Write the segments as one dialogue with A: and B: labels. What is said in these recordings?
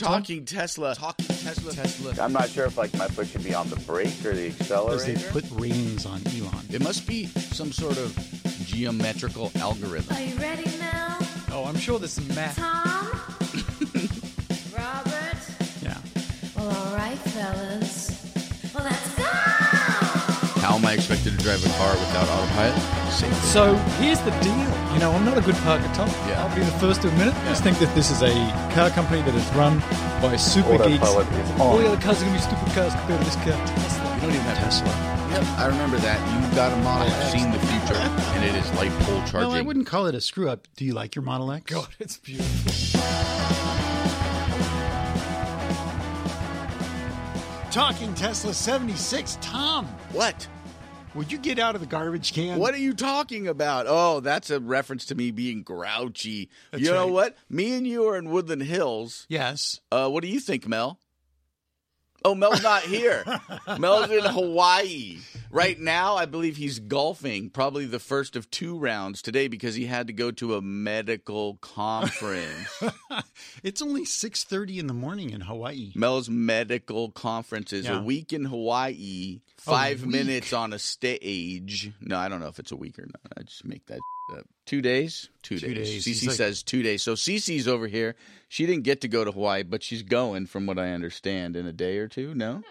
A: Talking Tesla.
B: Talking Tesla.
A: Tesla.
C: I'm not sure if like my foot should be on the brake or the
D: Because they
C: accelerator.
D: put rings on Elon.
B: It must be some sort of geometrical algorithm.
E: Are you ready now,
A: Oh, I'm sure there's some math.
E: Tom? Robert?
D: Yeah.
E: Well, all right, fellas. Well, let's go!
B: How am I expected to drive a car without autopilot? Safety.
A: So here's the deal. You know, I'm not a good Parker Tom.
B: Yeah.
A: I'll be the first to admit it. I just think that this is a car company that is run by super geeks.
C: Autopilot is
A: All the
C: on.
A: other cars are going to be stupid cars compared to this car.
B: You don't even have
D: Tesla.
B: Yep, I remember that. You got a model, you've seen the future, and it is light pole charging.
D: No, I wouldn't call it a screw up. Do you like your Model X?
A: God, it's beautiful.
D: Talking Tesla 76. Tom,
B: What?
D: would you get out of the garbage can?
B: What are you talking about? Oh, that's a reference to me being grouchy. you know
D: right.
B: what? Me and you are in Woodland Hills.
D: Yes.
B: Uh, what do you think, Mel? Oh, Mel's not here. Mel's in Hawaii. Right now, I believe he's golfing, probably the first of two rounds today because he had to go to a medical conference.
D: It's only 6:30 in the morning in Hawaii.
B: Mel's medical conference is
D: Yeah.
B: a week in Hawaii, five
D: week?
B: minutes on a stage. No, I don't know if it's a week or not. I just make that up. Two days? Two,
D: Two
B: days.
D: days.
B: Cece
D: He's like-
B: says two days. So Cece's over here. She didn't get to go to Hawaii, but she's going, from what I understand, in a day or two. No?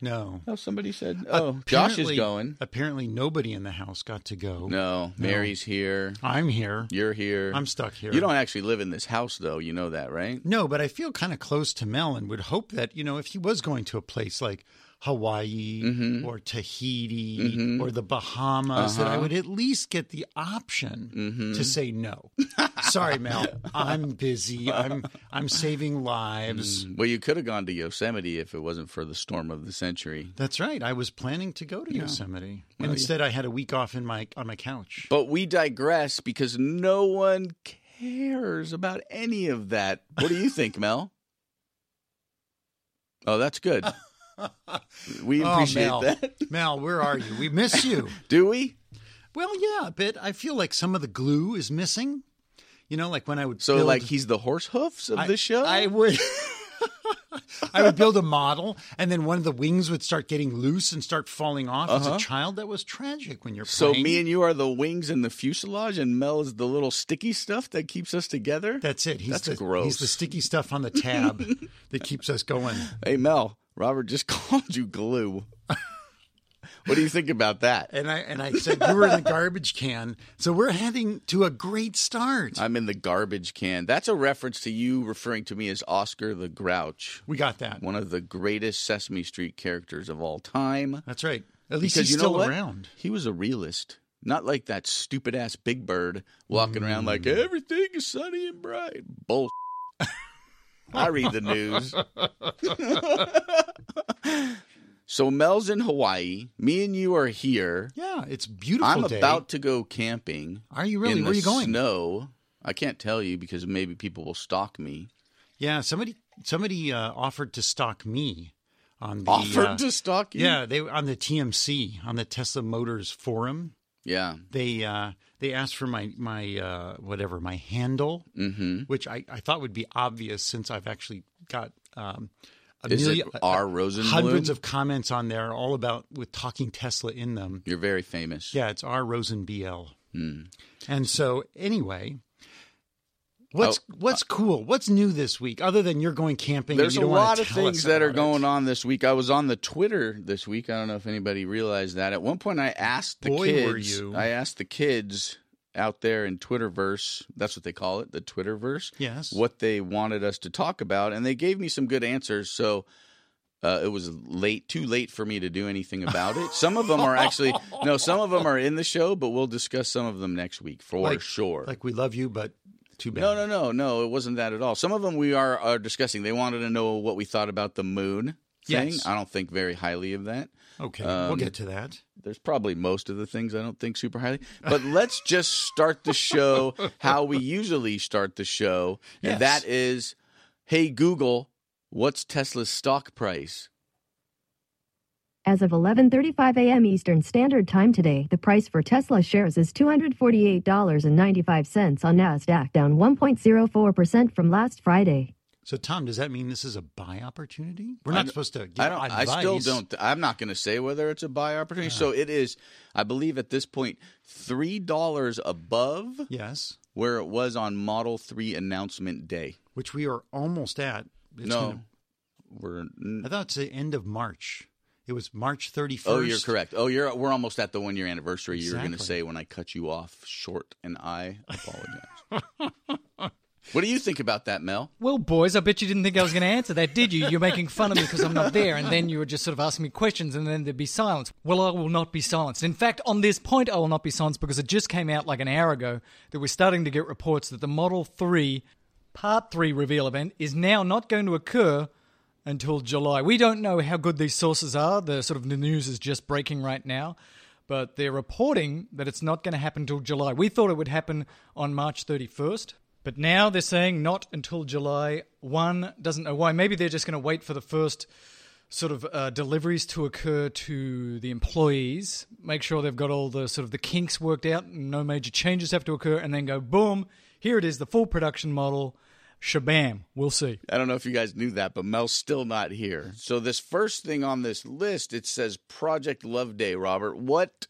D: No.
B: Oh, somebody said, oh, Josh is
D: Apparently-
B: going.
D: Apparently nobody in the house got to go.
B: No, Mary's here.
D: I'm here.
B: You're here.
D: I'm stuck here.
B: You don't actually live in this house, though. You know that, right?
D: No, but I feel kind of close to Mel and would hope that, you know, if he was going to a place like Hawaii
B: Mm-hmm.
D: or Tahiti or the Bahamas, that I
B: Uh-huh.
D: would at least get the option
B: Mm-hmm.
D: to say no. Sorry, Mel. I'm busy. I'm I'm saving lives.
B: Mm. Well, you could have gone to Yosemite if it wasn't for the storm of the century.
D: That's right. I was planning to go to Yosemite. And instead I had a week off in my on my couch.
B: But we digress because no one cares about any of that. What do you think, Mel? Oh, that's good. We
D: Oh,
B: appreciate
D: Mel.
B: that.
D: Mel, where are you? We miss you.
B: Do we?
D: well, yeah, but I feel like some of the glue is missing. You know, like when I would
B: So,
D: build-
B: like, he's the horse hoofs of
D: I-
B: the show?
D: I would. I would build a model, and then one of the wings would start getting loose and start falling off. As a child, that was tragic when you're
B: Uh-huh. so,
D: playing.
B: me and you are the wings and the fuselage, and Mel is the little sticky stuff that keeps us together?
D: that's it. He's
B: That's
D: the,
B: gross.
D: He's the sticky stuff on the tab that keeps us going.
B: hey, Mel, Robert just called you glue. what do you think about that?
D: And I and I said you were in the garbage can. So we're heading to a great start.
B: I'm in the garbage can. That's a reference to you referring to me as Oscar the Grouch.
D: we got that.
B: one of the greatest Sesame Street characters of all time.
D: That's right. At least he's
B: you know
D: still
B: what?
D: around.
B: He was a realist. Not like that stupid ass Big Bird walking around like
D: Mm.
B: everything is sunny and bright. Bull. I read the news. so Mel's in Hawaii. Me and you are here.
D: Yeah, it's beautiful.
B: I'm
D: day.
B: about to go camping.
D: Are you really?
B: in
D: Where are
B: the
D: you going?
B: Snow. I can't tell you because maybe people will stalk me.
D: Yeah, somebody somebody uh, offered to stalk me on the
B: Offered
D: uh,
B: to stalk you?
D: Yeah, they on the TMC on the Tesla Motors forum.
B: Yeah.
D: They uh, they asked for my my uh, whatever my handle, mm-hmm. which I, I thought would be obvious since I've actually got um, a
B: Is
D: million
B: it R.
D: uh,
B: Rosenblum?
D: hundreds of comments on there, all about with talking Tesla in them.
B: You're very famous.
D: Yeah, it's R Rosen BL.
B: Hmm.
D: And so anyway. What's what's cool? What's new this week other than you're going camping? and
B: Oh, uh, There's
D: you
B: a
D: don't wanna
B: lot of
D: tell
B: things
D: us
B: that are
D: about it?
B: going on this week. I was on the Twitter this week. I don't know if anybody realized that. At one point, I asked the
D: Boy,
B: kids.
D: were you.
B: I asked the kids out there in Twitterverse. That's what they call it, the Twitterverse.
D: Yes.
B: What they wanted us to talk about, and they gave me some good answers. So. Uh, it was late, too late for me to do anything about it. Some of them are actually no, some of them are in the show, but we'll discuss some of them next week for
D: Like-
B: sure.
D: Like we love you, but too bad.
B: No, no, no, no. It wasn't that at all. Some of them we are are discussing. They wanted to know what we thought about the moon thing.
D: Yes.
B: I don't think very highly of that.
D: Okay,
B: Um,
D: we'll get to that.
B: There's probably most of the things I don't think super highly. But let's just start the show how we usually start the show, and
D: Yes.
B: that is, hey Google, what's Tesla's stock price?
F: As of 11:35 a.m. Eastern Standard Time today, the price for Tesla shares is $248.95 on Nasdaq, down 1.04% from last Friday.
D: So, Tom, does that mean this is a buy opportunity? We're not
B: I-
D: supposed to. Give
B: I don't.
D: Advice. Uh.
B: I still don't. I'm not going to say whether it's a buy opportunity. So it is. I believe at this point three dollars above
D: Yes,
B: where it was on Model Three announcement day.
D: which we are almost at. It's
B: no,
D: gonna-
B: we're.
D: I thought it's the end of March. It was March thirty first.
B: Oh, you're correct. Oh, you're. We're almost at the one year anniversary. You were going to
D: Exactly.
B: say when I cut you off short, and I apologize. what do you think about that, Mel?
G: Well, boys, I bet you didn't think I was going to answer that, did you? You're making fun of me because I'm not there, and then you were just sort of asking me questions, and then there'd be silence. Well, I will not be silenced. In fact, on this point, I will not be silenced because it just came out like an hour ago that we're starting to get reports that the Model 3 Part 3 reveal event is now not going to occur until July. We don't know how good these sources are. The sort of the news is just breaking right now, but they're reporting that it's not going to happen till July. We thought it would happen on March 31st, but now they're saying not until July 1. Doesn't know why. Maybe they're just going to wait for the first sort of uh, deliveries to occur to the employees, make sure they've got all the sort of the kinks worked out, and no major changes have to occur, and then go boom, here it is, the full production model. Shabam. We'll see.
B: I don't know if you guys knew that, but Mel's still not
D: Mm-hmm.
B: here. So this first thing on this list, it says Project Love Day, Robert. What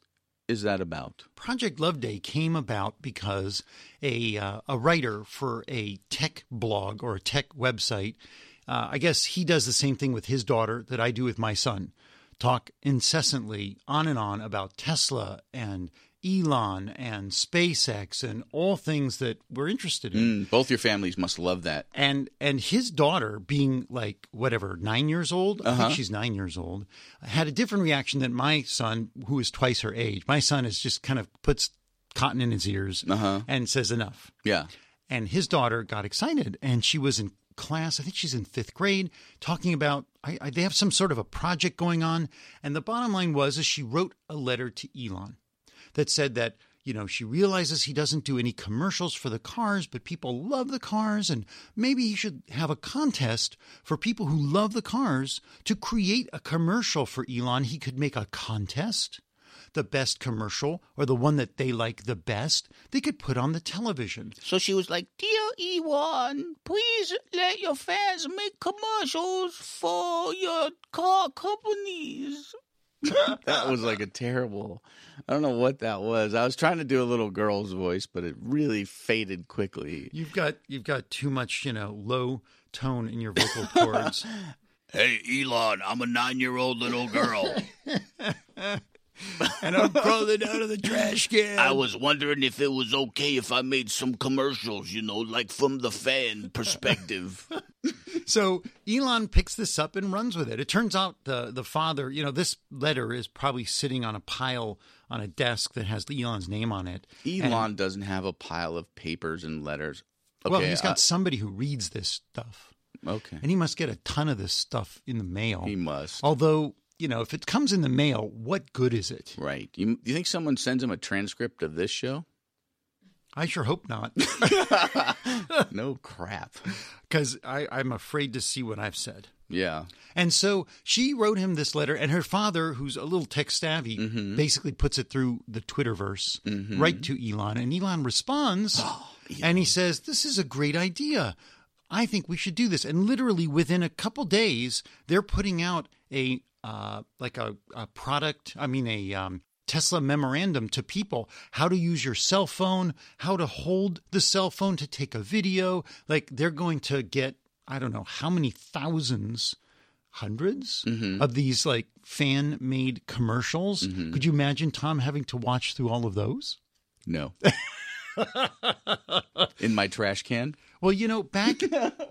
B: is that about?
D: Project Love Day came about because a uh, a writer for a tech blog or a tech website, uh, I guess he does the same thing with his daughter that I do with my son, talk incessantly on and on about Tesla and Elon and SpaceX and all things that we're interested in.
B: Mm, both your families must love that.
D: And and his daughter, being like whatever nine years old, I think she's nine years old, had a different reaction than my son, who is twice her age. My son is just kind of puts cotton in his ears and says enough.
B: Yeah.
D: And his daughter got excited, and she was in class. I think she's in fifth grade, talking about I, I, they have some sort of a project going on. And the bottom line was, is she wrote a letter to Elon that said that you know she realizes he doesn't do any commercials for the cars but people love the cars and maybe he should have a contest for people who love the cars to create a commercial for Elon he could make a contest the best commercial or the one that they like the best they could put on the television
B: So she was like, Dear Ewan, please let your fans make commercials for your car companies. that was like a terrible. I don't know what that was. I was trying to do a little girl's voice, but it really faded quickly.
D: you've got you've got too much you know low tone in your vocal cords
B: Hey, Elon, I'm a nine year old little girl.
D: and i'm crawling out of the trash can
B: I was wondering if it was okay if I made some commercials, you know, like from the fan perspective.
D: So Elon picks this up and runs with it. It turns out the the father, you know, this letter is probably sitting on a pile on a desk that has Elon's name on it.
B: Elon doesn't have a pile of papers and letters.
D: well, he's got
B: I-
D: somebody who reads this stuff,
B: uh, okay.
D: and he must get a ton of this stuff in the mail.
B: He must.
D: Although, you know, if it comes in the mail, what good is it?
B: Right. You, you think someone sends him a transcript of this show?
D: I sure hope not,
B: No crap.
D: because I'm afraid to see what I've said.
B: Yeah.
D: And so she wrote him this letter, and her father, who's a little tech savvy, basically puts it through the Twitterverse right to Elon. And Elon responds and he says, This is a great idea. I think we should do this. And literally within a couple days, they're putting out a uh, like a, a product, I mean, a um, Tesla memorandum to people how to use your cell phone, how to hold the cell phone to take a video. Like they're going to get, I don't know, how many thousands 100s of these like fan made commercials. Could you imagine Tom having to watch through all of those?
B: No. In my trash can?
D: Well, you know, back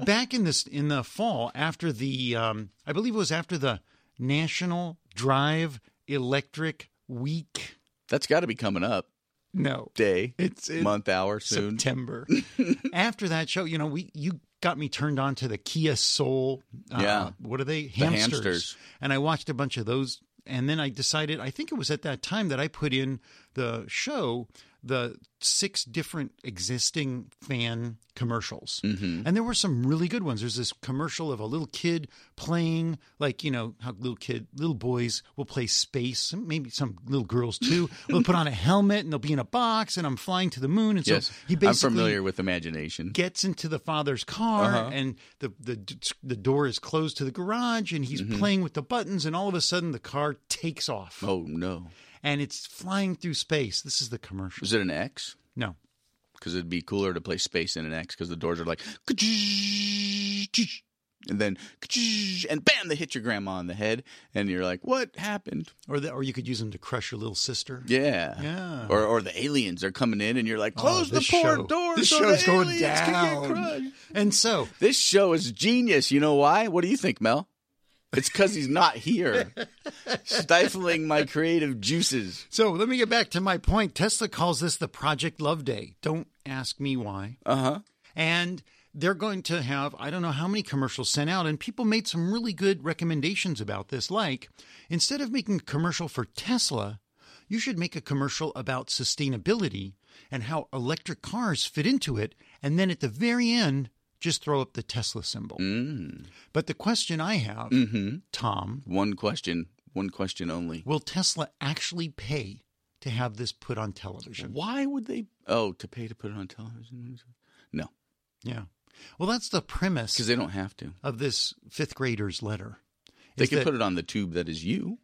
D: back in this in the fall after the um, I believe it was after the National Drive Electric Week.
B: That's got to be coming up.
D: No,
B: Day,
D: It's in
B: month, hour, soon.
D: September. after that show, you know, we you got me turned on to the Kia Soul. Uh,
B: Yeah.
D: what are they? Hamsters.
B: hamsters.
D: And I watched a bunch of those, and then I decided. I think it was at that time that I put in the show the six different existing fan commercials.
B: Mm-hmm.
D: And there were some really good ones. There's this commercial of a little kid playing, like, you know, how little kid, little boys will play space, and maybe some little girls too. will put on a helmet and they'll be in a box and I'm flying to the moon. And so
B: yes,
D: he basically
B: I'm familiar with imagination.
D: gets into the father's car
B: Uh-huh.
D: and the, the the door is closed to the garage and he's playing with the buttons and all of a sudden the car takes off
B: Mm-hmm. oh no,
D: and it's flying through space this is the commercial
B: is it an X?
D: no
B: Because it'd be cooler to play space in an X because the doors are like and then and bam, they hit your grandma on the head, and you're like, what happened?
D: or the, or you could use them to crush your little sister
B: Yeah.
D: Yeah.
B: Or or the aliens are coming in and you're like,
D: Oh,
B: close the
D: this
B: poor
D: show-
B: door.
D: this
B: so
D: show's
B: the
D: going
B: aliens can
D: down.
B: Get crushed."
D: and so
B: this show is genius. You know why? What do you think, Mel? It's because he's not here, stifling my creative juices.
D: so let me get back to my point tesla calls this the project love day don't ask me why
B: Uh huh.
D: and they're going to have i don't know how many commercials sent out and people made some really good recommendations about this like instead of making a commercial for tesla you should make a commercial about sustainability and how electric cars fit into it and then at the very end just throw up the tesla symbol
B: Mm.
D: but the question i have tom
B: Mm-hmm. One question. One question only.
D: will tesla actually pay to have this put on television
B: Why would they? Oh, to pay to put it on television? No,
D: yeah well that's the premise
B: because they don't have to.
D: of this fifth grader's letter
B: They
D: is
B: could
D: that-
B: put it on the tube that is you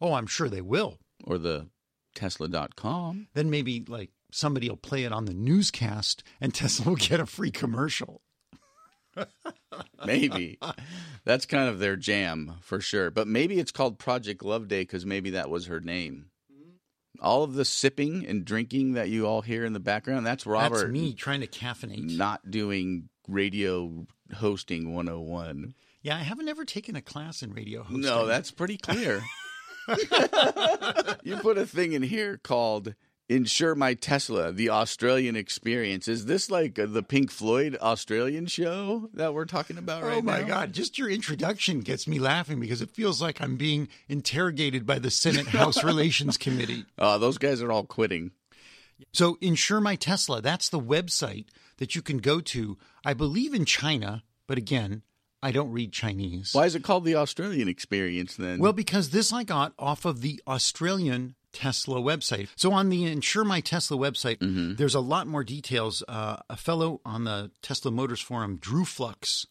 D: Oh, I'm sure they will.
B: or the Tesla.com.
D: Then maybe like somebody will play it on the newscast and Tesla will get a free commercial.
B: Maybe that's kind of their jam for sure. But maybe it's called Project Love Day because maybe that was her name.
D: Mm-hmm.
B: All of the sipping and drinking that you all hear in the background—that's Robert.
D: That's me trying to caffeinate.
B: not doing radio hosting 101.
D: Yeah, I haven't ever taken a class in radio hosting.
B: No, that's pretty clear. you put a thing in here called Insure My Tesla, the Australian experience. Is this like uh, the Pink Floyd Australian show that we're talking about
D: Oh
B: right
D: my
B: now?
D: God! Just your introduction gets me laughing because it feels like I'm being interrogated by the Senate House Relations Committee.
B: Uh, those guys are all quitting.
D: So, insure my Tesla. That's the website that you can go to. I believe in China, but again, I don't read Chinese.
B: Why is it called the Australian experience then?
D: Well, because this I got off of the Australian Tesla website. So on the Insure My Tesla website,
B: Mm-hmm.
D: there's a lot more details. Uh, a fellow on the Tesla Motors Forum, Drew Flux,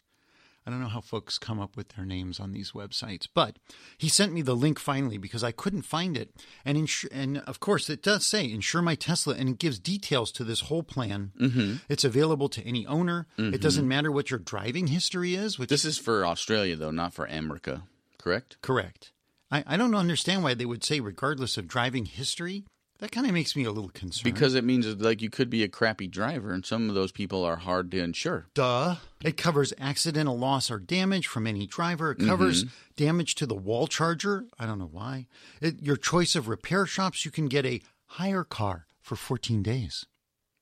D: I don't know how folks come up with their names on these websites, but he sent me the link finally because I couldn't find it. And insu- and of course, it does say insure my Tesla, and it gives details to this whole plan. Mm-hmm. It's available to any owner. It doesn't matter what your driving history is, which
B: Mm-hmm. this is for Australia though, not for America, correct?
D: Correct. I, I don't understand why they would say regardless of driving history. That kind of makes me a little concerned.
B: Because it means like you could be a crappy driver, and some of those people are hard to insure.
D: duh, it covers accidental loss or damage from any driver. It covers
B: Mm-hmm.
D: damage to the wall charger. I don't know why. It, your choice of repair shops. You can get a hire car for 14 days.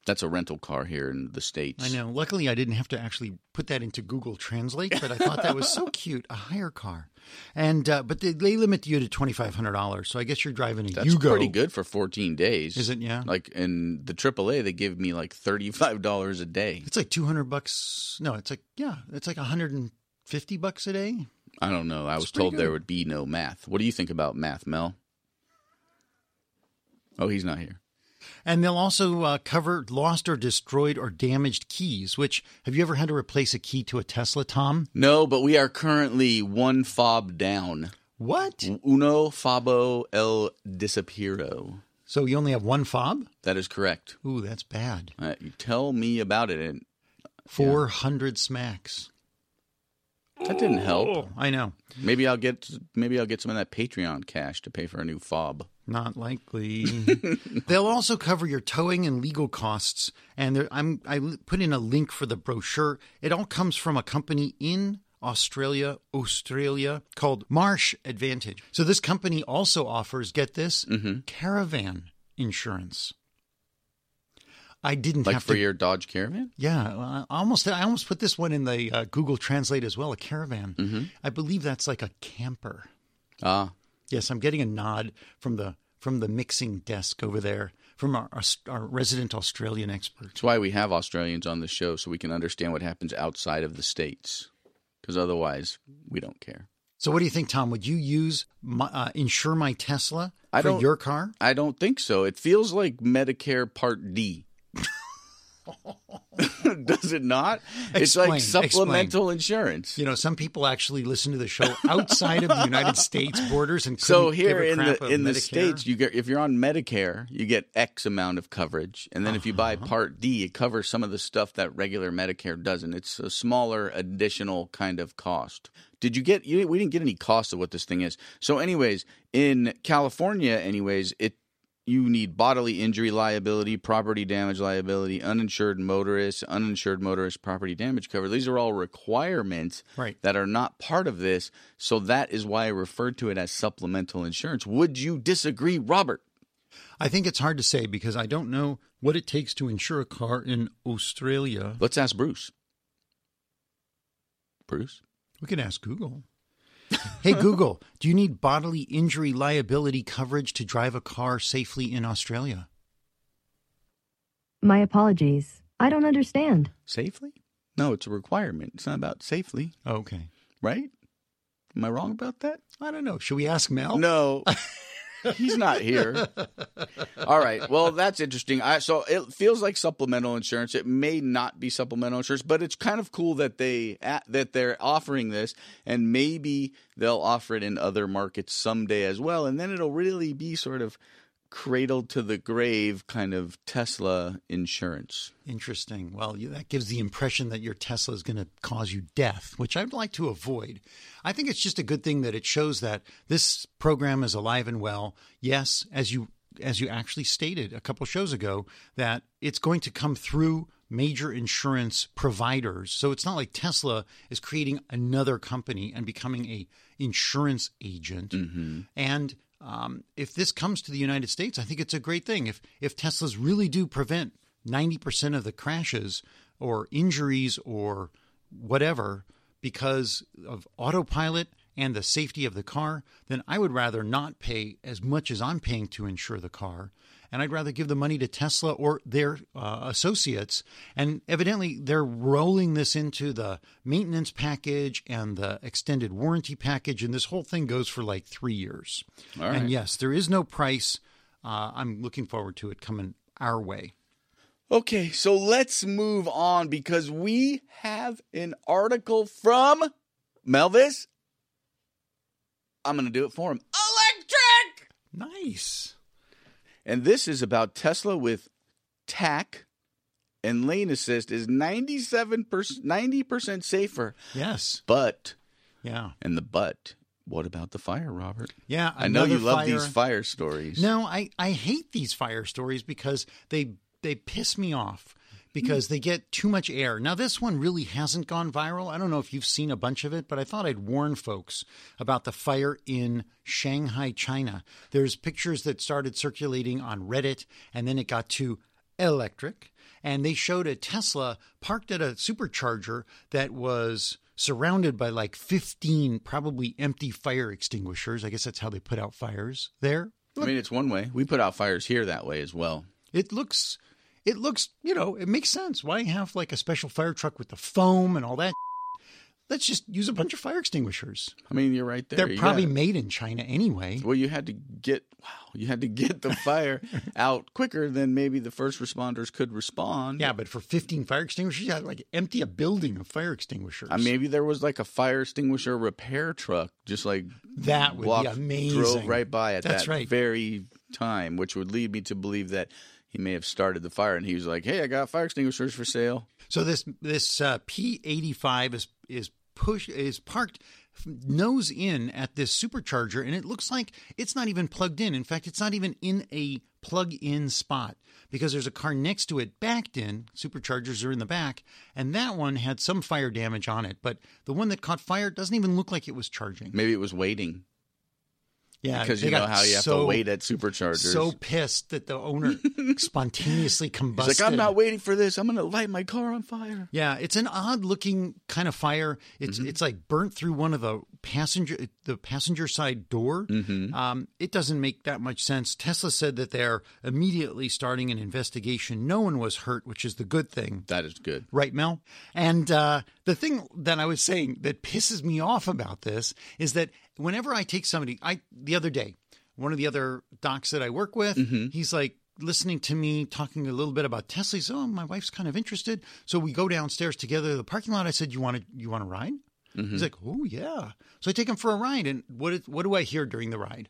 B: That's a rental car here in the states.
D: I know. Luckily, I didn't have to actually put that into Google Translate, but I thought that was so cute. A hire car, and uh, but they, they limit you to twenty five hundred dollars. So I guess you're driving a
B: That's
D: Yugo.
B: pretty good for 14 days.
D: Is it? Yeah.
B: Like in the AAA, they give me like $35 a day.
D: It's like 200 bucks. No, it's like, yeah, it's like 150 bucks a day.
B: I don't know. I was
D: pretty
B: told there
D: good.
B: would be no math. What do you think about math, Mel? Oh, he's not here.
D: And they'll also uh, cover lost or destroyed or damaged keys, which have you ever had to replace a key to a Tesla, Tom?
B: No, but we are currently one fob down. Mm.
D: What?
B: Uno fabo el disapiro.
D: So you only have one fob?
B: That is correct.
D: Ooh, that's bad.
B: Uh, you tell me about it. And
D: 400 smacks.
B: that didn't help.
D: I know.
B: Maybe I'll get maybe I'll get some of that Patreon cash to pay for a new fob.
D: Not likely. They'll also cover your towing and legal costs. And there, I'm, I li- put in a link for the brochure. It all comes from a company in Australia, Australia, called Marsh Advantage. So this company also offers, get this, caravan insurance. I didn't
B: Like
D: have
B: for
D: to.
B: your Dodge Caravan?
D: yeah, well, I almost I almost put this one in the uh, Google Translate as well. A caravan, I believe that's like a camper.
B: Mm-hmm. Ah,
D: Yes, I'm getting a nod from the from the mixing desk over there from our, our, our resident Australian expert.
B: That's why we have Australians on the show so we can understand what happens outside of the states. Because otherwise, we don't care.
D: So, what do you think, Tom? Would you use my, uh, insure my Tesla
B: I
D: for
B: don't-
D: your car?
B: I don't think so. It feels like Medicare Part D. Does it not? it's
D: Explain,
B: like supplemental insurance.
D: You know, some people actually listen to the show outside of the United States borders and
B: so
D: couldn't
B: here
D: give a
B: in
D: crap
B: the
D: of
B: in the
D: Medicare.
B: states, you get if you're on Medicare, you get X amount of coverage, and then if you
D: Uh-huh.
B: buy Part D, it covers some of the stuff that regular Medicare doesn't. It's a smaller additional kind of cost. Did you get? You, we didn't get any cost of what this thing is. So, anyways, in California, anyways, it you need bodily injury liability, property damage liability, uninsured motorist, uninsured motorist property damage cover. These are all requirements
D: Right.
B: that are not part of this. So that is why I referred to it as supplemental insurance. Would you disagree, Robert?
D: I think it's hard to say because I don't know what it takes to insure a car in Australia.
B: Let's ask Bruce. Bruce?
D: We can ask Google. hey Google, do you need bodily injury liability coverage to drive a car safely in Australia?
F: My apologies. I don't understand.
B: Safely? No, it's a requirement. It's not about safely,
D: Okay.
B: right? Am I wrong about that?
D: I don't know. Should we ask Mel?
B: No. He's not here. All right. Well, that's interesting. I so it feels like supplemental insurance. It may not be supplemental insurance, but it's kind of cool that they at, that they're offering this and maybe they'll offer it in other markets someday as well and then it'll really be sort of cradle to the grave kind of Tesla insurance.
D: Interesting. Well, you- that gives the impression that your Tesla is going to cause you death, which I'd like to avoid. I think it's just a good thing that it shows that this program is alive and well. Yes, as you as you actually stated a couple shows ago that it's going to come through major insurance providers. So it's not like Tesla is creating another company and becoming a insurance agent. And um, if this comes to the United States, I think it's a great thing. If if Teslas really do prevent ninety percent of the crashes or injuries or whatever because of autopilot and the safety of the car, then I would rather not pay as much as I'm paying to insure the car. And I'd rather give the money to Tesla or their uh, associates. And evidently, they're rolling this into the maintenance package and the extended warranty package. And this whole thing goes for like three years. And yes, there is no price. Uh, I'm looking forward to it coming our way.
B: Okay, so let's move on because we have an article from Melvis. I'm going to do it for him. Electric!
D: Nice.
B: And this is about Tesla with TAC and lane assist is 97%, 90% safer.
D: Yes.
B: But,
D: Yeah.
B: and the but, what about the fire, Robert?
D: Yeah.
B: I know you
D: another
B: love these fire stories.
D: No, I, I hate these fire stories because they they piss me off because they get too much air. Now this one really hasn't gone viral. I don't know if you've seen a bunch of it, but I thought I'd warn folks about the fire in Shanghai, China. There's pictures that started circulating on Reddit and then it got to electric and they showed a Tesla parked at a supercharger that was surrounded by like 15 probably empty fire extinguishers. I guess that's how they put out fires there.
B: I mean, it's one way. We put out fires here that way as well.
D: It looks, it looks, you know, it makes sense. Why have like a special fire truck with the foam and all that? Let's just use a bunch of fire extinguishers.
B: I mean, you're right there.
D: They're
B: You
D: probably
B: got it.
D: made in China anyway.
B: Well, you had to get wow, you had to get the fire out quicker than maybe the first responders could respond.
D: Yeah, but for 15 fire extinguishers, you have to, like empty a building of fire extinguishers.
B: Uh, maybe there was like a fire extinguisher repair truck, just like
D: That would be amazing.
B: Drove right by at
D: That's
B: that
D: right.
B: very time, which would lead me to believe that he may have started the fire, and he was like, "Hey, I got fire extinguishers for sale."
D: So this this uh, P85 is is push is parked nose in at this supercharger and it looks like it's not even plugged in. In fact, it's not even in a plug-in spot because there's a car next to it backed in. Superchargers are in the back and that one had some fire damage on it, but the one that caught fire doesn't even look like it was charging.
B: Maybe it was waiting
D: Yeah,
B: because
D: they
B: you know
D: got
B: how you have
D: so-
B: to wait at superchargers.
D: So pissed that the owner spontaneously combusted.
B: He's like, "I'm not waiting for this. I'm going to light my car on fire."
D: Yeah, it's an odd looking kind of fire. It's it's like burnt through one of the passenger the passenger side door. Um, it doesn't make that much sense. Tesla said that they're immediately starting an investigation. No one was hurt, which is the good thing.
B: That is good.
D: Right, Mel? And uh, the thing that I was saying that pisses me off about this is that whenever I take somebody, I the other day, one of the other docs that I work with,
B: Mm-hmm.
D: he's like listening to me talking a little bit about Tesla. He's, oh, my wife's kind of interested. So we go downstairs together to the parking lot. I said, you want to you want to ride?
B: Mm-hmm.
D: He's like, oh yeah. So I take him for a ride, and what is- what do I hear during the ride?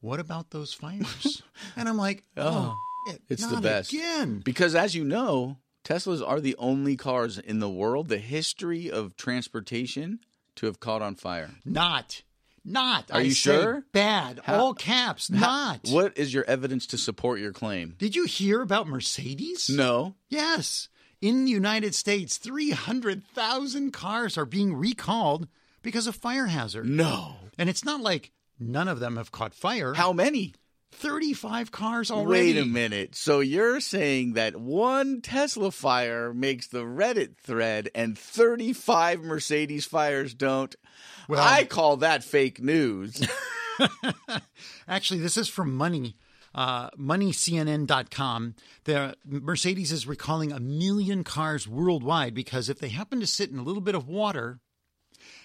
D: What about those fires? and I'm like, oh, shit,
B: It's the
D: not
B: best.
D: again.
B: Because as you know, Teslas are the only cars in the world, the history of transportation, to have caught on fire.
D: Not. Not.
B: Are
D: I
B: you
D: said
B: sure?
D: Bad.
B: How-
D: all caps. not.
B: What is your evidence to support your claim?
D: Did you hear about Mercedes?
B: No.
D: Yes. In the United States, 300,000 cars are being recalled because of fire hazard.
B: No.
D: And it's not like none of them have caught fire.
B: How many?
D: 35 cars already.
B: Wait a minute. So you're saying that one Tesla fire makes the Reddit thread and 35 Mercedes fires don't?
D: Well-
B: I call that fake news.
D: Actually, this is from Money. Uh, moneycnn.com. There, Mercedes is recalling a million cars worldwide because if they happen to sit in a little bit of water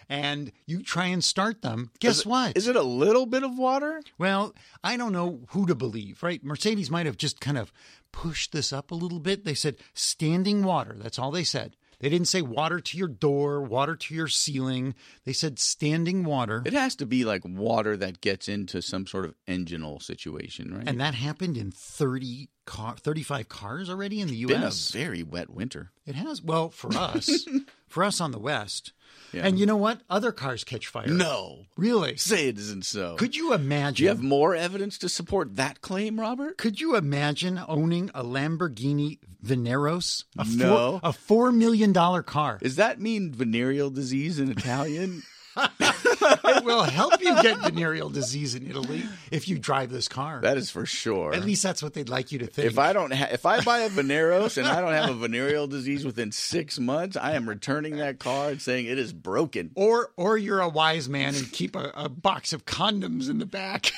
D: and you try and start them, guess what?
B: Is it a little bit of water?
D: Well, I don't know who to believe, right? Mercedes might have just kind of pushed this up a little bit. They said standing water. That's all they said. They didn't say water to your door, water to your ceiling. They said standing water.
B: It has to be like water that gets into some sort of enginal situation, right?
D: And that happened in 30 car, 35 cars already in the
B: been a
D: U.S.
B: very wet winter.
D: It has. Well, for us, for us on the West.
B: Yeah.
D: And you know what? Other cars catch fire.
B: No.
D: Really?
B: Say it isn't so.
D: Could you imagine?
B: Do you have more evidence to support that claim, Robert?
D: Could you imagine owning a Lamborghini Veneros? A
B: No.
D: Four, a $4 million dollar car.
B: Does that mean venereal disease in Italian?
D: It will help you get venereal disease in Italy if you drive this car.
B: that is for sure.
D: At least that's what they'd like you to think.
B: if I don't, ha- if I buy a Veneros and I don't have a venereal disease within six months, I am returning that car and saying it is broken.
D: or, or you're a wise man and keep a, a box of condoms in the back.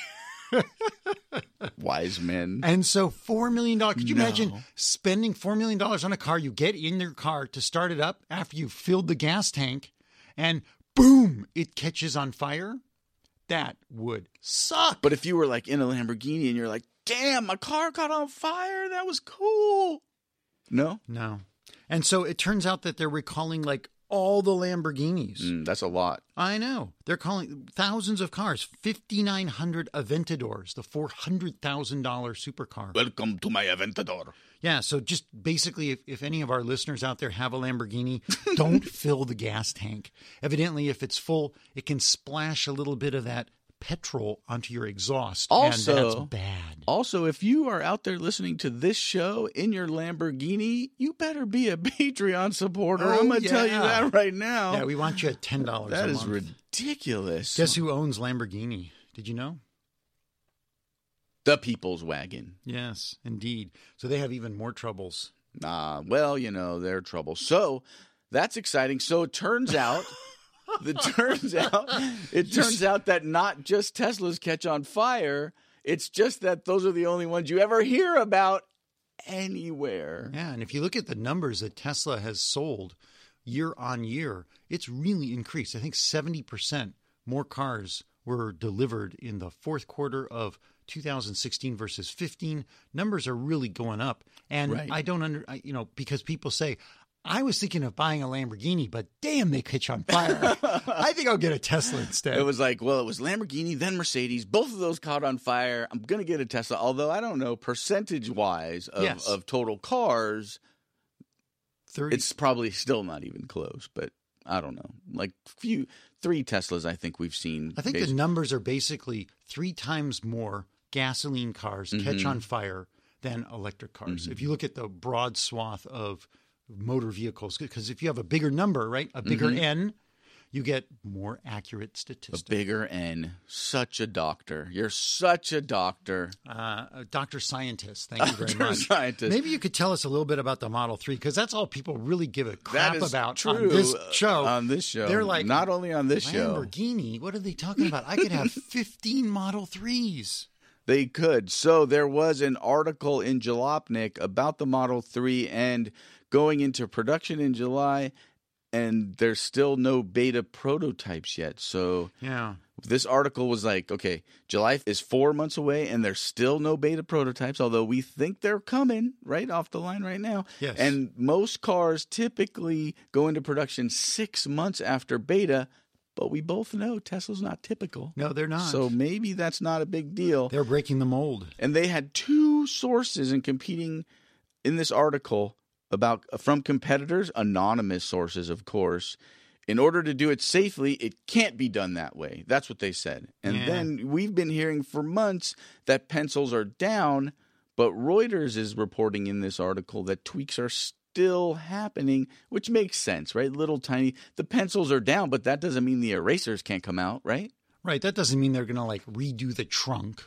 B: Wise men.
D: And so $4 million. Could you imagine spending $4 million on a car? You get in your car to start it up after you've filled the gas tank and boom, it catches on fire. That would suck.
B: But if you were like in a Lamborghini and you're like, "Damn, my car caught on fire. That was cool." No,
D: No. And so it turns out that they're recalling like all the Lamborghinis.
B: Mm, that's a lot.
D: I know. They're calling thousands of cars, 5,900 Aventadors, the $400,000 supercar.
B: Welcome to my Aventador.
D: yeah. So just basically, if, if any of our listeners out there have a Lamborghini, don't fill the gas tank. Evidently, if it's full, it can splash a little bit of that petrol onto your exhaust. and
B: Also-
D: that's bad.
B: Also, if you are out there listening to this show in your Lamborghini, you better be a Patreon supporter.
D: Oh,
B: I'm gonna tell you
D: yeah.
B: that right now.
D: Yeah, we want you at $10
B: that
D: a
B: is
D: month.
B: ridiculous.
D: Guess who owns Lamborghini? Did you know?
B: the people's wagon.
D: Yes, indeed. So they have even more troubles.
B: Ah, well, you know, they're trouble. So that's exciting. So it turns out it turns out it turns out that not just Teslas catch on fire, it's just that those are the only ones you ever hear about anywhere.
D: Yeah, and if you look at the numbers that Tesla has sold year on year, it's really increased. I think 70% more cars were delivered in the fourth quarter of 2016 versus 15. Numbers are really going up. And
B: Right.
D: I don't under, I, you know, because people say, I was thinking of buying a Lamborghini, but damn, they catch on fire. I think I'll get a Tesla instead.
B: It was like, well, it was Lamborghini, then Mercedes. Both of those caught on fire. I'm going to get a Tesla. Although I don't know percentage wise of,
D: Yes.
B: of total cars,
D: 30,
B: it's probably still not even close. But I don't know, like few three Teslas. I think we've seen.
D: I think
B: based-
D: the numbers are basically three times more gasoline cars
B: Mm-hmm.
D: catch on fire than electric cars. If you look at the broad swath of motor vehicles, because if you have a bigger number, right, a bigger N, you get more accurate statistics.
B: Mm-hmm. A bigger N. Such a doctor. You're such a doctor.
D: Uh, uh, Dr. Scientist, thank you very
B: Dr.
D: much.
B: Scientist.
D: Maybe you could tell us a little bit about the Model 3 because that's all people really give a crap
B: That is
D: about
B: true.
D: on this
B: uh,
D: show.
B: On this show.
D: They're like,
B: not only on this show.
D: Lamborghini, what are they talking about? I could have 15 Model 3s.
B: They could. So there was an article in Jalopnik about the Model 3 and going into production in July, and there's still no beta prototypes yet. So
D: Yeah.
B: this article was like, okay, July is four months away, and there's still no beta prototypes, although we think they're coming right off the line right now.
D: Yes.
B: And most cars typically go into production six months after beta, but we both know Tesla's not typical.
D: No, they're not.
B: So maybe that's not a big deal.
D: They're breaking the mold.
B: and they had two sources in competing in this article about from competitors anonymous sources of course in order to do it safely it can't be done that way that's what they said and
D: Yeah.
B: then we've been hearing for months that pencils are down but reuters is reporting in this article that tweaks are still happening which makes sense right little tiny the pencils are down but that doesn't mean the erasers can't come out right
D: Right. That doesn't mean they're going to like redo the trunk.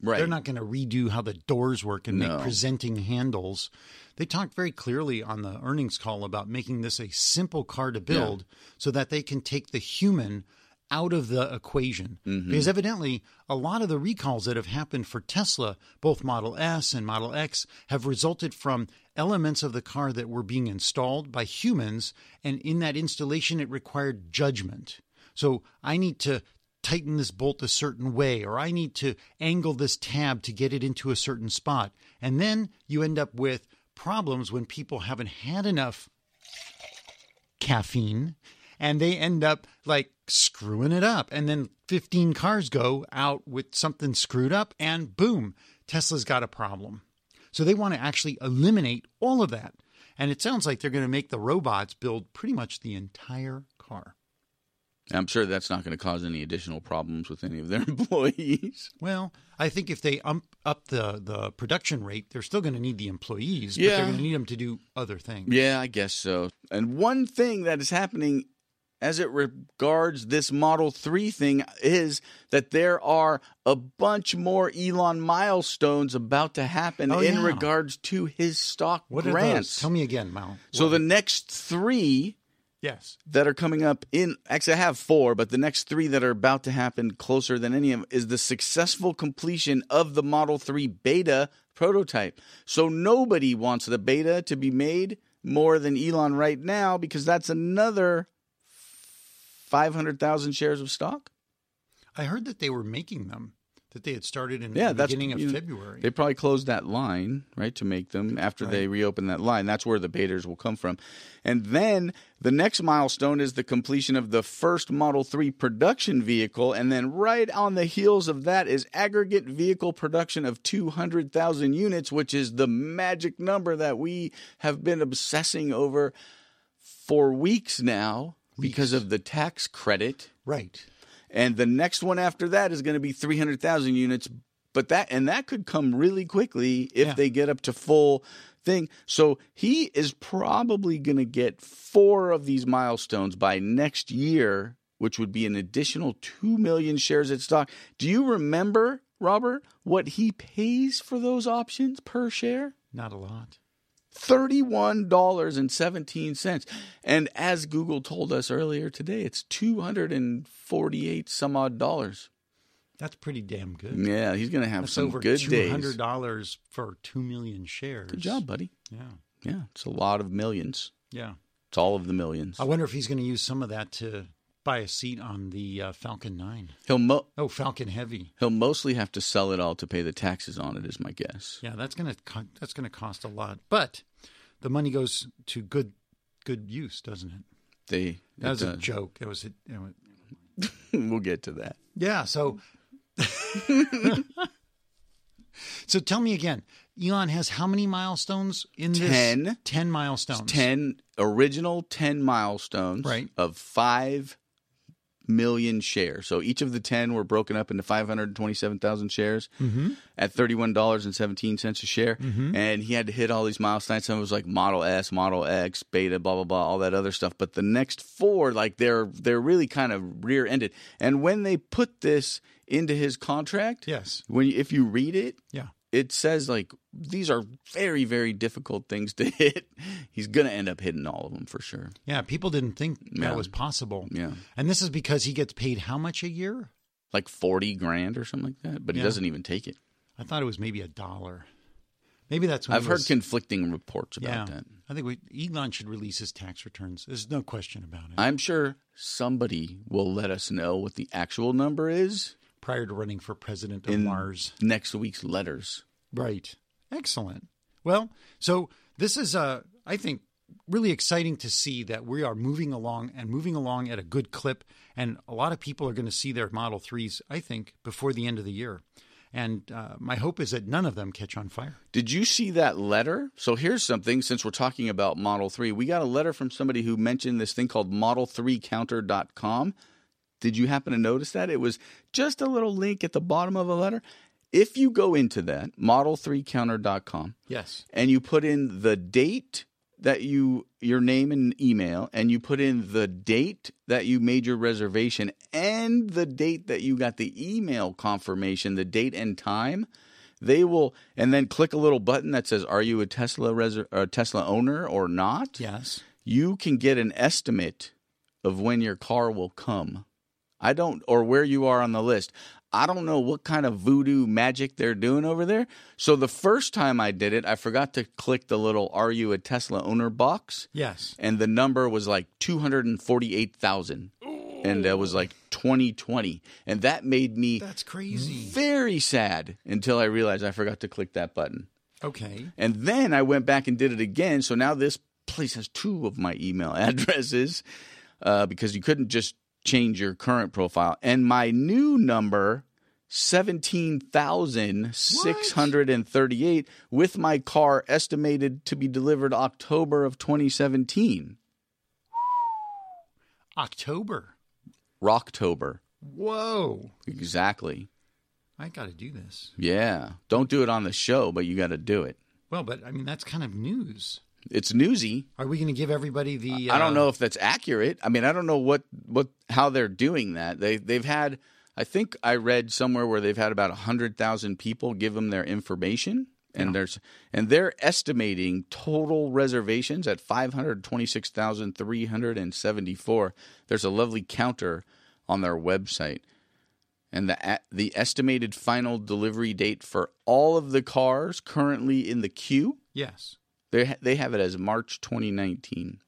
B: right
D: They're not going to redo how the doors work and
B: No.
D: make presenting handles. They talked very clearly on the earnings call about making this a simple car to build so that they can take the human out of the equation. Because evidently, a lot of the recalls that have happened for Tesla, both Model S and Model X, have resulted from elements of the car that were being installed by humans. And in that installation, it required judgment. So I need to tighten this bolt a certain way, or I need to angle this tab to get it into a certain spot. And then you end up with problems when people haven't had enough caffeine and they end up like screwing it up. And then 15 cars go out with something screwed up, and boom, Tesla's got a problem. So they want to actually eliminate all of that. And it sounds like they're going to make the robots build pretty much the entire car.
B: i'm sure that's not going to cause any additional problems with any of their employees
D: Well, I think if they ump, up the, the production rate, they're still going to need the employees, but
B: Yeah.
D: they're going to need them to do other things.
B: Yeah, I guess so. And one thing that is happening as it regards this Model 3 thing is that there are a bunch more Elon milestones about to happen
D: Oh,
B: in
D: yeah.
B: regards to his stock
D: What are those?
B: grants.
D: Tell me again, Mal.
B: so the next three
D: yes,
B: that are coming up in actually I have four, but the next three that are about to happen closer than any of them is the successful completion of the Model 3 beta prototype. So nobody wants the beta to be made more than Elon right now because that's another 500,000 shares of stock.
D: I heard that they were making them. That they had started in
B: Yeah,
D: the
B: that's
D: beginning of
B: you know,
D: February.
B: They probably closed that line, right, to make them after they reopen that line. That's where the betas will come from. And then the next milestone is the completion of the first Model 3 production vehicle. And then right on the heels of that is aggregate vehicle production of 200,000 units, which is the magic number that we have been obsessing over for weeks now because of the tax credit
D: right.
B: and the next one after that is going to be 300,000 units but that and that could come really quickly if
D: Yeah.
B: they get up to full thing so he is probably going to get four of these milestones by next year which would be an additional 2 million shares at stock do you remember robert what he pays for those options per share
D: Not a lot.
B: $31.17. And as Google told us earlier today, it's 248 some odd dollars.
D: That's pretty damn good.
B: Yeah, he's going to have
D: that's
B: some
D: over
B: good
D: two
B: days.
D: hundred dollars for two million shares.
B: Good job, buddy.
D: Yeah.
B: Yeah, it's a lot of millions.
D: Yeah.
B: It's all of the millions.
D: I wonder if he's going to use some of that to buy a seat on the uh, Falcon Nine.
B: He'll mo-
D: Oh, Falcon Heavy.
B: he'll mostly have to sell it all to pay the taxes on it is my guess.
D: Yeah, that's gonna co- that's gonna cost a lot, but the money goes to good good use, doesn't it?
B: They
D: That
B: it
D: was a
B: does.
D: joke. It was, a, it was
B: we'll get to that.
D: yeah. So so tell me again, Elon has how many milestones in this?
B: Ten.
D: Ten milestones.
B: 10 original 10 milestones
D: Right.
B: of 5 million shares. So each of the 10 were broken up into 527,000 shares
D: Mm-hmm.
B: at $31.17 a share. And he had to hit all these milestones. Some was like Model S, Model X, Beta, blah, blah, blah, all that other stuff. But the next four, like they're, they're really kind of rear ended. And when they put this into his contract,
D: Yes.
B: when if you read it,
D: Yeah.
B: it says like these are very very difficult things to hit. He's gonna end up hitting all of them for sure.
D: Yeah. People didn't think
B: Yeah.
D: that was possible.
B: Yeah.
D: And this is because he gets paid how much a year?
B: Like forty grand or something like that, but he
D: Yeah.
B: doesn't even take it.
D: I thought it was maybe a dollar. Maybe that's when
B: I've
D: it
B: heard
D: was-
B: conflicting reports about that.
D: I think we, Elon should release his tax returns. There's no question about it.
B: I'm sure somebody will let us know what the actual number is
D: Prior to running for president of
B: in
D: Mars.
B: next week's letters.
D: Right. Excellent. Well, so this is uh, I think really exciting to see that we are moving along and moving along at a good clip and a lot of people are going to see their Model 3s I think before the end of the year. And uh, my hope is that none of them catch on fire.
B: Did you see that letter? So here's something since we're talking about Model 3. We got a letter from somebody who mentioned this thing called model3counter.com. Did you happen to notice that? It was just a little link at the bottom of a letter. If you go into that, model3counter.com,
D: Yes.
B: and you put in the date that you your name and email and you put in the date that you made your reservation and the date that you got the email confirmation the date and time they will and then click a little button that says are you a tesla reser- or a tesla owner or not
D: Yes.
B: you can get an estimate of when your car will come. I don't, or where you are on the list. I don't know what kind of voodoo magic they're doing over there. So the first time I did it, I forgot to click the little "Are you a Tesla owner?" box,
D: Yes.
B: and the number was like two hundred and forty-eight thousand, and that was like twenty twenty, and that made me
D: That's crazy.
B: very sad until I realized I forgot to click that button.
D: Okay.
B: And then I went back and did it again. So now this place has two of my email addresses uh, because you couldn't just change your current profile. And my new number, 17,638, with my car estimated to be delivered October of 2017.
D: October.
B: Rocktober.
D: Whoa.
B: Exactly.
D: I got to do this.
B: Yeah. Don't do it on the show, but you got to do it.
D: Well, but I mean that's kind of news.
B: It's newsy.
D: Are we going to give everybody the?
B: I don't
D: uh,
B: know if that's accurate. I mean, I don't know what what how they're doing that. They they've had I think I read somewhere where they've had about 100,000 people give them their information and there's and they're estimating total reservations at 526,374. There's a lovely counter on their website. And the a- the estimated final delivery date for all of the cars currently in the queue,
D: Yes.
B: they ha- they have it as March 2019.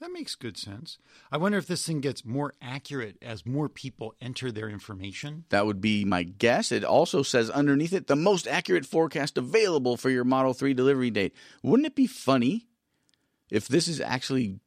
D: That makes good sense. I wonder if this thing gets more accurate as more people enter their information.
B: That would be my guess. It also says underneath it the most accurate forecast available for your Model 3 delivery date. Wouldn't it be funny if this is actually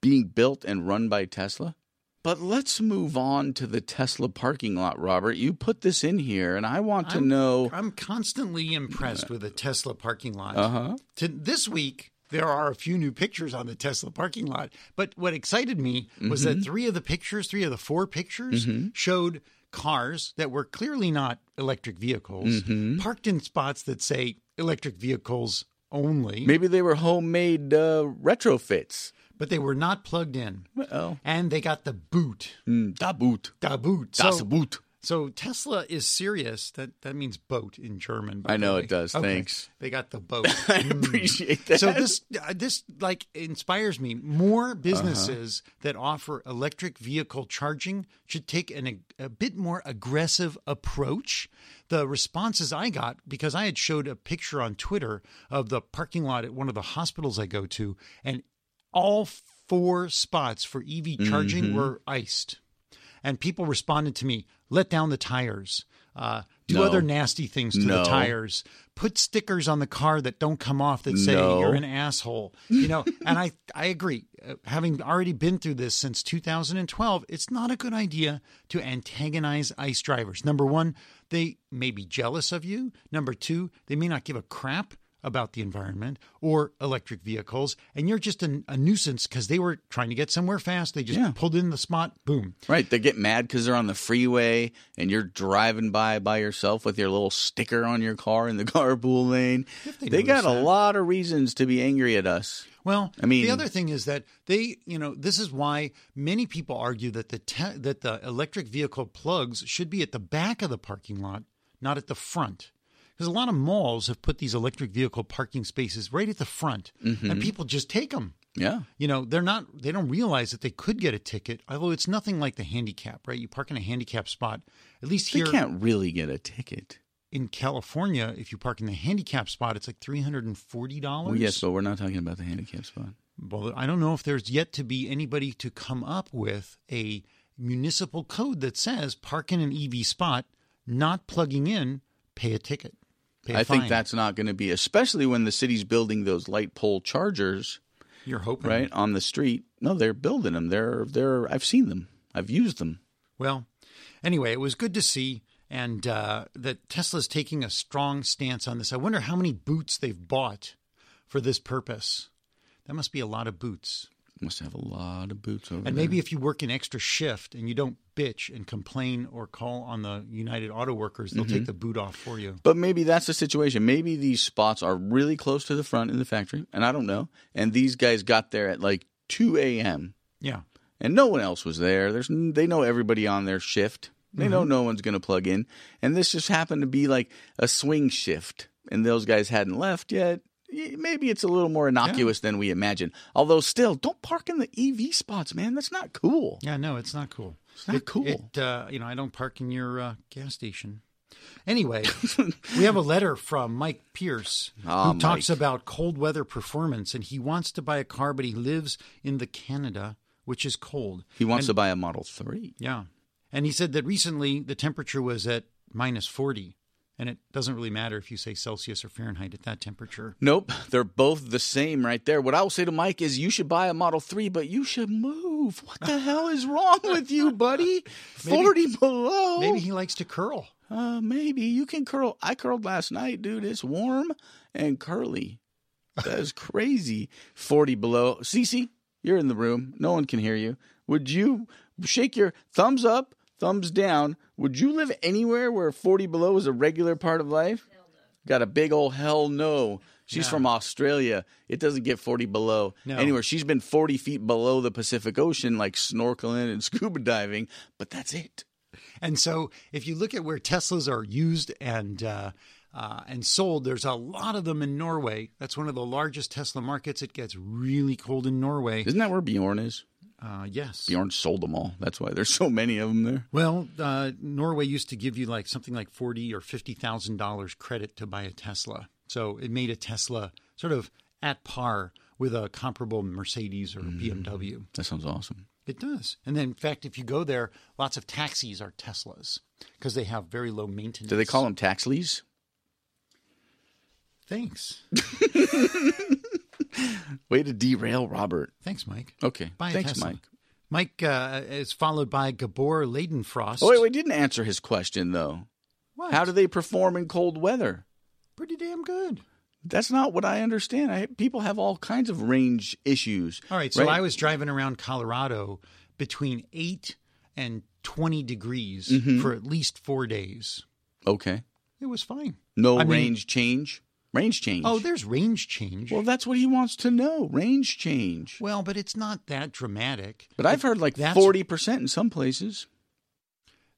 B: being built and run by Tesla? But let's move on to the Tesla parking lot, Robert. You put this in here, and I want to
D: I'm-
B: know.
D: I'm constantly impressed with the Tesla parking lot.
B: Uh huh.
D: To, this week, there are a few new pictures on the Tesla parking lot. But what excited me was
B: Mm-hmm.
D: that three of the pictures, three of the four pictures, showed cars that were clearly not electric vehicles
B: Mm-hmm.
D: parked in spots that say electric vehicles only,
B: Maybe they were homemade uh, retrofits.
D: but they were not plugged in.
B: Oh,
D: And they got the boot.
B: mm, da boot,
D: Da boot.
B: das
D: So-
B: boot.
D: So Tesla is serious. That that means boat in German. by
B: I
D: the
B: know
D: way.
B: it does. Thanks.
D: They got the boat. Hmm.
B: I appreciate that. Uh-huh.
D: so this uh, this like inspires me. More businesses that offer electric vehicle charging should take an ag- a bit more aggressive approach. The responses I got because I had showed a picture on Twitter of the parking lot at one of the hospitals I go to, and all four spots for EV charging
B: Mm-hmm.
D: were iced and people responded to me let down the tires uh, do
B: No.
D: other nasty things to
B: No.
D: the tires put stickers on the car that don't come off that say
B: No.
D: you're an asshole you know and i i agree Uh, having already been through this since 2012 it's not a good idea to antagonize ice drivers number one they may be jealous of you number two they may not give a crap about the environment or electric vehicles, and you're just an, a nuisance because they were trying to get somewhere fast. They just
B: Yeah.
D: pulled in the spot, boom.
B: Right, they get mad because they're on the freeway and you're driving by by yourself with your little sticker on your car in the carpool lane. They,
D: they
B: got
D: notice
B: a
D: that.
B: lot of reasons to be angry at us.
D: Well,
B: I mean-
D: the other thing is that they, you know, this is why many people argue that the te- that the electric vehicle plugs should be at the back of the parking lot, not at the front. Because a lot of malls have put these electric vehicle parking spaces right at the front,
B: Mm-hmm.
D: and people just take them.
B: Yeah,
D: You know, they're not they don't realize that they could get a ticket. Although it's nothing like the handicap, right? You park in a handicap spot. At least
B: they
D: here
B: can't really get a ticket.
D: in California, if you park in the handicap spot, it's like three hundred and forty dollars.
B: Well, yes, but we're not talking about the handicap spot.
D: Well, I don't know if there's yet to be anybody to come up with a municipal code that says park in an EV spot, not plugging in, pay a ticket. Pay a
B: I think
D: fine.
B: that's not going to be, especially when the city's building those light pole chargers
D: you're hoping,
B: right on the street. No, they're building them. They're they're. I've seen them. I've used them.
D: Well, anyway, it was good to see, and uh, that Tesla's taking a strong stance on this. I wonder how many boots they've bought for this purpose. That must be a lot of boots.
B: Must have a lot of boots over
D: And
B: there.
D: maybe if you work an extra shift and you don't bitch and complain or call on the United Auto Workers,
B: Mm-hmm.
D: they'll take the boot off for you.
B: But maybe that's the situation. Maybe these spots are really close to the front in the factory, and I don't know. And these guys got there at like 2 a.m.
D: Yeah.
B: and no one else was there. There's they know everybody on their shift. They know no one's going to plug in, and this just happened to be like a swing shift, and those guys hadn't left yet. Y- Maybe it's a little more innocuous than we imagine. Although, still, don't park in the EV spots, man. That's not cool.
D: Yeah, no, it's not cool. It's
B: not cool.
D: It, uh, you know, I don't park in your uh, gas station. Anyway, we have a letter from Mike Pierce
B: Ah,
D: who talks
B: Mike.
D: about cold weather performance, and he wants to buy a car, but he lives in the Canada, which is cold.
B: He wants to buy a Model Three.
D: Yeah, and he said that recently the temperature was at minus forty, and it doesn't really matter if you say Celsius or Fahrenheit at that temperature.
B: Nope, they're both the same right there. What I will say to Mike is you should buy a Model 3, but you should move. What the hell is wrong with you, buddy? 40 below.
D: Maybe he likes to curl.
B: uh, maybe you can curl. I curled last night, dude. It's warm and curly. That is crazy. 40 below. Cece, you're in the room. No one can hear you. Would you shake your thumbs up, thumbs down? Would you live anywhere where 40 below is a regular part of life? Got a big old hell no. She's from Australia. It doesn't get 40 below
D: No.
B: anywhere. She's been 40 feet below the Pacific Ocean, like snorkeling and scuba diving, but that's it.
D: And so, if you look at where Teslas are used and uh, uh, and sold, there's a lot of them in Norway. That's one of the largest Tesla markets. It gets really cold in Norway.
B: Isn't that where Bjorn is?
D: Uh, yes.
B: Bjorn sold them all. That's why there's so many of them there.
D: Well, uh, Norway used to give you like something like forty or fifty thousand dollars credit to buy a Tesla. So it made a Tesla sort of at par with a comparable Mercedes or
B: Mm.
D: BMW.
B: That sounds awesome.
D: It does. And then, in fact, if you go there, lots of taxis are Teslas because they have very low maintenance.
B: Do they call them tax lease?
D: Thanks.
B: Way to derail Robert.
D: Thanks, Mike.
B: Okay.
D: Buy a
B: Thanks,
D: Tesla.
B: Mike.
D: Mike uh, is followed by Gabor Leidenfrost.
B: Oh, wait, we didn't answer his question, though.
D: What?
B: How do they perform in cold weather?
D: Pretty damn good.
B: That's not what I understand. I, people have all kinds of range issues.
D: All right, so I was driving around Colorado between 8 and 20 degrees
B: Mm-hmm.
D: for at least four days.
B: Okay.
D: It was fine.
B: No
D: I mean-
B: range change? Range change.
D: Oh, there's range change.
B: Well,
D: Well,
B: that's what he wants to know range change.
D: but it's not that dramatic.
B: But I've heard like
D: That's-
B: 40% in some places.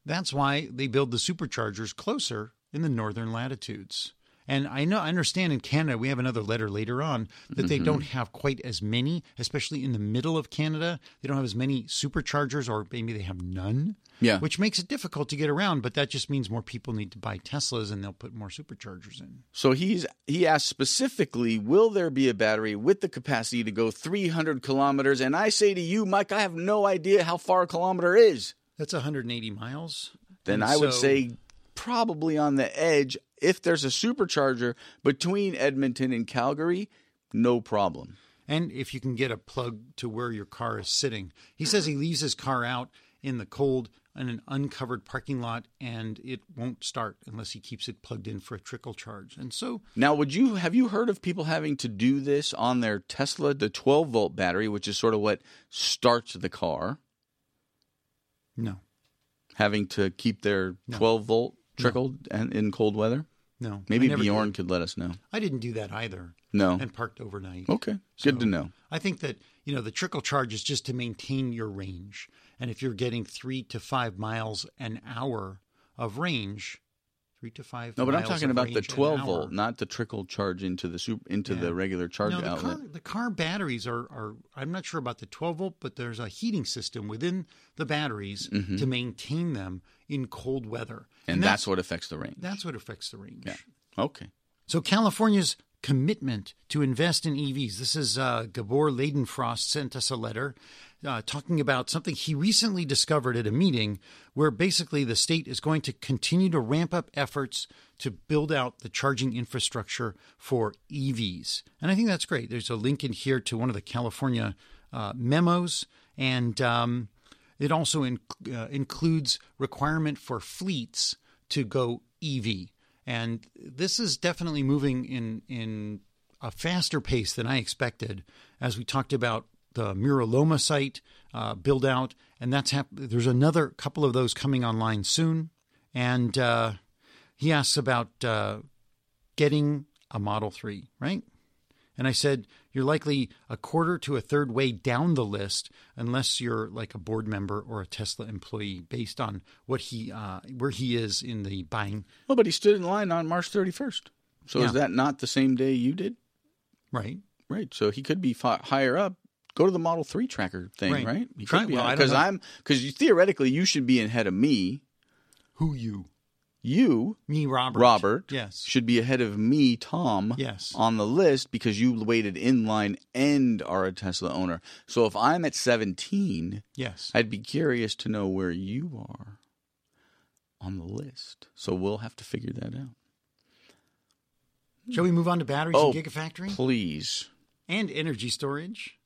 D: That's why they build the superchargers closer in the northern latitudes. And I know I understand in Canada we have another letter later on that they don't
B: Mm-hmm.
D: have quite as many, especially in the middle of Canada. They don't have as many superchargers or maybe they have none.
B: Yeah.
D: Which makes it difficult to get around, but that just means more people need to buy Teslas and they'll put more superchargers in.
B: So he's he asked specifically, will there be a battery with the capacity to go 300 kilometers? And I say to you, Mike, I have no idea how far a kilometer is.
D: That's 180 miles.
B: Then
D: And
B: I would
D: so-
B: say probably on the edge. If there's a supercharger between Edmonton and Calgary, no problem.
D: and if you can get a plug to where your car is sitting. He says he leaves his car out in the cold in an uncovered parking lot and it won't start unless he keeps it plugged in for a trickle charge. And so
B: Now, would you have you heard of people having to do this on their Tesla, the 12 volt battery, which is sort of what starts the car,
D: no,
B: having to keep their
D: No.
B: 12 volt trickle and in cold weather?
D: no.
B: Maybe
D: I never
B: Bjorn
D: did.
B: could let us know.
D: I didn't do that either.
B: No.
D: And parked overnight.
B: Okay, Oh, good to know.
D: I think that, you know, the trickle charge is just to maintain your range. And if you're getting three to five miles an hour of range, three to five
B: No, but I'm
D: miles
B: talking
D: of
B: about the
D: range an
B: 12
D: hour-
B: volt, not the trickle charge into the super, into
D: Yeah.
B: the regular charge
D: no, the
B: outlet.
D: Car, the car batteries are, are, I'm not sure about the 12 volt, but there's a heating system within the batteries to maintain them in cold weather.
B: Mm-hmm. and that's, what affects the range.
D: that's what affects the range.
B: yeah. Okay.
D: So California's commitment to invest in EVs. This is uh, Gabor Leidenfrost sent us a letter uh, talking about something he recently discovered at a meeting where basically the state is going to continue to ramp up efforts to build out the charging infrastructure for EVs. And I think that's great. There's a link in here to one of the California uh, memos and um, it also in, uh, includes requirement for fleets to go EV, and this is definitely moving in in a faster pace than I expected. As we talked about the Muraloma site uh, build out, and that's hap- there's another couple of those coming online soon, and uh, he asks about uh, getting a Model Three, right? And I said, you're likely a quarter to a third way down the list unless you're like a board member or a Tesla employee, based on what he, uh, where he is in the buying.
B: Well, but he stood in line on March 31st. So is
D: Yeah.
B: that not the same day you did?
D: Right.
B: Right. So he could be fi- higher up. Go to the Model Three tracker thing,
D: Right.
B: right?
D: Try- well, I don't
B: because
D: know.
B: I'm because you, theoretically you should be ahead of me.
D: Who you?
B: You,
D: Me, Robert.
B: Robert, Uh,
D: Yes.
B: should be ahead of me, Tom.
D: Yes.
B: on the list because you waited in line and are a Tesla owner. So if I'm at 17,
D: yes.
B: I'd be curious to know where you are on the list. So we'll have to figure that out.
D: Shall we move on to batteries
B: Oh,
D: and Gigafactory?
B: please.
D: and energy storage.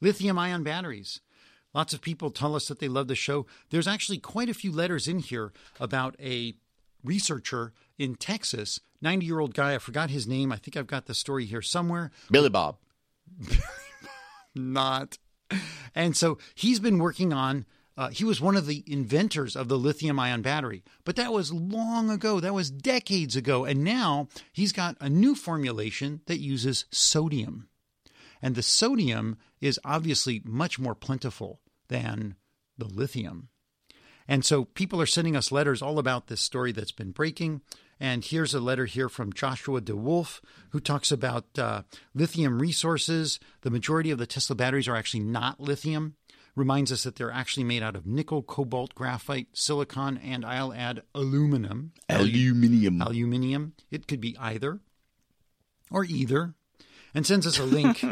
D: Lithium ion batteries. Lots of people tell us that they love the show. There's actually quite a few letters in here about a researcher in Texas, 90 year old guy. I forgot his name. I think I've got the story here somewhere.
B: Billy Bob.
D: Not. And so he's been working on. Uh, he was one of the inventors of the lithium ion battery, but that was long ago. That was decades ago. And now he's got a new formulation that uses sodium. And the sodium is obviously much more plentiful than the lithium. And so people are sending us letters all about this story that's been breaking. And here's a letter here from Joshua DeWolf, who talks about uh, lithium resources. The majority of the Tesla batteries are actually not lithium. Reminds us that they're actually made out of nickel, cobalt, graphite, silicon, and I'll add aluminum.
B: Aluminium.
D: Aluminium. It could be either or either. And sends us a link.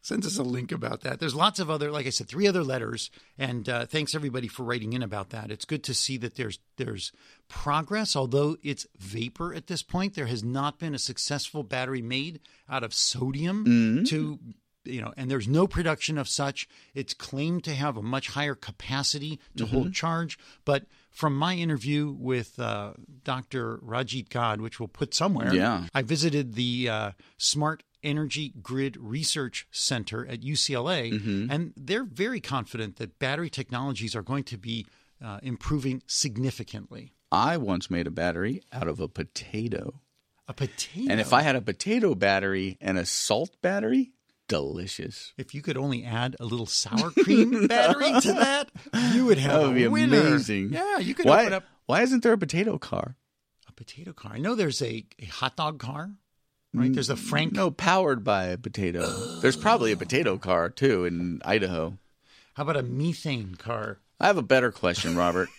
D: sends us a link about that. There's lots of other, like I said, three other letters. And uh, thanks everybody for writing in about that. It's good to see that there's there's progress, although it's vapor at this point. There has not been a successful battery made out of sodium to you know, and there's no production of such. It's claimed to have a much higher capacity to hold charge, but from my interview with uh, Dr. Rajit God, which we'll put somewhere,
B: Yeah.
D: I visited the uh, Smart Energy Grid Research Center at UCLA,
B: Mm-hmm.
D: and they're very confident that battery technologies are going to be uh, improving significantly.
B: I once made a battery out of a potato.
D: A potato.
B: And if I had a potato battery and a salt battery, delicious.
D: if you could only add a little sour cream battery to that, you would have
B: That would be
D: a winner.
B: amazing.
D: Yeah, you could
B: why,
D: open up
B: Why isn't there a potato car?
D: a potato car. I know there's a, a hot dog car, right? There's a Frank.
B: Mm, No, powered by a potato. There's probably a potato car too in Idaho.
D: How about a methane car?
B: I have a better question, Robert.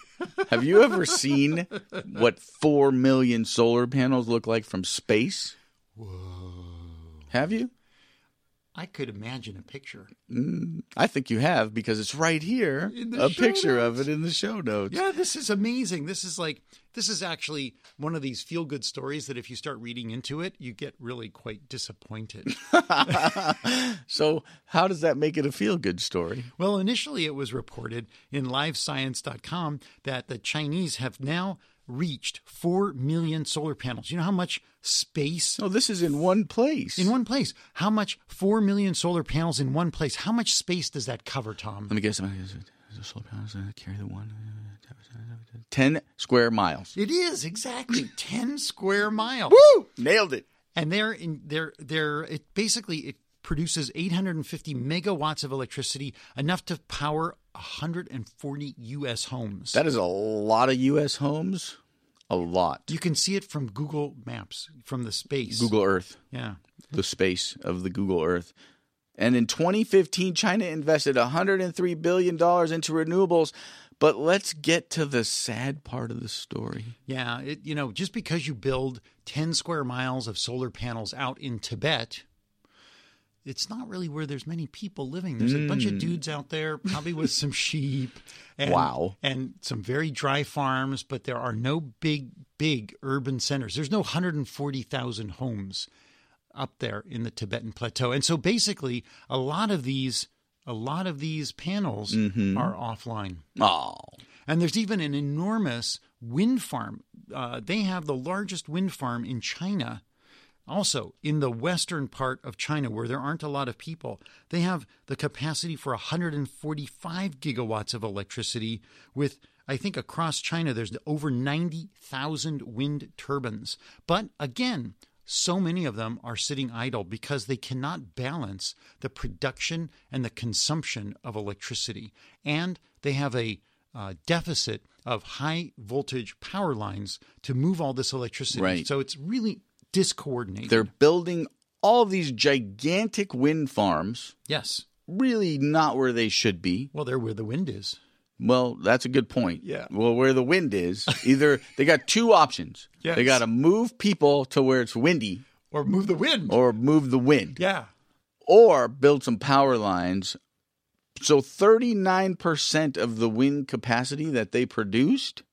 B: have you ever seen what 4 million solar panels look like from space? Whoa. Have you?
D: I could imagine a picture.
B: I think you have because it's right here.
D: In the
B: A
D: show
B: picture of it in the show notes.
D: Yeah, this is amazing. This is like This is actually one of these feel good stories that if you start reading into it, you get really quite disappointed.
B: So, how does that make it a feel good story?
D: Well, initially it was reported in livescience.com that the Chinese have now reached 4 million solar panels. You know how much space
B: No, this is in one place.
D: in one place? How much 4 million solar panels in one place? How much space does that cover, Tom?
B: Let me guess. Is it solar panels? uh, Carry the one. uh, Ten square miles.
D: It is exactly 10 square miles.
B: Nailed it.
D: And they're in they're they're it basically it produces 850 megawatts of electricity enough to power 140 US homes.
B: That is a lot of U.S. homes. A lot.
D: you can see it from Google Maps, from the space.
B: Google Earth,
D: Yeah.
B: the space of the Google Earth. And in 2015, China invested $103 billion into renewables. But let's get to the sad part of the story.
D: Yeah. It, you know, just because you build 10 square miles of solar panels out in Tibet, it's not really where there's many people living. There's a bunch of dudes out there, probably with some sheep. And,
B: Wow.
D: And some very dry farms, but there are no big, big urban centers. There's no 140,000 homes up there in the Tibetan plateau. And so basically, a lot of these. A lot of these panels are offline.
B: Oh,
D: And there's even an enormous wind farm. Uh, they have the largest wind farm in China, also in the western part of China where there aren't a lot of people. They have the capacity for 145 gigawatts of electricity with. I think across China there's over 90,000 wind turbines. But again, so many of them are sitting idle because they cannot balance the production and the consumption of electricity. And they have a uh, deficit of high voltage power lines to move all this electricity.
B: Right.
D: So it's really discoordinated.
B: they're building all these gigantic wind farms,
D: yes.
B: really not where they should be.
D: Well, they're where the wind is.
B: Well, that's a good point.
D: Yeah.
B: Well, where the wind is, either they got two options.
D: Yes.
B: They got to move people to where it's windy
D: Or move the wind.
B: or move the wind
D: yeah.
B: or build some power lines. So 39% of the wind capacity that they produced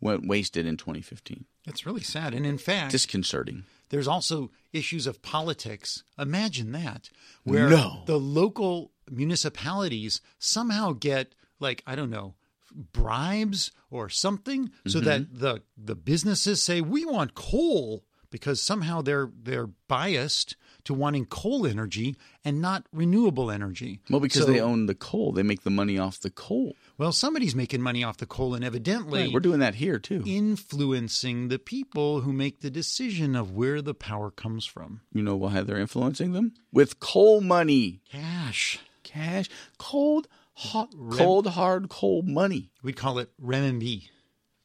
B: went wasted in 2015.
D: It's really sad. And in fact,
B: Disconcerting.
D: There's also issues of politics. Imagine that, where
B: No.
D: the local municipalities somehow get like I don't know bribes or something,
B: Mm-hmm.
D: so that the the businesses say we want coal because somehow they're they're biased to wanting coal energy and not renewable energy.
B: Well, because
D: So-
B: they own the coal, they make the money off the coal.
D: well somebody's making money off the coal, and evidently
B: We're doing that here too.
D: influencing the people who make the decision of where the power comes from.
B: You know why they're influencing them? With coal money.
D: Cash.
B: cash, cold, hot, cold, hard, cold money.
D: We'd call it renminbi.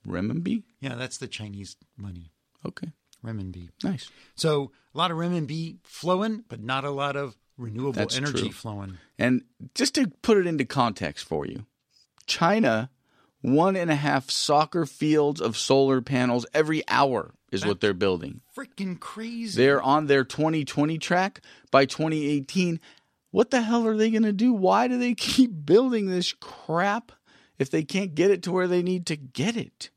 B: Renminbi.
D: Yeah, that's the Chinese money,
B: Okay,
D: renminbi.
B: nice.
D: So a lot of renminbi flowing, but not a lot of renewable
B: That's
D: energy
B: true.
D: flowing.
B: And just to put it into context for you, China, one and a half soccer fields of solar panels every hour is what they're building.
D: Freaking crazy.
B: They're on their 2020 track by 2018. What the hell are they going to do? Why do they keep building this crap if they can't get it to where they need to get it?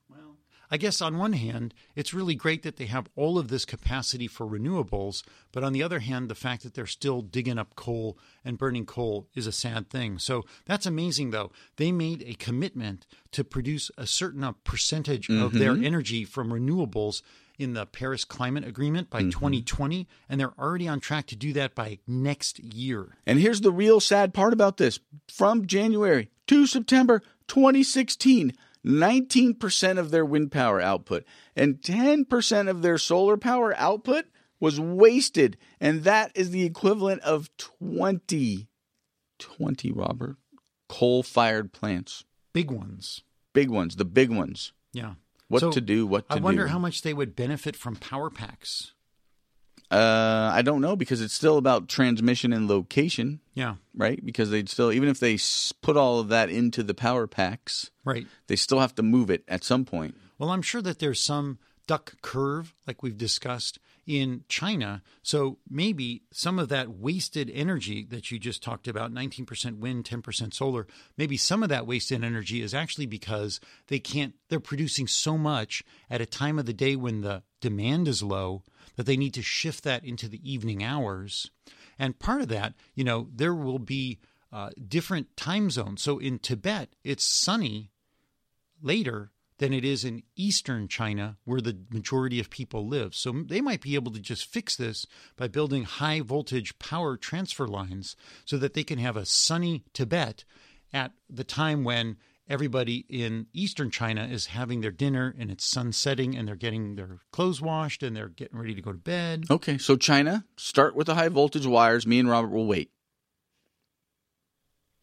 D: I guess on one hand, it's really great that they have all of this capacity for renewables, but on the other hand, the fact that they're still digging up coal and burning coal is a sad thing. So that's amazing, though. They made a commitment to produce a certain uh, percentage of
B: Mm-hmm.
D: their energy from renewables in the Paris Climate Agreement
B: Mm-hmm.
D: by 2020, and they're already on track to do that by next year.
B: And here's the real sad part about this from January to September 2016, 19% of their wind power output and 10% of their solar power output was wasted. And that is the equivalent of 20, 20, Robert, coal fired plants.
D: Big ones.
B: Big ones, the big ones.
D: Yeah.
B: What to do, what to
D: I wonder
B: do.
D: how much they would benefit from power packs.
B: Uh, I don't know because it's still about transmission and location,
D: Yeah.
B: right? Because they'd still, even if they s- put all of that into the power packs,
D: Right.
B: they still have to move it at some point.
D: Well, I'm sure that there's some duck curve, like we've discussed in China. So maybe some of that wasted energy that you just talked about 19% wind, 10% solar maybe some of that wasted energy is actually because they can't, they're producing so much at a time of the day when the demand is low that they need to shift that into the evening hours. And part of that, you know, there will be uh, different time zones. So in Tibet, it's sunny later than it is in eastern China, where the majority of people live. So they might be able to just fix this by building high voltage power transfer lines so that they can have a sunny Tibet at the time when everybody in eastern China is having their dinner and it's sunsetting and they're getting their clothes washed and they're getting ready to go to bed.
B: Okay, so China, start with the high voltage wires. Me and Robert will wait.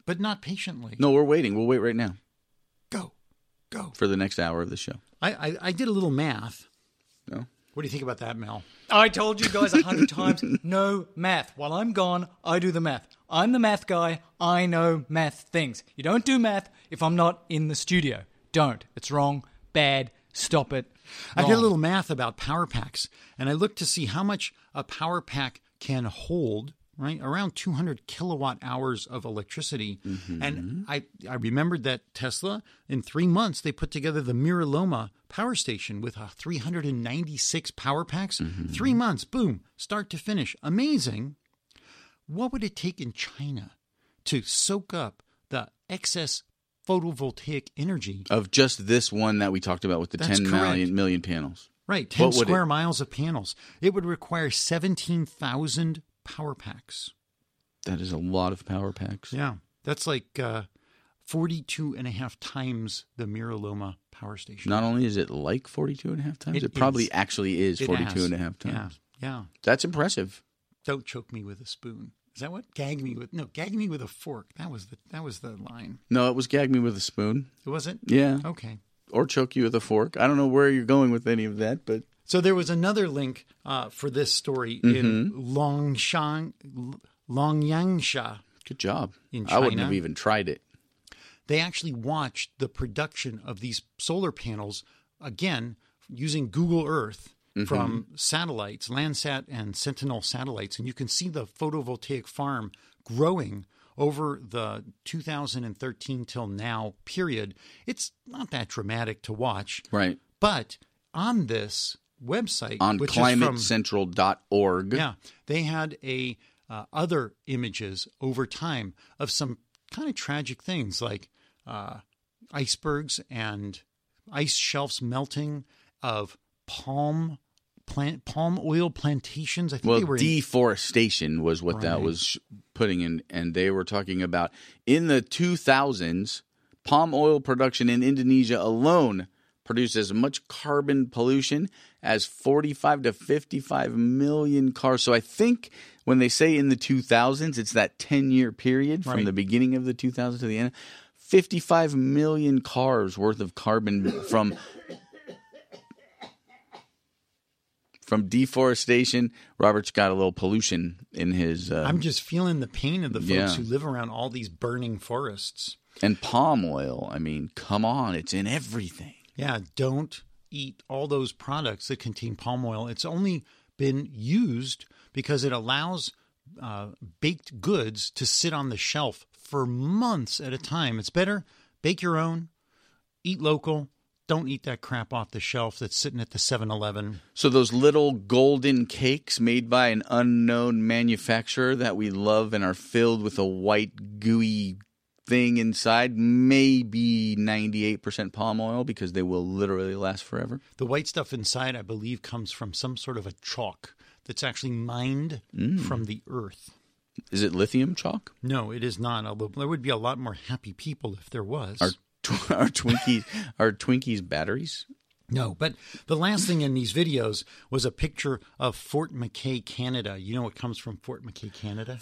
D: But not patiently.
B: No, we're waiting. We'll wait right now
D: Go, go.
B: for the next hour of the show.
D: I, I, I did a little math.
B: No.
D: What do you think about that, Mel?
G: I told you guys a hundred times, no math. While I'm gone, I do the math. I'm the math guy. I know math things. You don't do math if I'm not in the studio. Don't. It's wrong. Bad. Stop it.
D: I did a
G: Wrong.
D: little math about power packs, and I looked to see how much a power pack can hold. Right around 200 kilowatt hours of electricity, and I I remembered that Tesla in three months they put together the Miraloma power station with uh, a 396 power packs. Three months, boom, start to finish, amazing. What would it take in China to soak up the excess photovoltaic energy
B: Of just this one that we talked about with the
D: That's
B: 10 million,
D: correct.
B: million panels.
D: Right, 10
B: What would
D: square
B: it-
D: miles of panels. It would require 17,000 power packs.
B: That is a lot of power packs.
D: Yeah. That's like uh, 42 and a half times the Miraloma power station.
B: Not only is it like 42 and a half times, it,
D: It
B: probably
D: is.
B: actually is
D: It
B: 42
D: has.
B: and a half times.
D: Yeah. Yeah.
B: That's impressive.
D: Don't choke me with a spoon. Is that what? Gag me with no, gag me with a fork. That was the that was the line.
B: No, it was gag me with a spoon.
D: It wasn't?
B: Yeah.
D: Okay.
B: Or choke you with a fork. I don't know where you're going with any of that, but
D: So there was another link uh, for this story in
B: Mm-hmm.
D: Longshan Longyangsha,
B: good job.
D: In
B: I wouldn't
D: China?
B: have even tried it.
D: they actually watched the production of these solar panels again using Google Earth from satellites, Landsat and Sentinel satellites. And you can see the photovoltaic farm growing over the 2013 till now period. It's not that dramatic to watch,
B: Right.
D: but on this website,
B: On
D: which is from,
B: climatecentral.org.
D: yeah, they had a uh, other images over time of some kind of tragic things like uh, icebergs and ice shelves melting, of palm plant palm oil plantations. I think
B: Well,
D: they were in-
B: deforestation was what that
D: Right.
B: was sh- putting in, and they were talking about in the 2000s, palm oil production in Indonesia alone produced as much carbon pollution as 45 to 55 million cars. So I think when they say in the 2000s, it's that 10 year period from
D: Right.
B: the beginning of the 2000s to the end. 55 million cars worth of carbon from from deforestation. Robert's got a little pollution in his uh,
D: I'm just feeling the pain of the folks
B: Yeah.
D: who live around all these burning forests.
B: and palm oil. I mean, come on, it's in everything.
D: Yeah, don't eat all those products that contain palm oil. It's only been used because it allows uh, baked goods to sit on the shelf for months at a time. It's better bake your own, eat local. Don't eat that crap off the shelf that's sitting at the 7 Eleven.
B: So those little golden cakes made by an unknown manufacturer that we love and are filled with a white gooey thing inside may be 98% palm oil because they will literally last forever.
D: The white stuff inside, I believe, comes from some sort of a chalk that's actually mined from the earth.
B: Is it lithium chalk?
D: No, it is not, although there would be a lot more happy people if there was.
B: Are tw- are Twinkies are Twinkies batteries?
D: No, but the last thing in these videos was a picture of Fort McKay, Canada. You know what comes from Fort McKay, Canada?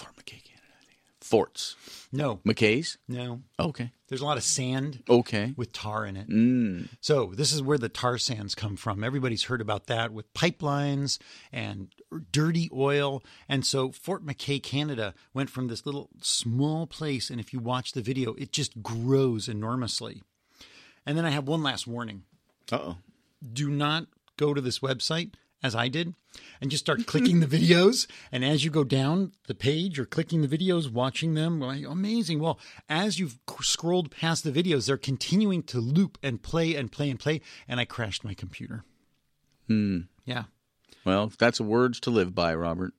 B: Forts.
D: No,
B: McKay's?
D: no.
B: Okay.
D: There's a lot of sand
B: Okay.
D: with tar in it. So this is where the tar sands come from. Everybody's heard about that with pipelines and dirty oil. And so Fort McKay, Canada went from this little small place. And if you watch the video, it just grows enormously. And then I have one last warning.
B: Uh oh.
D: do not go to this website, as I did, and just start clicking the videos. And as you go down the page, you're clicking the videos, watching them. Like, amazing. Well, as you've c- scrolled past the videos, they're continuing to loop and play and play and play. And I crashed my computer. Hmm. Yeah.
B: Well, that's words to live by, Robert.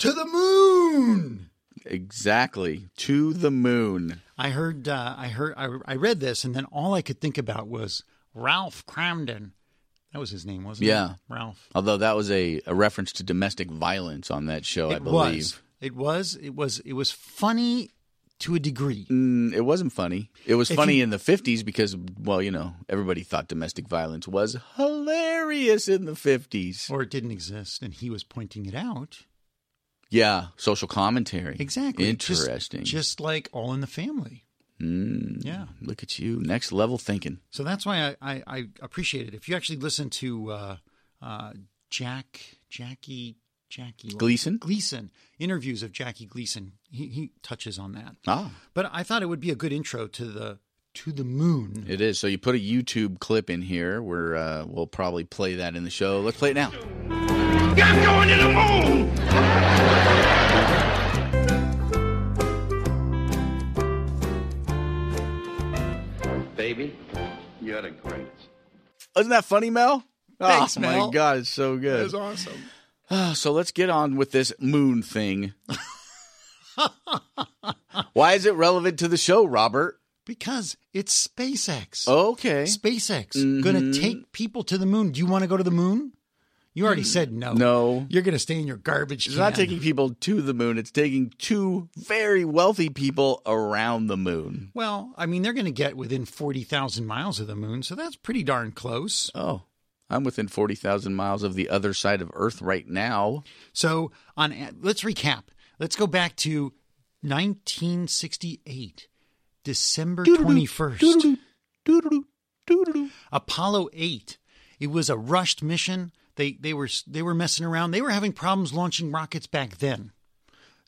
D: To the moon.
B: Exactly. To the moon.
D: I heard, uh, I heard, I, I read this, and then all I could think about was Ralph Cramden. That was his name, wasn't it?
B: Yeah.
D: Ralph.
B: Although that was a, a reference to domestic violence on that show, I
D: it
B: believe.
D: was. It was. It was. It was funny to a degree.
B: Mm, it wasn't funny. It was
D: If
B: funny
D: you-
B: in the 50s because, well, you know, everybody thought domestic violence was hilarious in the 50s.
D: Or it didn't exist, and he was pointing it out.
B: Yeah, social commentary.
D: Exactly. Just-
B: Interesting.
D: Just, like All in the Family.
B: Mm,
D: Yeah.
B: Look at you. Next level thinking.
D: So that's why I, I, I appreciate it. If you actually listen to uh, uh, Jack, Jackie, Jackie
B: Gleason?
D: Gleason interviews of Jackie Gleason, he, he touches on that.
B: Ah,
D: But I thought it would be a good intro to the to the moon.
B: it is. So you put a YouTube clip in here where uh, we'll probably play that in the show. Let's play it now.
H: I'm going to the moon!
C: Baby, you're the greatest.
B: Isn't that funny, Mel?
D: Thanks,
B: oh,
D: Mel.
B: my God, it's so good. Ah,
D: awesome.
B: So let's get on with this moon thing. Why is it relevant to the show, Robert?
D: Because it's SpaceX.
B: Okay.
D: SpaceX going
B: Mm-hmm.
D: to take people to the moon. Do you want to go to the moon? You already said no.
B: Mm. No.
D: You're going to stay in your garbage
B: It's
D: can.
B: not taking people to the moon, it's taking two very wealthy people around the moon.
D: Well, I mean, they're going to get within 40,000 miles of the moon, so that's pretty darn close.
B: Oh. I'm within 40,000 miles of the other side of Earth right now.
D: So, on let's recap. Let's go back to 1968, December 21st. Apollo 8. It was a rushed mission. They they were they were messing around. They were having problems launching rockets back then.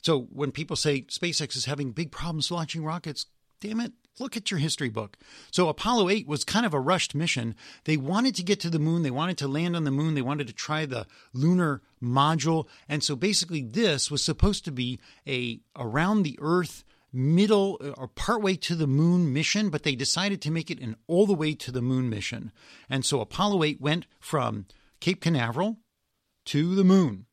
D: So when people say SpaceX is having big problems launching rockets, damn it, look at your history book. So Apollo 8 was kind of a rushed mission. They wanted to get to the moon, they wanted to land on the moon, they wanted to try the lunar module. And so basically this was supposed to be a around the earth middle uh, or partway to the moon mission, but they decided to make it an all the way to the moon mission. And so Apollo 8 went from Cape Canaveral to the moon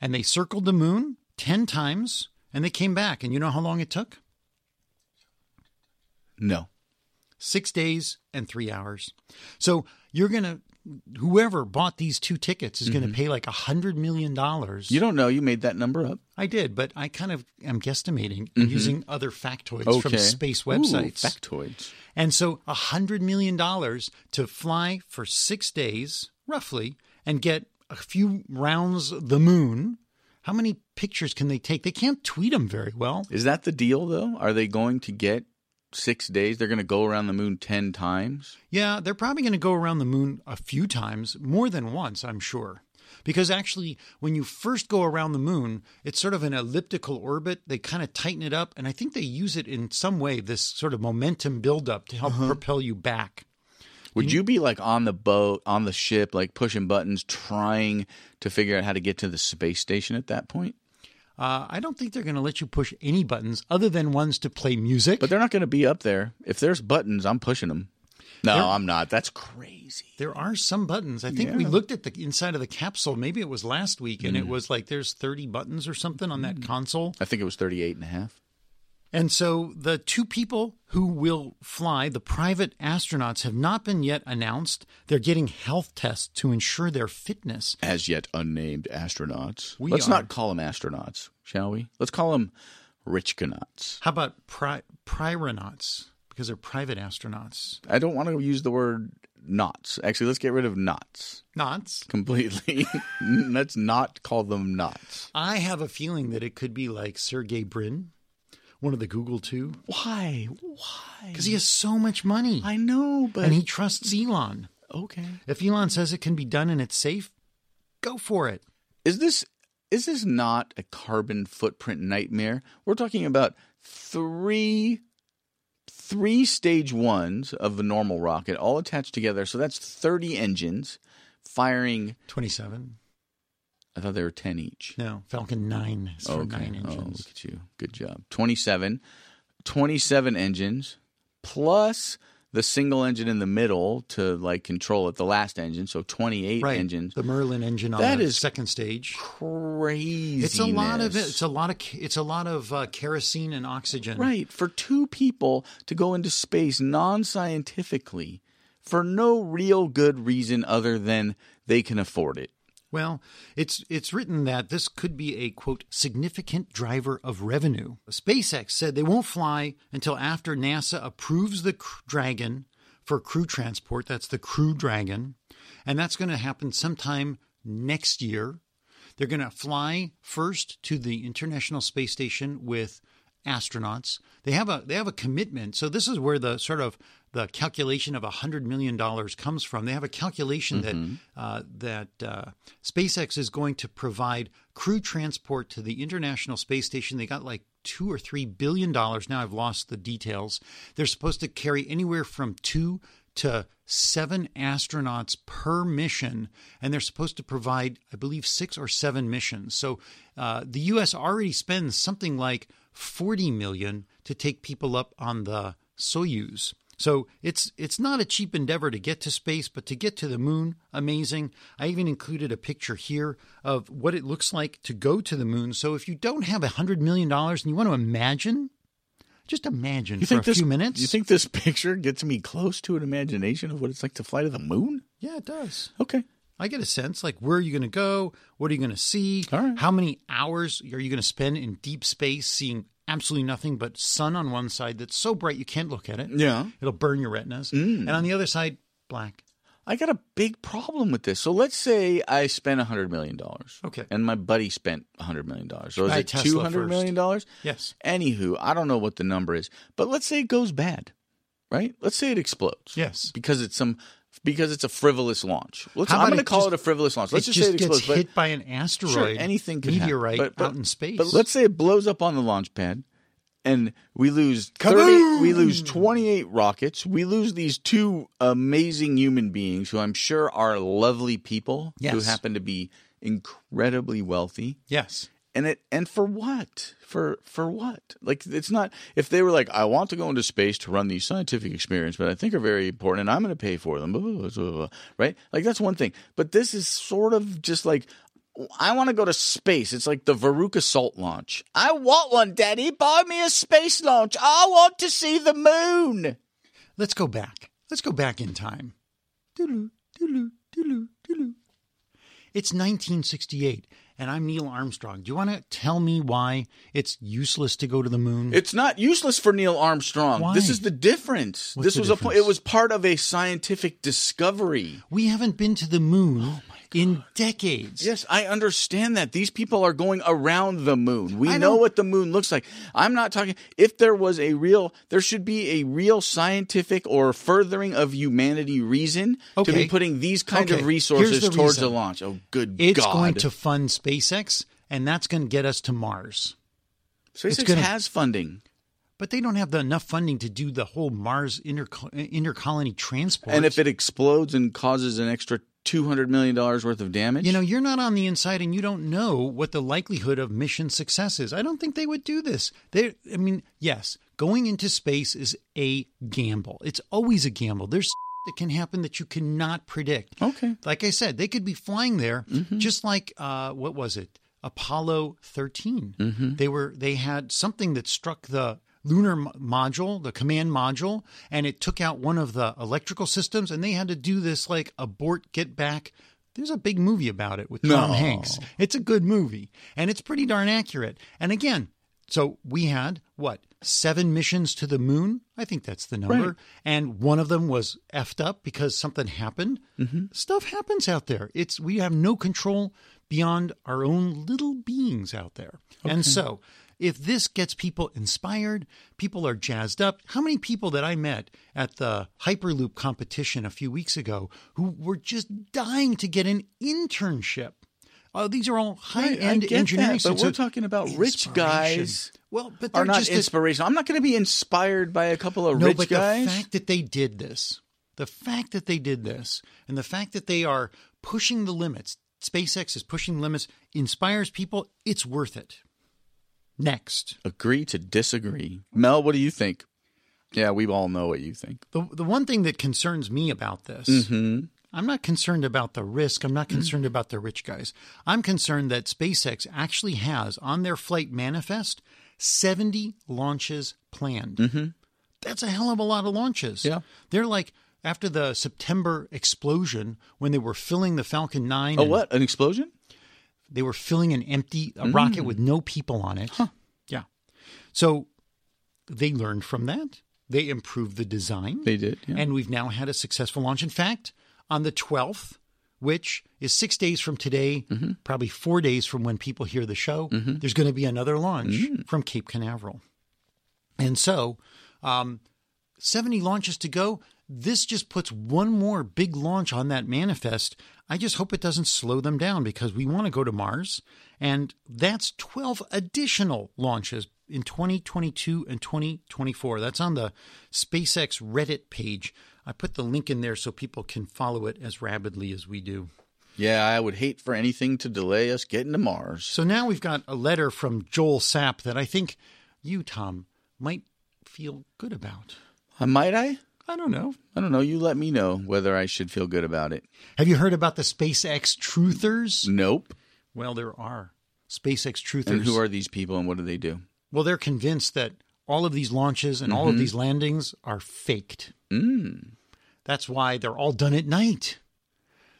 D: and they circled the moon 10 times and they came back. And you know how long it took?
B: No.
D: Six days and three hours. So you're going to, whoever bought these two tickets is going to pay like a $100 million.
B: Mm-hmm. You don't know. You made that number up.
D: I did, but I kind of am guesstimating and using other factoids from space
B: Mm-hmm. Ooh,
D: websites.
B: factoids.
D: and so a $100 million to fly for six days, roughly, and get a few rounds of the moon. How many pictures can they take? They can't tweet them very well.
B: Is that the deal, though? Are they going to get six days? They're going to go around the moon 10 times?
D: Yeah, they're probably going to go around the moon a few times, more than once, I'm sure. Because actually, when you first go around the moon, it's sort of an elliptical orbit. They kind of tighten it up. And I think they use it in some way, this sort of momentum buildup to help propel you back.
B: Would you be like on the boat, on the ship, like pushing buttons, trying to figure out how to get to the space station at that point?
D: Uh, I don't think they're going to let you push any buttons other than ones to play music.
B: But they're not going to be up there. If there's buttons, I'm pushing them. No,
D: They're-
B: I'm not. That's crazy.
D: There are some buttons. I think we looked at the inside of the capsule. Maybe it was last week, and it was like there's 30 buttons or something on that console.
B: I think it was 38 and a half.
D: And so the two people who will fly, the private astronauts, have not been yet announced. They're getting health tests to ensure their fitness.
B: As yet unnamed astronauts.
D: We
B: Let's
D: are-
B: not call them astronauts, shall we? Let's call them richconauts.
D: How about pri- prironauts? Because they're private astronauts.
B: I don't want to use the word knots. Actually, let's get rid of knots
D: Knots.
B: completely. let's not call them knots.
D: I have a feeling that it could be like Sergey Brin, one of the Google two,
B: Why? Why?
D: because he has so much money
B: I know, but
D: and he trusts Elon.
B: okay.
D: If Elon says it can be done and it's safe, go for it.
B: Is this is this not a carbon footprint nightmare? We're talking about three three stage ones of a normal rocket all attached together. So that's 30 engines firing.
D: 27.
B: I thought they were 10 each.
D: No, Falcon 9 is for 9
B: Oh,
D: engines.
B: look at you. Good job. 27. 27 engines plus the single engine in the middle to like control it, the last engine. So 28
D: right.
B: engines.
D: The Merlin engine on
B: That
D: the
B: is
D: second stage.
B: Crazy.
D: It's a lot of it's a lot of it's a lot of uh, kerosene and oxygen.
B: Right. For two people to go into space non scientifically for no real good reason other than they can afford it.
D: Well, it's it's written that this could be a quote significant driver of revenue. SpaceX said they won't fly until after NASA approves the Cr- Dragon for crew transport. That's the Crew Dragon, and that's going to happen sometime next year. They're going to fly first to the International Space Station with astronauts. They have a they have a commitment. So this is where the sort of the calculation of hundred million dollars comes from. They have a calculation that uh, that uh, SpaceX is going to provide crew transport to the International Space Station. They got like two or three billion dollars. Now I've lost the details. They're supposed to carry anywhere from two to seven astronauts per mission, and they're supposed to provide, I believe, six or seven missions. So uh, the U.S. already spends something like forty million to take people up on the Soyuz. So it's it's not a cheap endeavor to get to space, but to get to the moon, amazing. I even included a picture here of what it looks like to go to the moon. So if you don't have hundred million dollars and you want to imagine, just imagine for a
B: this,
D: few minutes.
B: You think this picture gets me close to an imagination of what it's like to fly to the moon?
D: yeah, it does.
B: Okay.
D: I get a sense like where are you going to go? What are you going to see?
B: All right.
D: How many hours are you going to spend in deep space seeing absolutely nothing but sun on one side that's so bright you can't look at it?
B: Yeah. Mm.
D: It'll burn your retinas. And on the other side, black.
B: I got a big problem with this. So let's say I spent hundred million dollars.
D: Okay.
B: And my buddy spent hundred million dollars. So is
D: Buy
B: it
D: Tesla
B: two hundred million dollars?
D: Yes.
B: Anywho, I don't know what the number is, but let's say it goes bad, right? Let's say it explodes.
D: Yes.
B: Because it's some because it's a frivolous launch. Let's,
D: How
B: I'm
D: about
B: going to
D: it
B: call
D: just-
B: it a frivolous launch. Let's
D: it
B: just,
D: just
B: say it
D: gets
B: explodes. but-
D: hit by an asteroid.
B: Sure, anything could
D: meteorite
B: happen. But-
D: out in space.
B: But let's say it blows up on the launch pad, and we lose
D: Kaboom!
B: thirty. We lose twenty-eight rockets. We lose these two amazing human beings who I'm sure are lovely people who
D: Yes.
B: happen to be incredibly wealthy.
D: yes.
B: And it and for what? For for what? Like it's not if they were like, I want to go into space to run these scientific experiments, but I think are very important, and I'm going to pay for them. Blah, blah, blah, blah, blah, right? Like that's one thing. But this is sort of just like. I want to go to space. It's like the Veruca Salt launch. I want one, Daddy. Buy me a space launch. I want to see the moon.
D: Let's go back. Let's go back in time. Doodaloo, doodaloo, doodaloo, doodaloo. It's 1968, and I'm Neil Armstrong. Do you want to tell me why it's useless to go to the moon?
B: It's not useless for Neil Armstrong.
D: Why?
B: This is the difference.
D: What's
B: this
D: the
B: was a
D: difference?
B: it was part of a scientific discovery.
D: we haven't been to the moon in decades.
B: Oh Yes, I understand that. These people are going around the moon. We
D: I
B: know
D: don't-
B: what the moon looks like. I'm not talking if there was a real there should be a real scientific or furthering of humanity reason to be
D: Okay.
B: putting these kinds of
D: Okay. Here's
B: resources
D: the
B: towards
D: reason.
B: a launch. Oh good
D: It's
B: god.
D: going to fund SpaceX, and that's going to get us to Mars.
B: SpaceX
D: it's gonna-
B: has funding.
D: But they don't have the, enough funding to do the whole Mars interco- intercolony transport.
B: And if it explodes and causes an extra 200 million dollars worth of damage,
D: You know, you're not on the inside and you don't know what the likelihood of mission success is. I don't think they would do this. They I mean, yes, going into space is a gamble. It's always a gamble. There's that can happen that you cannot predict.
B: Okay.
D: Like I said, they could be flying there just like uh what was it? Apollo 13. They were they had something that struck the lunar mo- module, the command module, and it took out one of the electrical systems and they had to do this like abort get back there's a big movie about it with Tom
B: No.
D: Hanks. It's a good movie and it's pretty darn accurate. And again, so we had what? Seven missions to the moon. I think that's the number.
B: Right.
D: And one of them was effed up because something happened. Stuff happens out there. It's we have no control beyond our own little beings out there. And so if this gets people inspired, people are jazzed up. How many people that I met at the Hyperloop competition a few weeks ago who were just dying to get an internship? Oh, these are all
B: Right, I
D: high-end
B: get that,
D: engineering
B: but
D: students.
B: we're
D: So
B: talking about rich
D: inspiration.
B: guys
D: Well, but they're
B: are not
D: just as-
B: inspirational. I'm not going to be inspired by a couple of
D: no,
B: rich
D: but
B: guys.
D: the fact that they did this The fact that they did this and the fact that they are pushing the limits, SpaceX is pushing the limits, inspires people. It's worth it. Next.
B: Agree to disagree. Mel, what do you think? Yeah, we all know what you think.
D: The, the one thing that concerns me about this,
B: Mm-hmm.
D: I'm not concerned about the risk. I'm not concerned about the rich guys. I'm concerned that SpaceX actually has on their flight manifest 70 launches planned. That's a hell of a lot of launches.
B: Mm-hmm. Yeah.
D: They're like after the September explosion when they were filling the Falcon 9.
B: Oh,
D: and
B: what? Mm. An explosion?
D: They were filling an empty a rocket with no people on it. Yeah. So they learned from that. They improved the design.
B: They did. Yeah.
D: And we've now had a successful launch. In fact, on the 12th, which is six days from today, probably four days from when people hear the show, there's going to be another launch from Cape Canaveral. And so, um, 70 launches to go. This just puts one more big launch on that manifest. I just hope it doesn't slow them down because we want to go to Mars. And that's 12 additional launches in 2022 and 2024. That's on the SpaceX Reddit page. I put the link in there so people can follow it as rapidly as we do.
B: yeah, I would hate for anything to delay us getting to Mars.
D: So now we've got a letter from Joel Sapp that I think you, Tom, might feel good about.
B: Uh, might I?
D: I don't know.
B: I don't know. You let me know whether I should feel good about it.
D: Have you heard about the SpaceX truthers?
B: Nope.
D: Well, there are SpaceX truthers.
B: And who are these people and what do they do?
D: well, they're convinced that all of these launches and all
B: Mm-hmm.
D: of these landings are faked.
B: Mm.
D: That's why they're all done at night.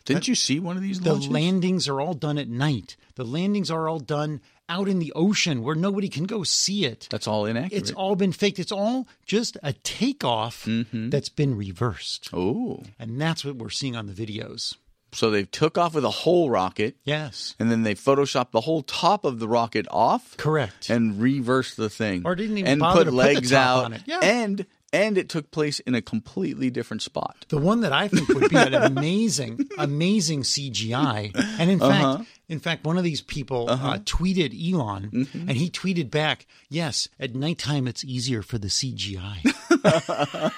B: Didn't you see one of these
D: The
B: launches?
D: landings are all done at night. The landings are all done out in the ocean where nobody can go see it.
B: That's all inaccurate.
D: It's all been faked. It's all just a takeoff
B: Mm-hmm.
D: that's been reversed.
B: Oh.
D: And that's what we're seeing on the videos.
B: So they took off with a whole rocket
D: Yes.
B: and then they photoshopped the whole top of the rocket off
D: Correct.
B: and reversed the thing.
D: Or didn't even
B: and
D: bother
B: put
D: to put the
B: legs
D: top
B: out.
D: on it. Yeah.
B: And and it took place in a completely different spot.
D: The one that I think would be an amazing, amazing CGI. And in fact, in fact, one of these people uh tweeted Elon, and he tweeted back, "Yes, at nighttime it's easier for the CGI."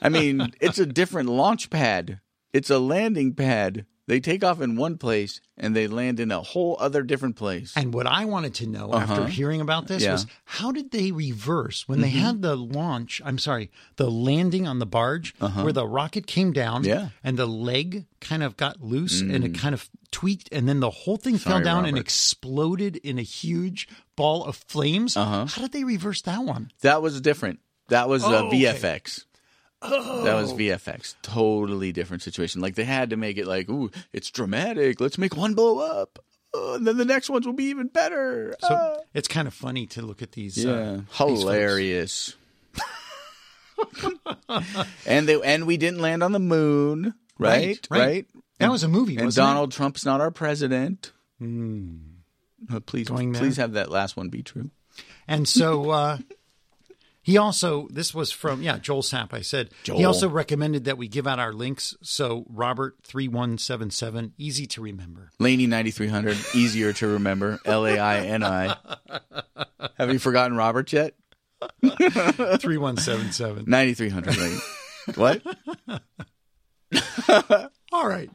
B: I mean, it's a different launch pad. It's a landing pad. They take off in one place and they land in a whole other different place.
D: and what I wanted to know after hearing about this
B: Uh-huh. Yeah. Mm-hmm.
D: was how did they reverse when they had the launch? I'm sorry, the landing on the barge where the rocket came down,
B: Uh-huh. Yeah. Mm.
D: and the leg kind of got loose and it kind of tweaked, and then the whole thing fell
B: Sorry,
D: down and
B: Robert.
D: exploded in a huge ball of flames.
B: Uh-huh.
D: How did they reverse that one?
B: That was different. That was uh,
D: Oh, okay. Oh.
B: VFX. That was VFX. Totally different situation. Like they had to make it like, ooh, it's dramatic. Let's make one blow up. Oh, and then the next ones will be even better.
D: So
B: Ah.
D: it's kind of funny to look at these. uh,
B: yeah.
D: these folks.
B: Hilarious. and they and we didn't land on the moon, right?
D: Right, right. That was a movie,
B: And
D: wasn't it? Hmm.
B: Donald Trump's not our president. Uh, please,
D: Going there?
B: please have that last one be true.
D: And so uh, he also, this was from, yeah, Joel Sapp, I said. He
B: Joel.
D: also recommended that we give out our links. So Robert3177, easy to remember.
B: Laney 9300, easier to remember. L A I N I. Have you forgotten Robert yet?
D: 3177.
B: 9300, Laney. What?
D: All right.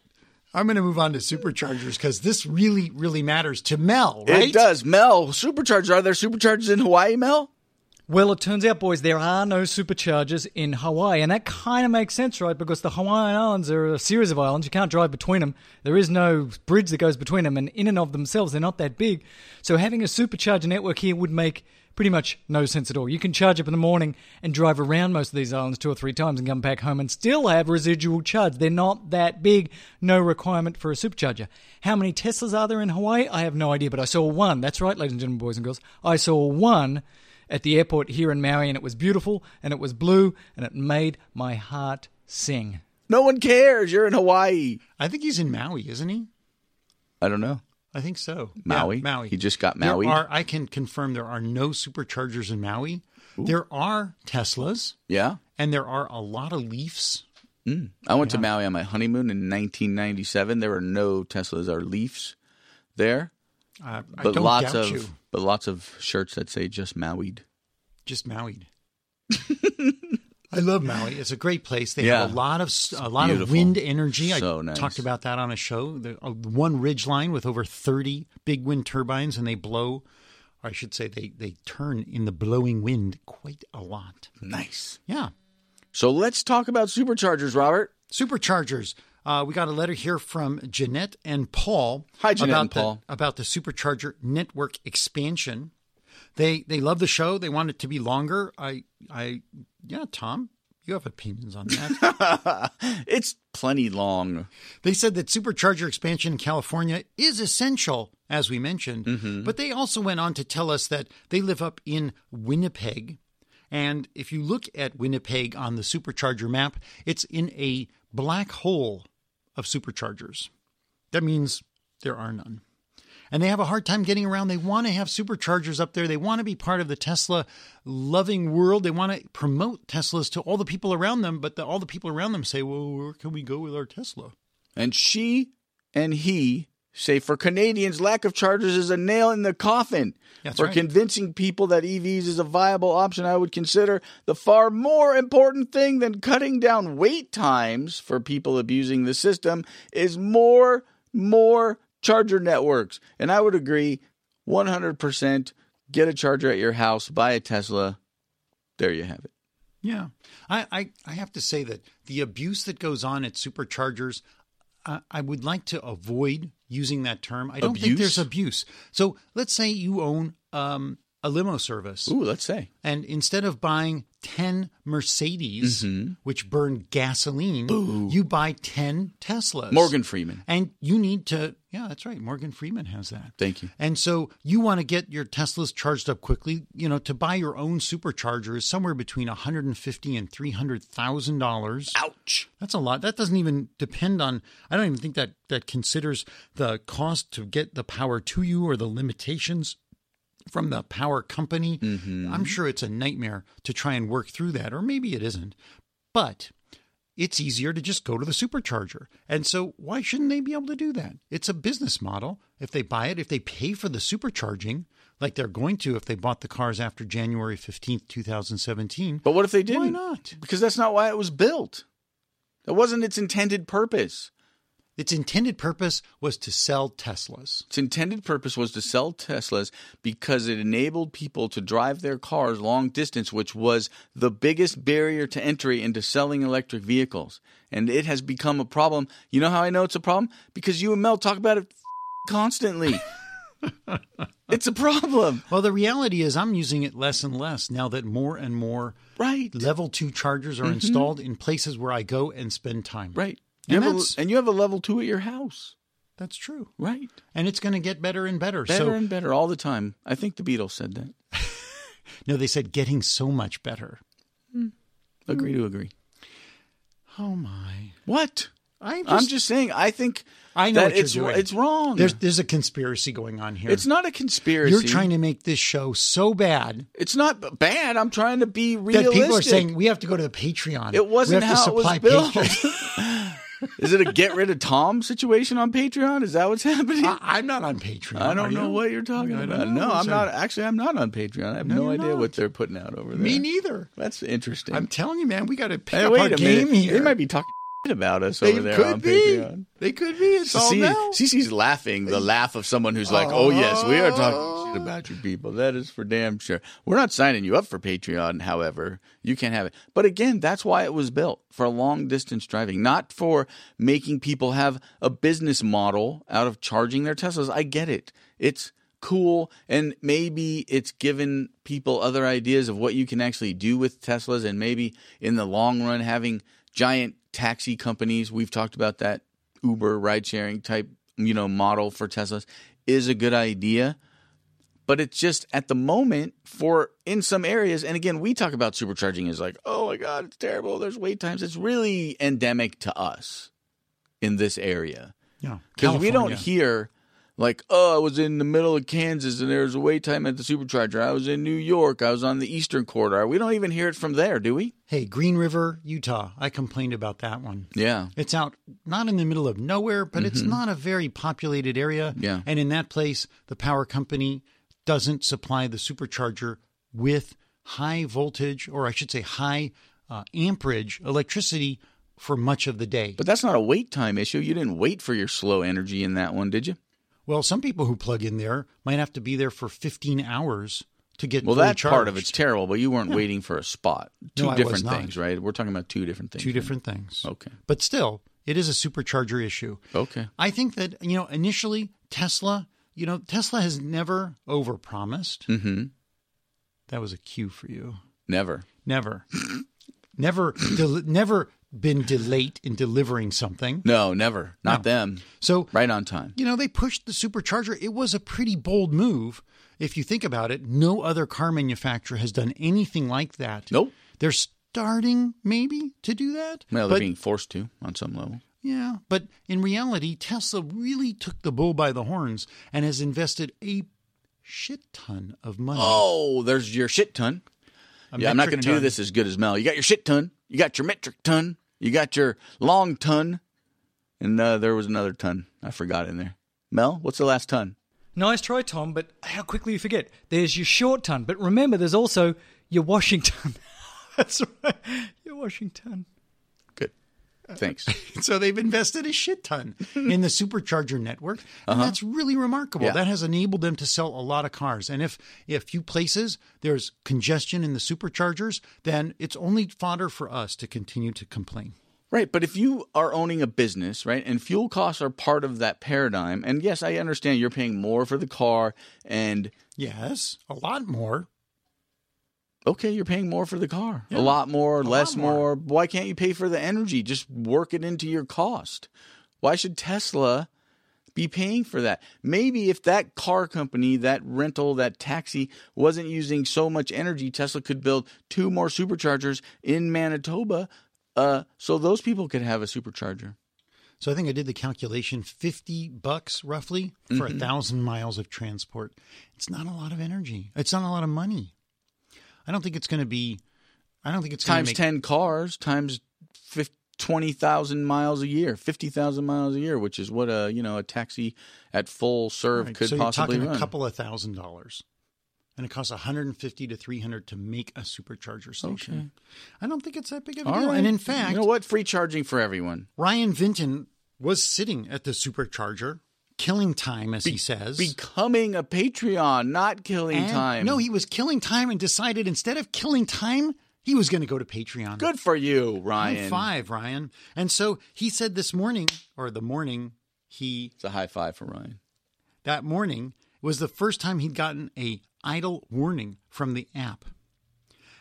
D: I'm going to move on to superchargers because this really, really matters to Mel, right?
B: It does. Mel, superchargers. Are there superchargers in Hawaii, Mel?
G: Well, it turns out, boys, there are no superchargers in Hawaii, and that kind of makes sense, right? Because the Hawaiian Islands are a series of islands. You can't drive between them. There is no bridge that goes between them, and in and of themselves, they're not that big. So having a supercharger network here would make pretty much no sense at all. You can charge up in the morning and drive around most of these islands two or three times and come back home and still have residual charge. They're not that big. No requirement for a supercharger. How many Teslas are there in Hawaii? I have no idea, but I saw one. That's right, ladies and gentlemen, boys and girls. I saw one at the airport here in Maui, and it was beautiful, and it was blue, and it made my heart sing.
B: No one cares. You're in Hawaii.
D: I think he's in Maui, isn't he?
B: I don't know.
D: I think so.
B: Maui?
D: Yeah, Maui.
B: He just got
D: There
B: Maui?
D: are- I can confirm there are no superchargers in Maui. There are Teslas,
B: Yeah.
D: and there are a lot of Leafs.
B: I went to Maui on my honeymoon in 1997. There were no Teslas or Leafs there,
D: Uh, I
B: but
D: don't
B: lots
D: doubt
B: of
D: you.
B: but lots of shirts that say just Maui'd.
D: Just Maui'd. I love Maui. It's a great place. They have
B: Yeah.
D: a lot of s- a lot of
B: beautiful.
D: wind energy.
B: So
D: I
B: nice.
D: talked about that on a show. The, uh, one ridge line with over thirty big wind turbines, and they blow, or I should say, they they turn in the blowing wind quite a lot.
B: Nice.
D: Yeah,
B: So let's talk about superchargers, Robert.
D: superchargers. Uh, we got a letter here from Jeanette and Paul.
B: Hi, Jeanette
D: about
B: and Paul.
D: The, about the supercharger network expansion. They they love the show. They want it to be longer. I I yeah, Tom, you have opinions on that.
B: It's plenty long.
D: They said that supercharger expansion in California is essential, as we mentioned, but they also went on to tell us that they live up in Winnipeg. And if you look at Winnipeg on the supercharger map, it's in a black hole of superchargers. That means there are none. And they have a hard time getting around. They want to have superchargers up there. They want to be part of the Tesla loving world. They want to promote Teslas to all the people around them, but the, all the people around them say, well, where can we go with our Tesla?
B: And she and he say for Canadians, lack of chargers is a nail in the coffin.
D: That's
B: for
D: right.
B: convincing people that EVs is a viable option, I would consider the far more important thing than cutting down wait times for people abusing the system is more, more charger networks. And I would agree 100%. Get a charger at your house, buy a Tesla. There you have it.
D: Yeah. I, I, I have to say that the abuse that goes on at superchargers, I, I would like to avoid using that term. I don't think
B: Abuse?
D: there's abuse. So let's say you own um, a limo service,
B: Ooh, let's say.
D: and instead of buying 10 Mercedes,
B: Mm-hmm.
D: which burn gasoline, you buy 10 Teslas.
B: Morgan Freeman.
D: And you need to, yeah, that's right. Morgan Freeman has that.
B: Thank you.
D: And so you want to get your Teslas charged up quickly. You know, to buy your own supercharger is somewhere between one hundred and fifty and three hundred thousand dollars.
B: Ouch.
D: That's a lot. That doesn't even depend on. I don't even think that that considers the cost to get the power to you or the limitations from the power company. I'm sure it's a nightmare to try and work through that, or maybe it isn't. But it's easier to just go to the supercharger. And so, why shouldn't they be able to do that? It's a business model. If they buy it, if they pay for the supercharging, like they're going to if they bought the cars after January 15th, 2017.
B: But what if they didn't?
D: Why not?
B: Because that's not why it was built. That wasn't its intended purpose.
D: Its intended purpose was to sell Teslas.
B: Its intended purpose was to sell Teslas because it enabled people to drive their cars long distance, which was the biggest barrier to entry into selling electric vehicles. And it has become a problem. You know how I know it's a problem? Because you and Mel talk about it constantly. it's a problem.
D: Well, the reality is, I'm using it less and less now that more and more
B: Right.
D: level two chargers are installed in places where I go and spend time.
B: Right. You
D: And
B: have a-
D: that's-
B: and you have a level two at your house.
D: That's true.
B: Right.
D: And it's going to get better and better.
B: Better
D: so,
B: and better all the time. I think the Beatles said that.
D: no, they said getting so much better.
B: Agree to agree.
D: Oh, my.
B: What?
D: I
B: I'm just saying. I think
D: I know
B: that
D: what you're
B: it's
D: doing.
B: it's wrong.
D: There's, there's a conspiracy going on here.
B: it's not a conspiracy.
D: You're trying to make this show so bad
B: It's not b- bad. I'm trying to be
D: that
B: realistic.
D: people are saying we have to go to the Patreon.
B: it wasn't
D: we have
B: how
D: to
B: it was
D: supply
B: built.
D: Patreon.
B: Is it a get rid of Tom situation on Patreon? Is that what's happening?
D: I- I'm not on Patreon.
B: I don't
D: Ah, are
B: know
D: you?
B: what you're talking
D: I don't
B: about.
D: know.
B: No, I'm
D: So-
B: not. Actually, I'm not on Patreon. I have no,
D: you're
B: idea
D: not.
B: what they're putting out over there.
D: Me neither.
B: That's interesting.
D: I'm telling you, man, we got to pick
B: Hey,
D: up
B: wait
D: our
B: a
D: game
B: minute.
D: here.
B: They might be talking about us
D: They
B: over there
D: could
B: on
D: be.
B: Patreon.
D: They could be. It's all
B: See,
D: now.
B: Cece's laughing the laugh of someone who's like, "Oh yes, we are talking shit about you people. That is for damn sure. We're not signing you up for Patreon, however. You can't have it. But again, that's why it was built for long distance driving, not for making people have a business model out of charging their Teslas. I get it. It's cool and maybe it's given people other ideas of what you can actually do with Teslas and maybe in the long run having giant taxi companies, we've talked about that Uber ride sharing type, you know, model for Teslas is a good idea. But it's just at the moment for in some areas, and again, we talk about supercharging is like, oh my God, it's terrible. There's wait times. It's really endemic to us in this area.
D: yeah,
B: Because we don't
D: California.
B: hear like, oh, I was in the middle of Kansas and there was a wait time at the supercharger. I was in New York. I was on the Eastern Corridor. We don't even hear it from there, do we?
D: Hey, Green River, Utah. I complained about that one.
B: Yeah. Mm-hmm.
D: It's out not in the middle of nowhere, but it's not a very populated area.
B: Yeah.
D: And in that place, the power company doesn't supply the supercharger with high voltage, or I should say, high uh, amperage electricity for much of the day.
B: But that's not a wait time issue. You didn't wait for your slow energy in that one, did you?
D: Well, some people who plug in there might have to be there for 15 hours to get
B: Well,
D: fully
B: that part of
D: charged.
B: it's terrible, but you weren't waiting for a spot. Two
D: No, I was
B: different
D: not.
B: things, right? We're talking about two different things.
D: two different things.
B: Okay.
D: But still, it is a supercharger issue.
B: Okay.
D: I think that, you know, initially Tesla, you know, Tesla has never overpromised. Mm-hmm. That was a cue for you.
B: Never.
D: Never. never del- never been delayed in delivering something.
B: No, never. Not
D: No.
B: them.
D: So
B: Right on time.
D: you know, they pushed the supercharger. It was a pretty bold move. If you think about it, no other car manufacturer has done anything like that.
B: Nope.
D: They're starting maybe to do that.
B: Well, they're
D: but,
B: being forced to on some level.
D: yeah, but in reality, Tesla really took the bull by the horns and has invested a shit ton of money.
B: Oh, there's your shit ton.
D: A
B: yeah, I'm not
D: metric
B: going to do
D: ton.
B: this as good as Mel. You got your shit ton. You got your metric ton. You got your long ton. And uh, there was another ton I forgot in there. Mel, what's the last ton?
G: Nice try, Tom, but how quickly you forget. There's your short ton, but remember, there's also your Washington. That's right, your Washington.
B: Good. Uh, Thanks.
D: So they've invested a shit ton in the supercharger network, and that's really remarkable.
B: Uh-huh. Yeah.
D: That has enabled them to sell a lot of cars. And if if few places there's congestion in the superchargers, then it's only fodder for us to continue to complain.
B: Right, but if you are owning a business, right, and fuel costs are part of that paradigm, and yes, I understand you're paying more for the car, and
D: Yes, a lot more.
B: okay, you're paying more for the car, a lot more, less
D: more.
B: more. Why can't you pay for the energy? Just work it into your cost. Why should Tesla be paying for that? Maybe if that car company, that rental, that taxi wasn't using so much energy, Tesla could build two more superchargers in Manitoba, uh, so those people could have a supercharger.
D: So I think I did the calculation: fifty bucks roughly for
B: Mm-hmm.
D: a thousand miles of transport. It's not a lot of energy. It's not a lot of money. I don't think it's going to be. I don't think it's going
B: times
D: to make
B: 10 cars times fif- 20,000 miles a year, 50,000 miles a year, which is what a, you know, a taxi at full serve
D: Right,
B: could
D: so
B: possibly
D: you're talking
B: run.
D: a couple of thousand dollars and it costs 150 to 300 to make a supercharger station i don't think it's that big of a
B: All
D: deal
B: right.
D: and in fact
B: you know what? Free charging for everyone.
D: ryan vinton was sitting at the supercharger killing time as he says
B: Becoming a Patreon, not killing
D: And-
B: time.
D: no he was killing time and decided instead of killing time he was going to go to patreon
B: Good for you,
D: High
B: Ryan.
D: five ryan and so he said this morning or the morning he
B: It's a high five for Ryan.
D: that morning was the first time he'd gotten a idle warning from the app,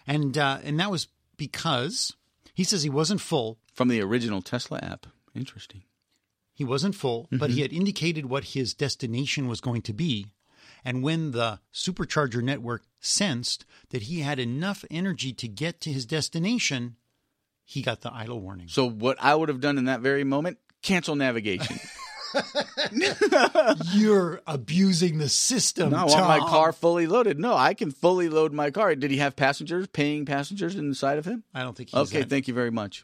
D: and uh, and that was because he says he wasn't full.
B: From the original Tesla app. Interesting.
D: He wasn't full, but
B: Mm-hmm.
D: he had indicated what his destination was going to be. And when the supercharger network sensed that he had enough energy to get to his destination, he got the idle warning.
B: So what I would have done in that very moment, cancel navigation.
D: You're abusing the system.
B: No, I want my
D: Um, Tom.
B: car fully loaded. No, I can fully load my car. Did he have passengers, paying passengers inside of him?
D: I don't think he's
B: Okay,
D: that-
B: thank you very much.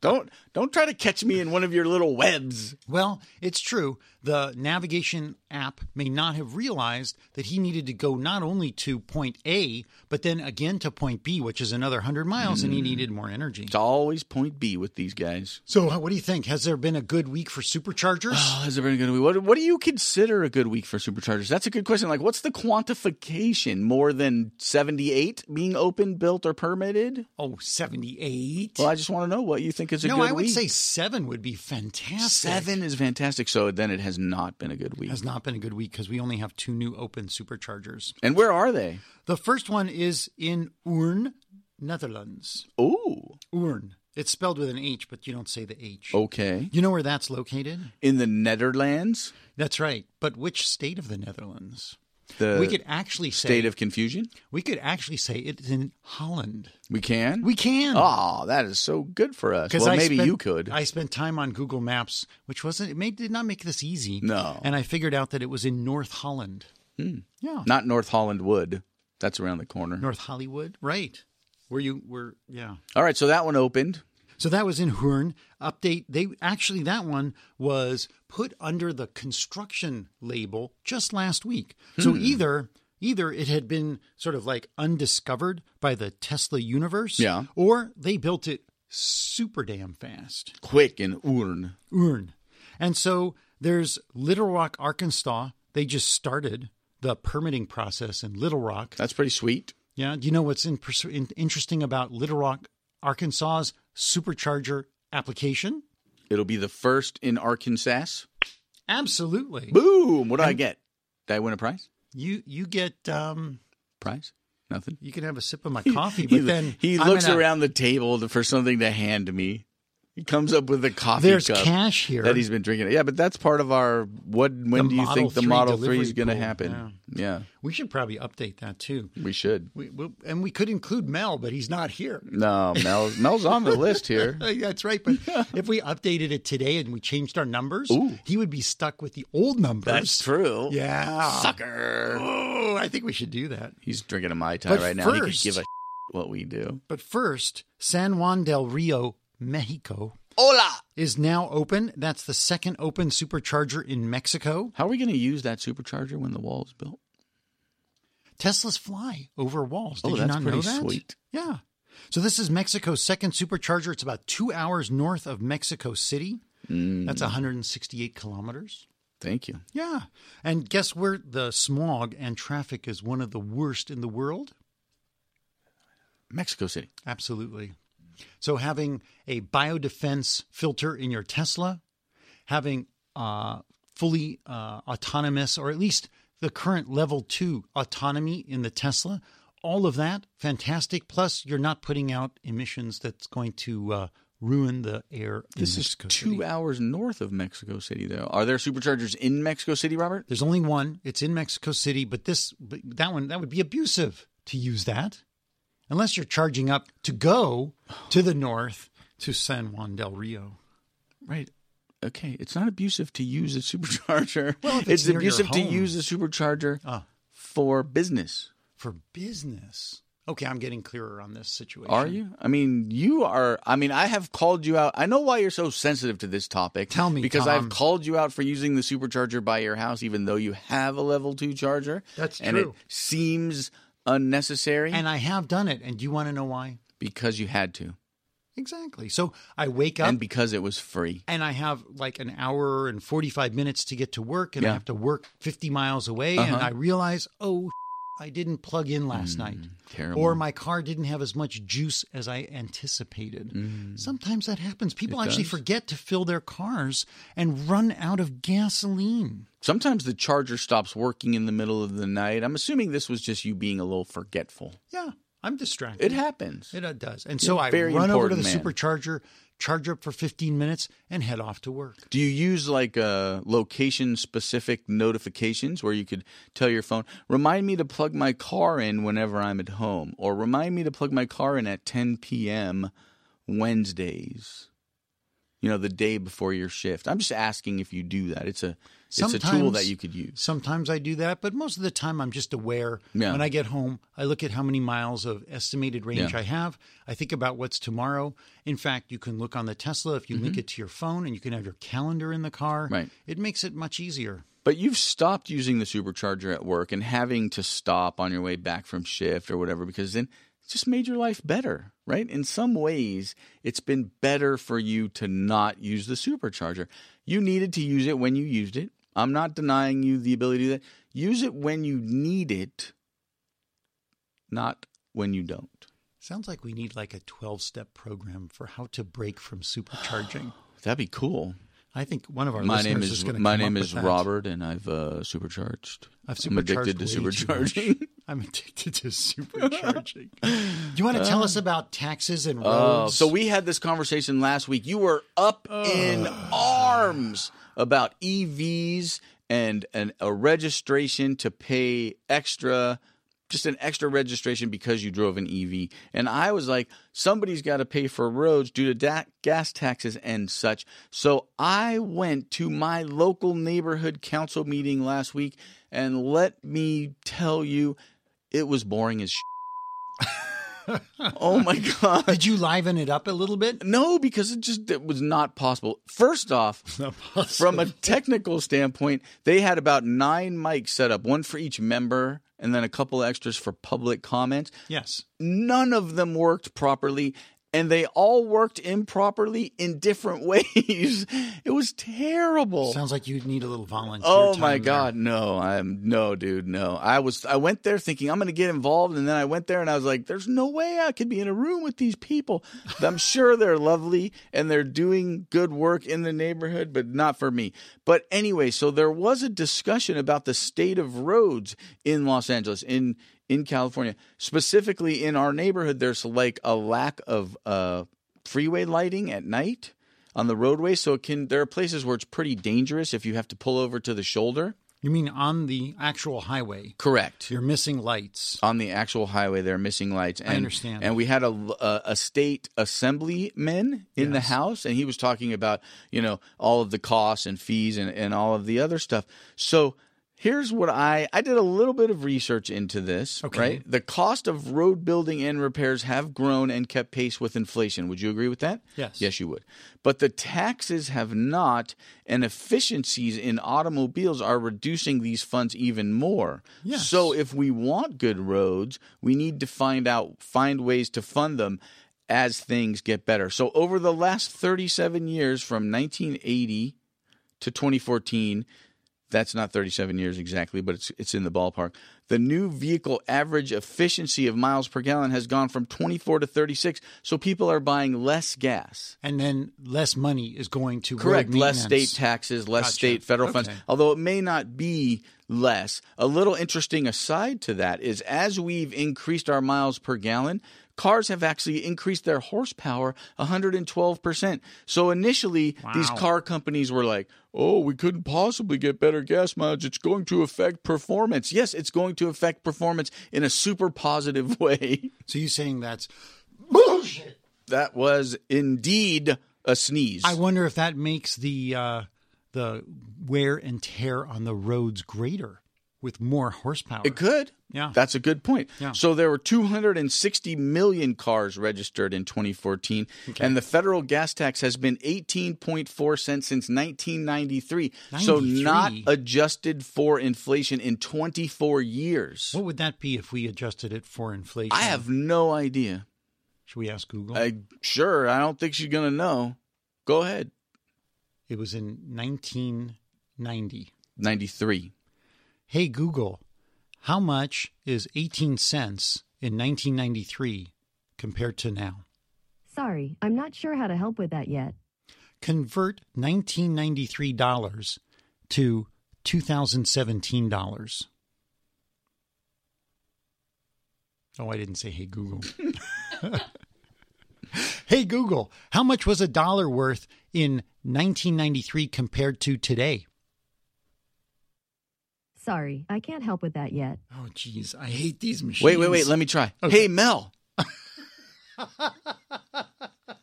B: don't don't try to catch me in one of your little webs.
D: Well, it's true. The navigation app may not have realized that he needed to go not only to point A, but then again to point B, which is another 100 miles,
B: Mm.
D: and he needed more energy.
B: It's always point B with these guys.
D: So, uh, what do you think? Has there been a good week for superchargers?
B: Oh, has there been a good week? What, what do you consider a good week for superchargers? That's a good question. Like, what's the quantification? More than 78 being open, built, or permitted?
D: oh, 78.
B: Well, I just want to know what you think is a
D: no,
B: good
D: I would
B: week.
D: say seven would be fantastic.
B: seven is fantastic. So then it has not been a good week.
D: has not been a good week because we only have two new open superchargers.
B: And where are they?
D: The first one is in Oorn, Netherlands.
B: Ooh,
D: Oorn. It's spelled with an H, but you don't say the H.
B: Oh. okay.
D: You know where that's located?
B: In the Netherlands,
D: That's right. But which state of the Netherlands?
B: the
D: we could actually say
B: Uh, state of confusion.
D: we could actually say it's in Holland.
B: We can.
D: We can.
B: Oh, that is so good for us.
D: 'Cause
B: Well,
D: I
B: maybe
D: spent-
B: you could.
D: I spent time on Google Maps, which wasn't it made, did not make this easy.
B: No. Hmm.
D: And I figured out that it was in North Holland. Yeah.
B: Not North Holland Wood. That's around the corner.
D: North Hollywood. Right. Where you were yeah.
B: All right, so that one opened.
D: So that was in Hoorn. Update. They actually that one
B: Hmm.
D: was put under the construction label just last week. So either Either it had been sort of like undiscovered by the Tesla universe,
B: Yeah.
D: or they built it super damn fast.
B: Quick and urn.
D: Urn. And so there's Little Rock, Arkansas. They just started the permitting process in Little Rock.
B: That's pretty sweet.
D: Yeah. Do you know what's in, pers- in, interesting about Little Rock, Arkansas's supercharger application?
B: It'll be the first in Arkansas.
D: Absolutely.
B: Boom! What do I get? Did I win a prize?
D: You you get um
B: Prize? Nothing.
D: you can have a sip of my coffee,
B: He,
D: but then
B: he
D: I'm
B: looks
D: gonna-
B: around the table to- for something to hand me. He comes up with a coffee
D: There's
B: cup
D: cash here.
B: that he's been drinking. Yeah, but that's part of our what. When
D: The
B: do you
D: Model
B: think the
D: 3
B: Model Three
D: delivery
B: is going to
D: pool,
B: happen? Yeah.
D: we should probably update that too.
B: we should.
D: We, we'll, and we could include Mel, but he's not here.
B: No, Mel. Mel's on the list here.
D: Uh, That's right. But if we updated it today and we changed our numbers, he would be stuck with the old numbers.
B: That's true.
D: Yeah.
B: Sucker.
D: Oh, I think we should do that.
B: He's drinking a mai tai
D: But
B: right now. he could
D: first-
B: give a what we do.
D: But first, San Juan del Rio, Mexico,
B: Hola.
D: is now open. That's the second open supercharger in Mexico.
B: How are we going to use that supercharger when the wall is built?
D: Teslas fly over walls. Did
B: Oh,
D: you
B: that's
D: not know
B: pretty
D: that?
B: sweet.
D: Yeah. So this is Mexico's second supercharger. It's about two hours north of Mexico City.
B: Mm.
D: That's 168 kilometers.
B: Thank you.
D: Yeah. And guess where the smog and traffic is one of the worst in the world?
B: Mexico City.
D: Absolutely. So having a biodefense filter in your Tesla, having uh, fully uh, autonomous, or at least the current level two autonomy in the Tesla, all of that fantastic. Plus, you're not putting out emissions that's going to uh, ruin the air.
B: This
D: in
B: is
D: Mexico
B: two
D: City.
B: hours north of Mexico City, though. Are there superchargers in Mexico City, Robert?
D: There's only one. It's in Mexico City, but this but that one that would be abusive to use that, unless you're charging up to go to the north to San Juan del Rio.
B: Right. Okay. It's not abusive to use a supercharger.
D: Well, if it's
B: it's
D: near your
B: abusive to
D: home.
B: use a supercharger
D: Ah.
B: for business.
D: for business. Okay, I'm getting clearer on this situation.
B: Are you? I mean, you are. I mean, I have called you out. I know why you're so sensitive to this topic.
D: Tell me,
B: because
D: Tom.
B: I've called you out for using the supercharger by your house, even though you have a level two charger.
D: That's
B: and it
D: true.
B: seems unnecessary
D: And I have done it. And do you want to know why?
B: because you had to,
D: Exactly. So I wake up
B: and
D: and,
B: because it was free.
D: I have like an hour and 45 minutes to get to work, and I
B: Yeah.
D: have to work 50 miles away. And
B: Uh-huh. Hmm,
D: I realize, oh, I didn't plug in last night.
B: terrible.
D: Or my car didn't have as much juice as I anticipated. Sometimes that happens. People
B: Hmm. It
D: actually
B: does.
D: forget to fill their cars and run out of gasoline.
B: Sometimes the charger stops working in the middle of the night. I'm assuming this was just you being a little forgetful.
D: Yeah, I'm distracted.
B: It happens.
D: It uh, does. And so I
B: very
D: run over to the
B: important man.
D: supercharger, charge up for 15 minutes, and head off to work.
B: Do you use like uh, location specific notifications where you could tell your phone, remind me to plug my car in whenever I'm at home, or remind me to plug my car in at 10 p.m. Wednesdays? You know, the day before your shift. I'm just asking if you do that. It's a it's a tool
D: Sometimes-
B: that you could use.
D: Sometimes I do that, but most of the time I'm just aware.
B: Yeah.
D: When I get home, I look at how many miles of estimated range
B: Yeah.
D: I have. I think about what's tomorrow. In fact, you can look on the Tesla if you link it to your phone and you can have your calendar in the car.
B: Mm-hmm. Right.
D: It makes it much easier.
B: But you've stopped using the supercharger at work and having to stop on your way back from shift or whatever because then it just made your life better, right? In some ways, it's been better for you to not use the supercharger. You needed to use it when you used it. I'm not denying you the ability to do that. Use it when you need it, not when you don't.
D: Sounds like we need like a 12 step program for how to break from supercharging.
B: That'd be cool.
D: I think one of our
B: my
D: listeners
B: name
D: is,
B: is
D: going to
B: my
D: come
B: name
D: up
B: is
D: with that.
B: Robert, and I've uh, supercharged.
D: I've
B: I'm addicted to
D: supercharged way too
B: supercharging.
D: much. I'm addicted to supercharging. Do you want to tell us about taxes and
B: Oh,
D: roads?
B: so we had this conversation last week. You were up in arms about EVs and, and a registration to pay extra, just an extra registration because you drove an EV. And I was like, somebody's got to pay for roads due to da- gas taxes and such. So I went to my local neighborhood council meeting last week, and let me tell you, it was boring as. Oh my god.
D: Did you liven it up a little bit?
B: No, because it just it was not possible. First off, from a technical standpoint, they had about nine mics set up, one for each member, and then a couple extras for public comments.
D: Yes.
B: None of them worked properly, and they all worked improperly in different ways. It was terrible.
D: Sounds like you'd need a little volunteer.
B: Oh
D: time
B: my
D: there.
B: god, no! I'm no, dude, no. I was I went there thinking I'm going to get involved, and then I went there and I was like, "There's no way I could be in a room with these people." I'm sure they're lovely and they're doing good work in the neighborhood, but not for me. But anyway, so there was a discussion about the state of roads in Los Angeles in in California, specifically in our neighborhood. There's like a lack of uh, freeway lighting at night on the roadway so it can there are places where it's pretty dangerous if you have to pull over to the shoulder
D: You mean on the actual highway?
B: correct
D: You're missing lights.
B: on the actual highway there are missing lights and,
D: understand.
B: and we had a, a, a state assemblyman in the house and he was talking about you know all of the costs and fees and, and all of the other stuff so here's what i i did a little bit of research into this
D: Okay.
B: right the cost of road building and repairs have grown and kept pace with inflation would you agree with that
D: Yes.
B: yes you would but the taxes have not and efficiencies in automobiles are reducing these funds even more
D: Yes.
B: so if we want good roads, we need to find out find ways to fund them as things get better. So over the last 37 years from 1980 to 2014, that's not 37 years exactly, but it's it's in the ballpark. The new vehicle average efficiency of miles per gallon has gone from 24 to 36, so people are buying less gas.
D: And then less money is going to road
B: Correct. Less state
D: maintenance.
B: taxes, less
D: Gotcha.
B: state federal funds.
D: Okay.
B: Although it may not be less. A little interesting aside to that is as we've increased our miles per gallon, cars have actually increased their horsepower 112%. So initially, these
D: Wow.
B: car companies were like, oh, we couldn't possibly get better gas mileage. It's going to affect performance. Yes, it's going to affect performance in a super positive way.
D: So you're saying that's bullshit.
B: that was indeed a sneeze.
D: I wonder if that makes the uh, the wear and tear on the roads greater with more horsepower.
B: It could.
D: Yeah.
B: That's a good point.
D: Yeah.
B: So there were 260 million cars registered in 2014, and the federal gas tax has been 18.4 cents since 1993. So
D: 93?
B: not adjusted for inflation in 24 years.
D: What would that be if we adjusted it for inflation?
B: I have no idea.
D: Should we ask Google?
B: I sure I don't think she's going to know. Go ahead.
D: it was in 1990.
B: 93.
D: Hey Google, how much is 18 cents in 1993 compared to now?
F: Sorry, I'm not sure how to help with that yet.
D: Convert 1993 dollars to 2017 dollars. Oh, I didn't say hey Google. hey Google, how much was a dollar worth in 1993 compared to today?
F: Sorry, I can't help with that yet.
D: Oh jeez, I hate these machines.
B: Wait, wait, wait. Let me try. Hey, Mel.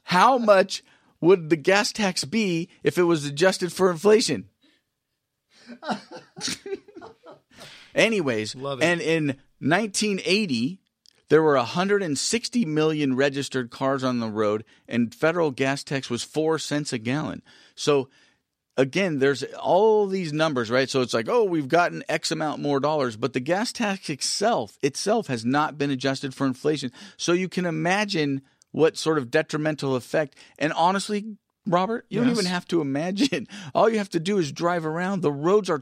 B: How much would the gas tax be if it was adjusted for inflation? Anyways,
D: Love it.
B: and in 1980, there were 160 million registered cars on the road, and federal gas tax was four cents a gallon. So again, there's all these numbers, right? So it's like, oh, we've gotten X amount more dollars, but the gas tax itself itself has not been adjusted for inflation. So you can imagine what sort of detrimental effect. And honestly, Robert, you don't
D: Yes.
B: even have to imagine. All you have to do is drive around. The roads are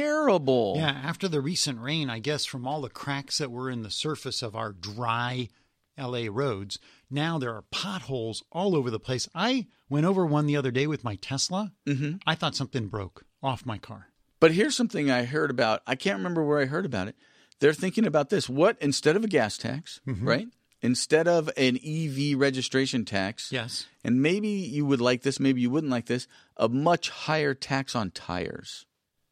B: terrible.
D: Yeah, after the recent rain, I guess from all the cracks that were in the surface of our dry LA roads, now there are potholes all over the place. I went over one the other day with my Tesla. Mm-hmm. I thought something broke off my car.
B: But here's something I heard about. I can't remember where I heard about it. They're thinking about this. What instead of a gas tax,
D: Mm-hmm.
B: right? Instead of an EV registration tax,
D: Yes.
B: and maybe you would like this, maybe you wouldn't like this, a much higher tax on tires.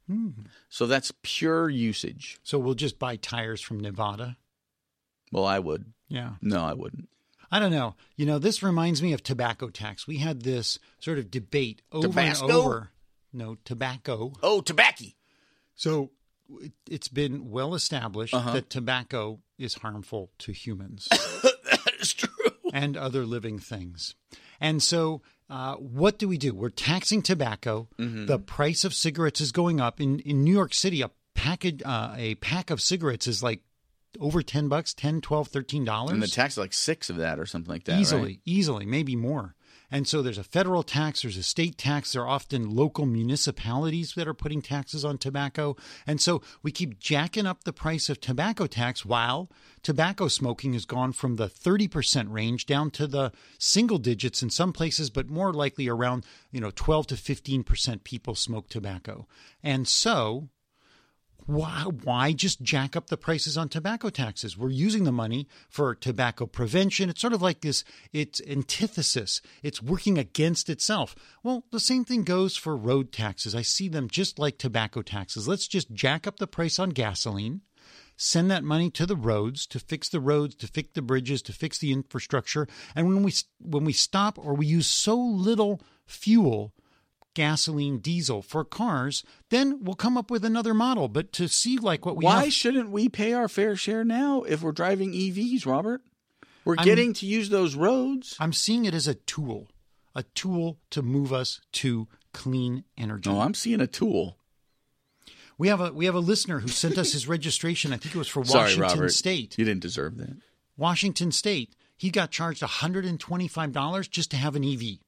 D: Hmm.
B: So that's pure usage.
D: So we'll just buy tires from Nevada.
B: Well, I would.
D: Yeah.
B: No, I wouldn't.
D: I don't know. You know, this reminds me of tobacco tax. We had this sort of debate over
B: Tabasco?
D: and over. No, tobacco.
B: Oh, tobacco.
D: So it, Uh-huh. it's been well established that tobacco is harmful to humans. and other living things. And so, uh, what do we do? We're taxing tobacco. The price of cigarettes is going up in in New York City. A package, uh, a pack of cigarettes is like over ten bucks, 10 12 13 dollars
B: And the tax is like six of that or something like that.
D: easily,
B: right?
D: easily, maybe more. And so there's a federal tax, there's a state tax, there are often local municipalities that are putting taxes on tobacco. And so we keep jacking up the price of tobacco tax while tobacco smoking has gone from the 30% range down to the single digits in some places, but more likely around, you know, 12 to 15% people smoke tobacco. And so why, why just jack up the prices on tobacco taxes? We're using the money for tobacco prevention. It's sort of like this, it's antithesis. It's working against itself. Well, the same thing goes for road taxes. I see them just like tobacco taxes. Let's just jack up the price on gasoline send that money to the roads to fix the roads to fix the bridges to fix the infrastructure and when we when we stop or we use so little fuel gasoline diesel for cars then we'll come up with another model but to see like what we
B: Why
D: have,
B: shouldn't we pay our fair share now if we're driving EVs, Robert? We're
D: I'm-
B: getting to use those roads.
D: i'm seeing it as a tool a tool to move us to clean energy
B: No, Oh, I'm seeing a tool.
D: we have a we have a listener who sent us his registration i think it was for
B: Sorry,
D: washington
B: Robert.
D: state
B: You didn't deserve that.
D: washington state he got charged $125 just to have an E ev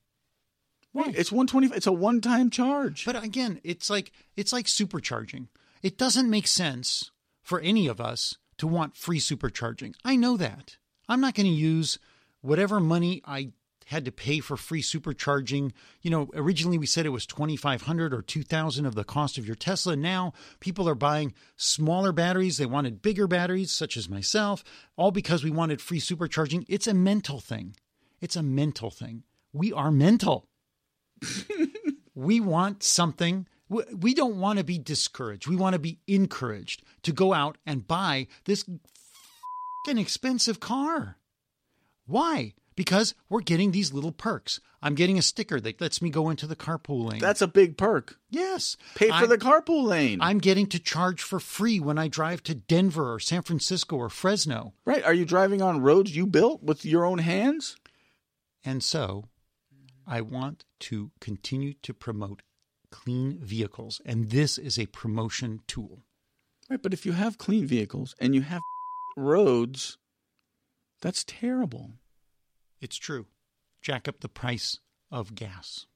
B: Why? It's one twenty. It's a one-time charge.
D: But again, it's like it's like supercharging. It doesn't make sense for any of us to want free supercharging. I know that. I'm not going to use whatever money I had to pay for free supercharging. You know, originally we said it was 2500 or 2000 of the cost of your Tesla. Now people are buying smaller batteries. They wanted bigger batteries such as myself, all because we wanted free supercharging. It's a mental thing. It's a mental thing. We are mental. We want something. We- We don't want to be discouraged. We want to be encouraged to go out and buy this an expensive car. Why? Because we're getting these little perks. I'm getting a sticker that lets me go into the carpool lane.
B: That's a big perk.
D: yes.
B: Pay for
D: I'm-
B: the carpool lane.
D: I'm getting to charge for free when I drive to Denver or San Francisco or Fresno.
B: right. Are you driving on roads you built with your own hands?
D: And so I want to continue to promote clean vehicles. And this is a promotion tool.
B: Right. But if you have clean vehicles and you have roads, that's terrible.
D: It's true. Jack up the price of gas.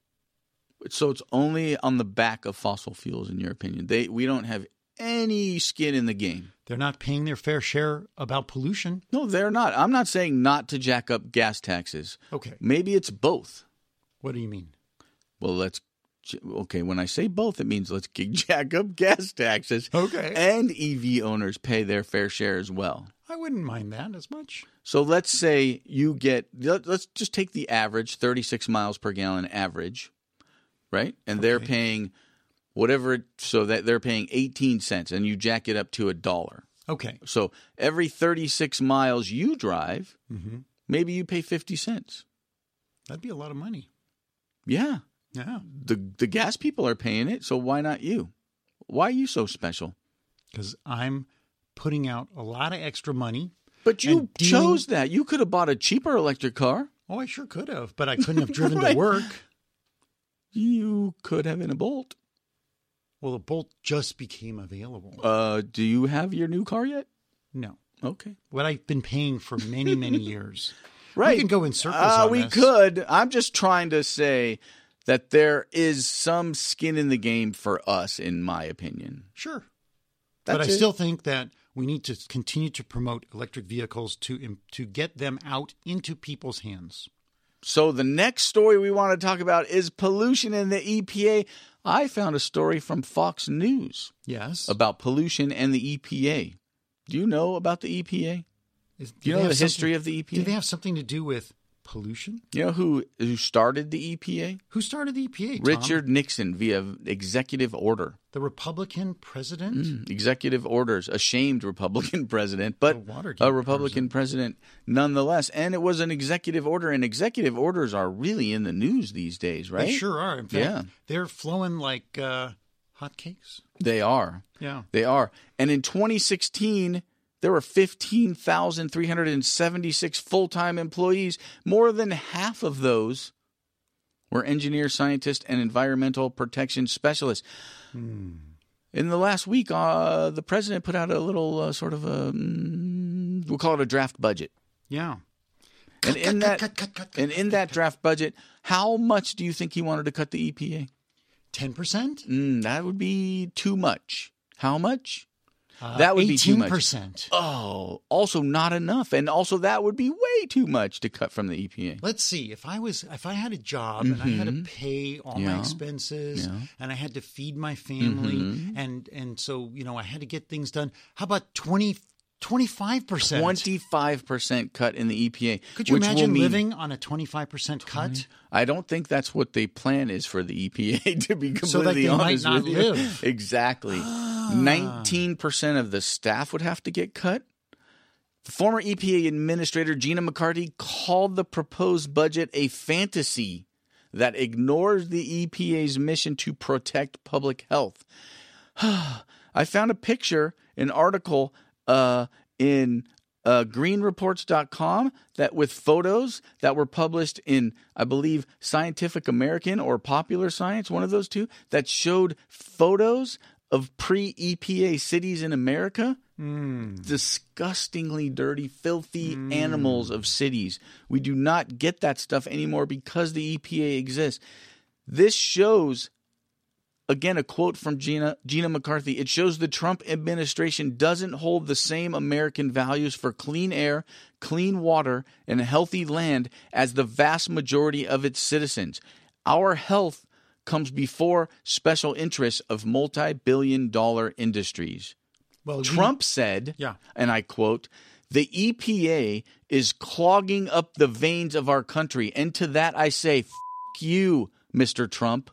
B: So it's only on the back of fossil fuels, in your opinion. They we don't have any skin in the game.
D: They're not paying their fair share about pollution.
B: No, they're not. I'm not saying not to jack up gas taxes.
D: Okay.
B: Maybe it's both.
D: What do you mean?
B: Well, let's. j- Okay, when I say both, it means let's g- jack up gas taxes.
D: Okay.
B: And EV owners pay their fair share as well.
D: I wouldn't mind that as much.
B: So let's say you get, let- let's just take the average 36 miles per gallon average, right? And they're
D: Okay.
B: paying whatever, it- so that they're paying 18 cents and you jack it up to a dollar.
D: Okay.
B: So every 36 miles you drive, maybe you pay 50 cents.
D: Mm-hmm. That'd be a lot of money.
B: Yeah.
D: Yeah.
B: The the gas people are paying it, so why not you? Why are you so special?
D: Because I'm putting out a lot of extra money.
B: But you
D: And dealing-
B: chose that. You could have bought a cheaper electric car.
D: Oh, I sure could have, but I couldn't have driven
B: Right.
D: to work.
B: You could have in a Bolt.
D: Well, a Bolt just became available.
B: Uh, do you have your new car yet?
D: no.
B: Okay.
D: What I've been paying for many, many years.
B: Right.
D: We can go in circles.
B: Uh,
D: on
B: we
D: this.
B: could. I'm just trying to say that there is some skin in the game for us, in my opinion.
D: Sure.
B: That's
D: but I
B: it.
D: still think that we need to continue to promote electric vehicles to im- to get them out into people's hands.
B: So the next story we want to talk about is pollution in the EPA. I found a story from Fox News
D: Yes.
B: about pollution and the EPA. Do you know about the EPA?
D: Is-
B: Do you
D: they
B: know
D: have
B: the history
D: something-
B: of the E EPA?
D: Do they have something to do with pollution?
B: You know who who started the EPA?
D: Who started the EPA? Tom?
B: Richard Nixon via executive order.
D: the Republican president.
B: Mm, Executive orders, a shamed Republican president, but
D: A Watergate
B: a Republican president. nonetheless. And it was an executive order, and executive orders are really in the news these days, right?
D: They sure are. In fact,
B: Yeah.
D: they're flowing like uh, hotcakes.
B: They are.
D: Yeah.
B: They are. And in 2016, There were 15,376 full time employees. More than half of those were engineers, scientists, and environmental protection specialists. In the last week, uh, the president put out a little uh, sort of a, mm, we'll call it a draft budget.
D: Yeah.
B: And in
D: cut,
B: that,
D: cut, cut, cut, cut,
B: and in that draft budget, how much do you think he wanted to cut the E EPA?
D: 10%?
B: Mm, that would be too much. How much? that would be too much.
D: 18%.
B: Oh, also not enough, and also that would be way too much to cut from the E EPA.
D: Let's see. If I was, if I had a job and I had to pay all my
B: Mm-hmm. Yeah.
D: expenses and I had to feed my family
B: Mm-hmm.
D: and and so you know I had to get things done. How about 25 percent?
B: Twenty-five percent cut in the EPA.
D: Could you
B: which will
D: imagine
B: mean-
D: living on a twenty five percent cut?
B: I don't think that's what the plan is for the EPA. To be completely
D: So that they might
B: honest
D: not
B: with you,
D: live. Ah.
B: exactly. Nineteen percent of the staff would have to get cut. The former EPA administrator Gina McCarthy called the proposed budget a fantasy that ignores the EPA's mission to protect public health. I found a picture, an article uh, in uh, greenreports.com that with photos that were published in, I believe, Scientific American or Popular Science, one of those two, that showed photos of pre EPA cities in America. Disgustingly dirty, filthy animals of cities. We do not get that stuff anymore because the EPA exists. This shows again a quote from Gina Gina McCarthy. It shows the Trump administration doesn't hold the same American values for clean air, clean water, and healthy land as the vast majority of its citizens. Our health comes before special interests of multi-billion dollar industries.
D: Well, we-
B: Trump said,
D: Yeah.
B: and I quote, the EPA is clogging up the veins of our country. And to that I say, F you, Mr. Trump.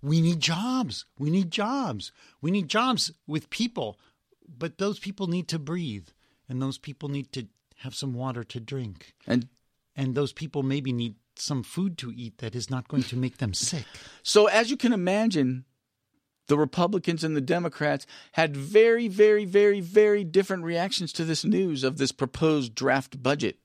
D: we need jobs. We need jobs. We need jobs with people, but those people need to breathe, and those people need to have some water to drink,
B: And
D: and those people maybe need some food to eat that is not going to make them sick.
B: So, as you can imagine, the Republicans and the Democrats had very, very, very, very different reactions to this news of this proposed draft budget.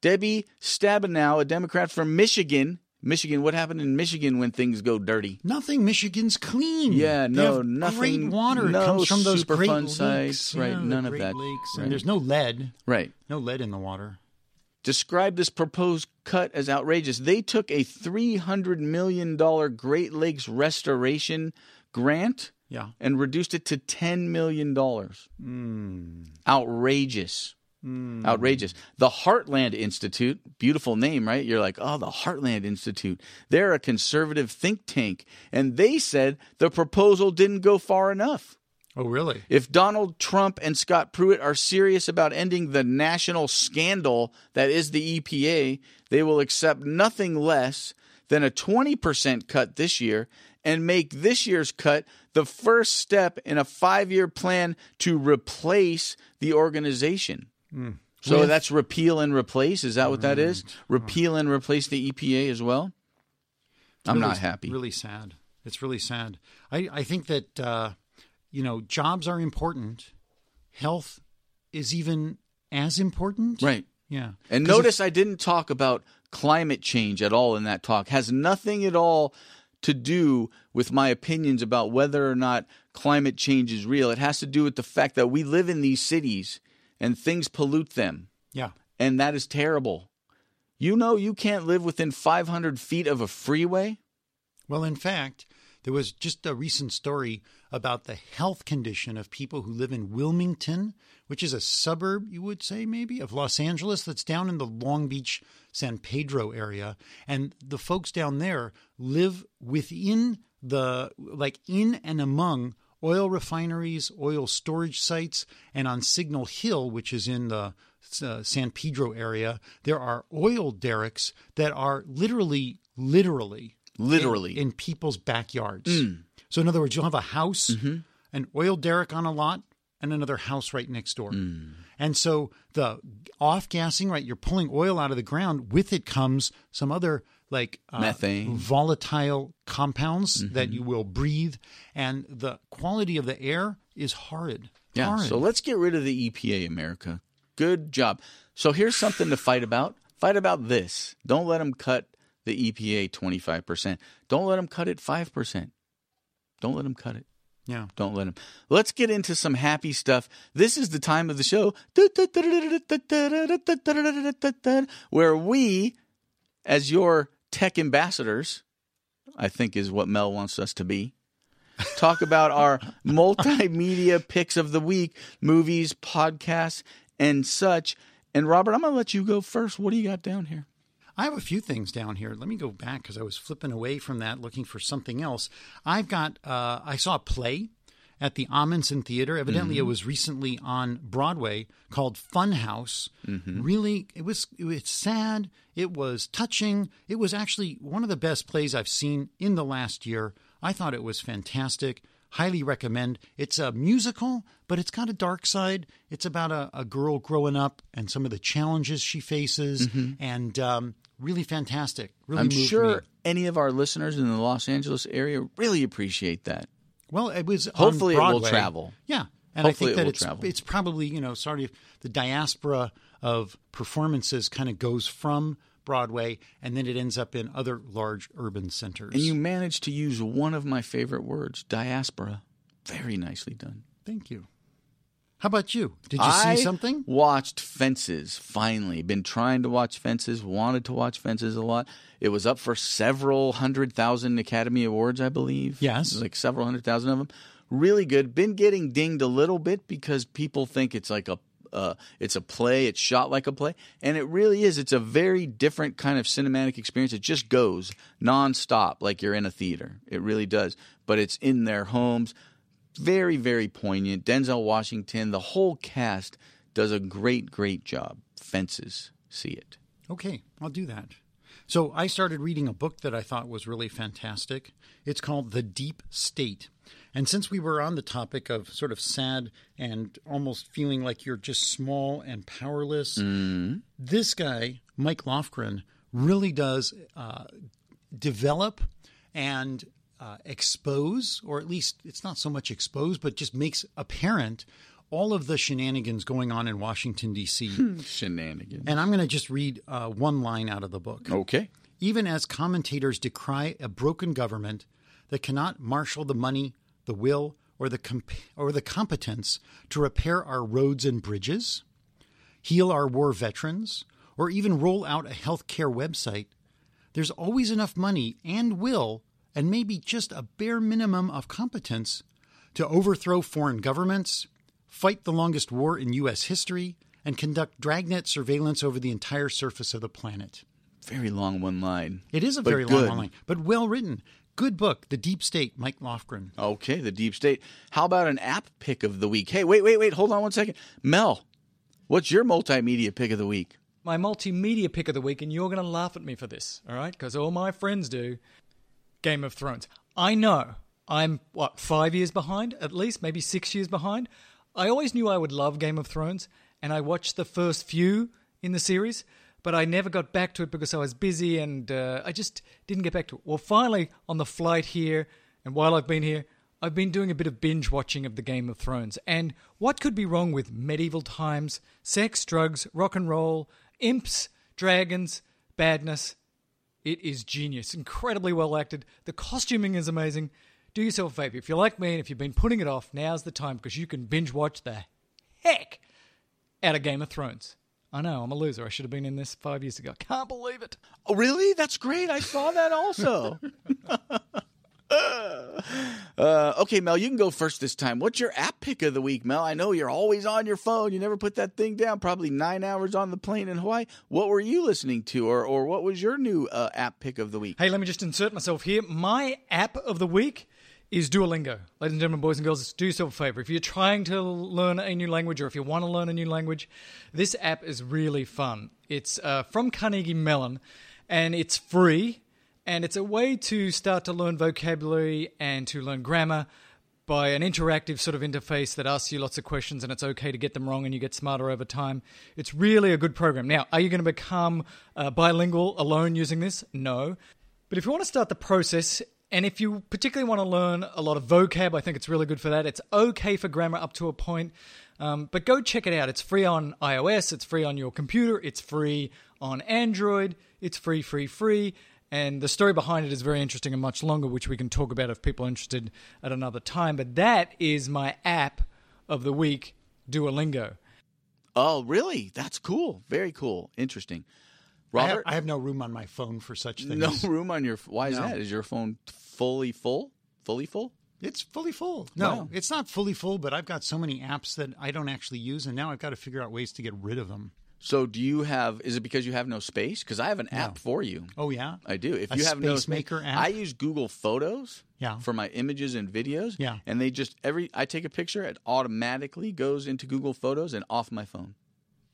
B: Debbie Stabenow, a Democrat from Michigan, Michigan, what happened in Michigan when things go dirty?
D: Nothing. Michigan's clean.
B: Yeah,
D: They
B: no,
D: have
B: nothing-
D: Great water It
B: no
D: comes from those
B: super
D: great
B: fun
D: lakes.
B: sites, right,
D: Yeah, the
B: none of
D: great
B: that,
D: Lakes,
B: right.
D: and there's no lead.
B: Right.
D: No lead in the water.
B: described this proposed cut as outrageous. They took a $300 million Great Lakes restoration grant
D: Yeah.
B: and reduced it to $10 million. Outrageous. Outrageous. The Heartland Institute, beautiful name, right? You're like, oh, the Heartland Institute. They're a conservative think tank. And they said the proposal didn't go far enough.
D: Oh, really?
B: If Donald Trump and Scott Pruitt are serious about ending the national scandal that is the EPA, they will accept nothing less than a 20% cut this year and make this year's cut the first step in a five year plan to replace the organization. So
D: Hmm. With-
B: that's repeal and replace. Is that what that is? Repeal and replace the EPA as well? I'm
D: really-
B: not happy.
D: Really sad. It's really sad. I, I think that uh, you know jobs are important. Health is even as important.
B: Right.
D: Yeah.
B: And
D: 'Cause if-
B: notice I didn't talk about climate change at all in that talk. Has nothing at all to do with my opinions about whether or not climate change is real. It has to do with the fact that we live in these cities and things pollute them,
D: yeah.
B: and that is terrible. You know, you can't live within 500 feet of a freeway.
D: Well, in fact, there was just a recent story about the health condition of people who live in Wilmington, which is a suburb, you would say, maybe, of Los Angeles that's down in the Long Beach, San Pedro area. And the folks down there live within the, like, in and among oil refineries, oil storage sites, and on Signal Hill, which is in the uh, San Pedro area, there are oil derricks that are literally, literally
B: Literally.
D: in people's backyards.
B: Mm.
D: So, in other words, you'll have a house,
B: Mm-hmm.
D: an oil derrick on a lot, and another house right next door.
B: Mm.
D: And so the off gassing, right? You're pulling oil out of the ground. With it comes some other like uh,
B: Methane. Mm-hmm.
D: volatile compounds that you will breathe, and the quality of the air is horrid.
B: Yeah.
D: All right.
B: So let's get rid of the EPA, America. Good job. So here's something to fight about. Fight about this. Don't let them cut the E EPA 25%. Don't let them cut it 5%. Don't let them cut it.
D: Yeah.
B: Don't let them. Let's get into some happy stuff. This is the time of the show where we, as your tech ambassadors, I think is what Mel wants us to be talk about our multimedia picks of the week, movies, podcasts, and such. And Robert, I'm going to let you go first. What do you got down here?
D: I have a few things down here. Let me go back because I was flipping away from that, looking for something else. I've got. Uh, I saw a play at the Amundsen Theater. Evidently, it was recently on Broadway called Funhouse. Really, it was. It was sad. It was touching. It was actually one of the best plays I've seen in the last year. I thought it was fantastic. Highly recommend. It's a musical, but it's got a dark side. It's about a, a girl growing up and some of the challenges she faces, and um, really fantastic. Really,
B: Mm-hmm. I'm
D: moved
B: sure
D: me.
B: any of our listeners in the Los Angeles area really appreciate that.
D: Well, it was on
B: Hopefully it will
D: Broadway.
B: travel.
D: Yeah, and
B: Hopefully
D: I
B: it
D: think that
B: will
D: it's
B: travel.
D: it's probably you know sorry if the diaspora of performances kind of goes from Broadway and then it ends up in other large urban centers.
B: And you managed to use one of my favorite words, diaspora. Very nicely done.
D: Thank you. How about you? Did you
B: I
D: see something?
B: Watched Fences finally. Been trying to watch Fences, wanted to watch Fences a lot. It was up for several hundred thousand Academy Awards, I believe.
D: Yes.
B: There's like several hundred thousand of them. Really good. Been getting dinged a little bit because people think it's like a uh, it's a play. It's shot like a play, and it really is. It's a very different kind of cinematic experience. It just goes nonstop, like you're in a theater. It really does. But it's in their homes very, very poignant. Denzel Washington, the whole cast does a great, great job. Fences, see it.
D: Okay, I'll do that. So I started reading a book that I thought was really fantastic. It's called The Deep State. And since we were on the topic of sort of sad and almost feeling like you're just small and powerless, this guy, Mike Lofgren, really does uh, develop and uh, expose, or at least it's not so much expose, but just makes apparent all of the shenanigans going on in Washington, D.C.
B: Shenanigans.
D: And I'm going to just read uh, one line out of the book.
B: Okay.
D: Even as commentators decry a broken government that cannot marshal the money, the will, or the comp- or the competence to repair our roads and bridges, heal our war veterans, or even roll out a healthcare website, there's always enough money and will, and maybe just a bare minimum of competence, to overthrow foreign governments, fight the longest war in U.S. history, and conduct dragnet surveillance over the entire surface of the planet.
B: Very long one line.
D: It is a
B: But
D: very
B: good.
D: long one line, but well written. Good book, The Deep State, Mike Lofgren.
B: Okay, the deep state. How about an app pick of the week? Hey, wait, wait, wait. Hold on one second. Mel, what's your multimedia pick of the week?
G: My multimedia pick of the week, and you're going to laugh at me for this, all right? Because all my friends do. Game of Thrones. I know I'm, what, five years behind, at least, maybe six years behind. I always knew I would love Game of Thrones, and I watched the first few in the series, but I never got back to it because I was busy and uh, I just didn't get back to it. Well, finally, on the flight here, and while I've been here, I've been doing a bit of binge watching of the Game of Thrones. And what could be wrong with medieval times, sex, drugs, rock and roll, imps, dragons, badness? It is genius, incredibly well acted. The costuming is amazing. Do yourself a favor. If you're like me and if you've been putting it off, now's the time because you can binge watch the heck out of Game of Thrones. I know, I'm a loser. I should have been in this five years ago. I can't believe it.
B: Oh, really? That's great. I saw that also. uh, okay, Mel, you can go first this time. What's your app pick of the week, Mel? I know you're always on your phone. You never put that thing down. Probably nine hours on the plane in Hawaii. What were you listening to, or or what was your new uh, app pick of the week?
G: Hey, let me just insert myself here. My app of the week is Duolingo. Ladies and gentlemen, boys and girls, do yourself a favor. If you're trying to learn a new language or if you want to learn a new language, this app is really fun. It's uh, from Carnegie Mellon and it's free and it's a way to start to learn vocabulary and to learn grammar by an interactive sort of interface that asks you lots of questions and it's okay to get them wrong and you get smarter over time. It's really a good program. Now, are you going to become uh, bilingual alone using this? No. But if you want to start the process And if you particularly want to learn a lot of vocab, I think it's really good for that. It's okay for grammar up to a point, um, but go check it out. It's free on iOS, it's free on your computer, it's free on Android, it's free, free, free. And the story behind it is very interesting and much longer, which we can talk about if people are interested at another time. But that is my app of the week, Duolingo.
B: Oh, really? That's cool. Very cool. Interesting.
D: I have,
B: Robert,
D: I have no room on my phone for such things.
B: no room on your. Why is that? Is your phone fully full? Fully full?
D: It's fully full. No,
B: Wow.
D: it's not fully full, but I've got so many apps that I don't actually use, and now I've got to figure out ways to get rid of them.
B: So do you have? Is it because you have no space? Because I have an app for you.
D: Oh yeah,
B: I do. If
D: A
B: you have no
D: Space
B: space,
D: Maker app?
B: I use Google Photos
D: Yeah.
B: for my images and videos.
D: Yeah.
B: And they just every I take a picture, it automatically goes into Google Photos and off my phone.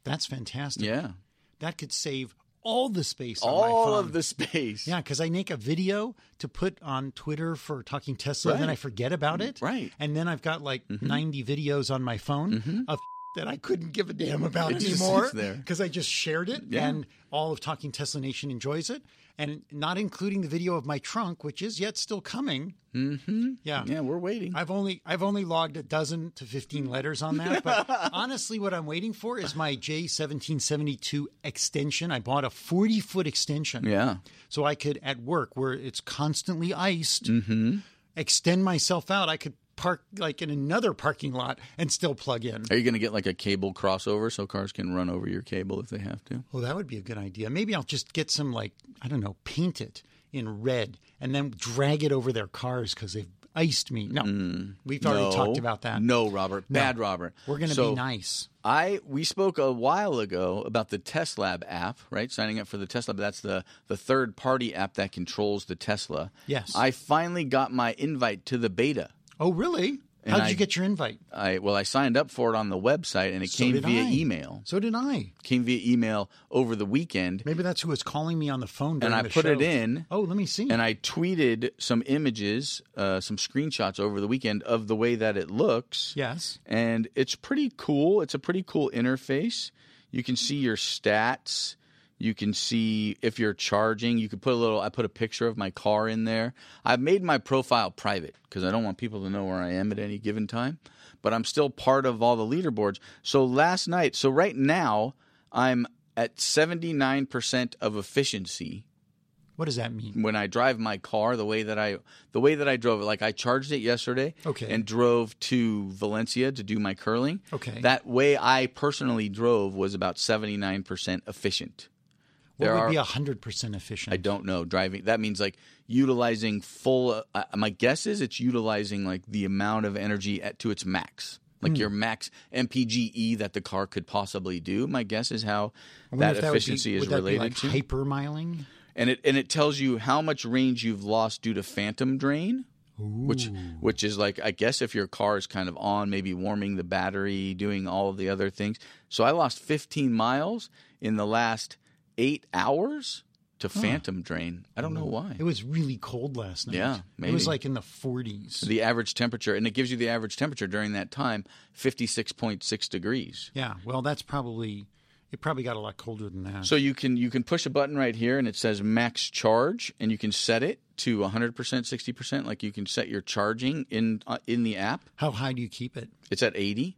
D: that's fantastic.
B: Yeah.
D: that could save all the space. on my
B: All
D: phone.
B: of the space.
D: Yeah, because I make a video to put on Twitter for talking Tesla, and then
B: Right.
D: I forget about it.
B: Right. Mm-hmm.
D: And then I've got like 90 videos on my phone of that I couldn't give a damn about
B: It just
D: anymore
B: sits there.
D: because I just shared it,
B: Yeah.
D: and all of Talking Tesla Nation enjoys it, and not including the video of my trunk, which is yet still coming. Mm-hmm. Yeah.
B: Yeah, we're waiting.
D: I've only I've only logged a dozen to fifteen letters on that, but honestly, what I'm waiting for is my J1772 extension. I bought a 40 foot extension
B: yeah.
D: so I could at work where it's constantly iced,
B: Mm-hmm.
D: extend myself out. I could park like in another parking lot and still plug in.
B: Are you going to get like a cable crossover so cars can run over your cable if they have to?
D: Well, Oh, that would be a good idea. Maybe I'll just get some like I don't know, paint it in red and then drag it over their cars because they've iced me. No, we've already talked about that.
B: Mm. No, Robert. Bad, Robert.
D: We're going to
B: So,
D: be nice.
B: I we spoke a while ago about the Teslab app, right? Signing up for the Tesla, but that's the the third party app that controls the Tesla.
D: Yes.
B: I finally got my invite to the beta.
D: Oh, really?
B: And
D: How did
B: I-
D: you get your invite?
B: I well, I signed up for it on the website, and it
D: So
B: came
D: did
B: via
D: I.
B: email.
D: So did I.
B: Came via email over the weekend,
D: Maybe that's who was calling me on the phone.
B: and
D: during
B: I
D: the
B: put it
D: show.
B: in.
D: Oh, let me see.
B: And I tweeted some images, uh, some screenshots over the weekend of the way that it looks.
D: yes.
B: and it's pretty cool. It's a pretty cool interface. You can see your stats. You can see if you're charging. You can put a little. I put a picture of my car in there. I've made my profile private because I don't want people to know where I am at any given time. But I'm still part of all the leaderboards. So last night, so right now, I'm at 79% of efficiency
D: What does that mean?
B: when I drive my car the way that I the way that I drove it like I charged it yesterday
D: Okay.
B: and drove to Valencia to do my curling
D: Okay.
B: that way I personally drove was about 79% efficient
D: What
B: There
D: would
B: are-
D: be hundred percent efficient?
B: I don't know driving that means like utilizing full uh, my guess is it's utilizing like the amount of energy at, to its max
D: Hmm.
B: like your max MPGE E that the car could possibly do my guess is how
D: I wonder
B: that
D: if would be-
B: efficiency is
D: would that be
B: related
D: like
B: to
D: hyper miling.
B: and it and it tells you how much range you've lost due to phantom drain which which is like i guess if your car is kind of on maybe warming the battery doing all of the other things so i lost 15 miles in the last 8 hours to phantom drain i don't know why
D: It was really cold last night.
B: Yeah,
D: it
B: maybe.
D: was like in the forties.
B: the average temperature and it gives you the average temperature during that time 56.6 degrees
D: yeah, well, that's probably it. Probably got a lot colder than that.
B: So you can you can push a button right here and it says max charge and you can set it to 100%, 60%, like you can set your charging in uh, in the app.
D: how high do you keep it?
B: It's at 80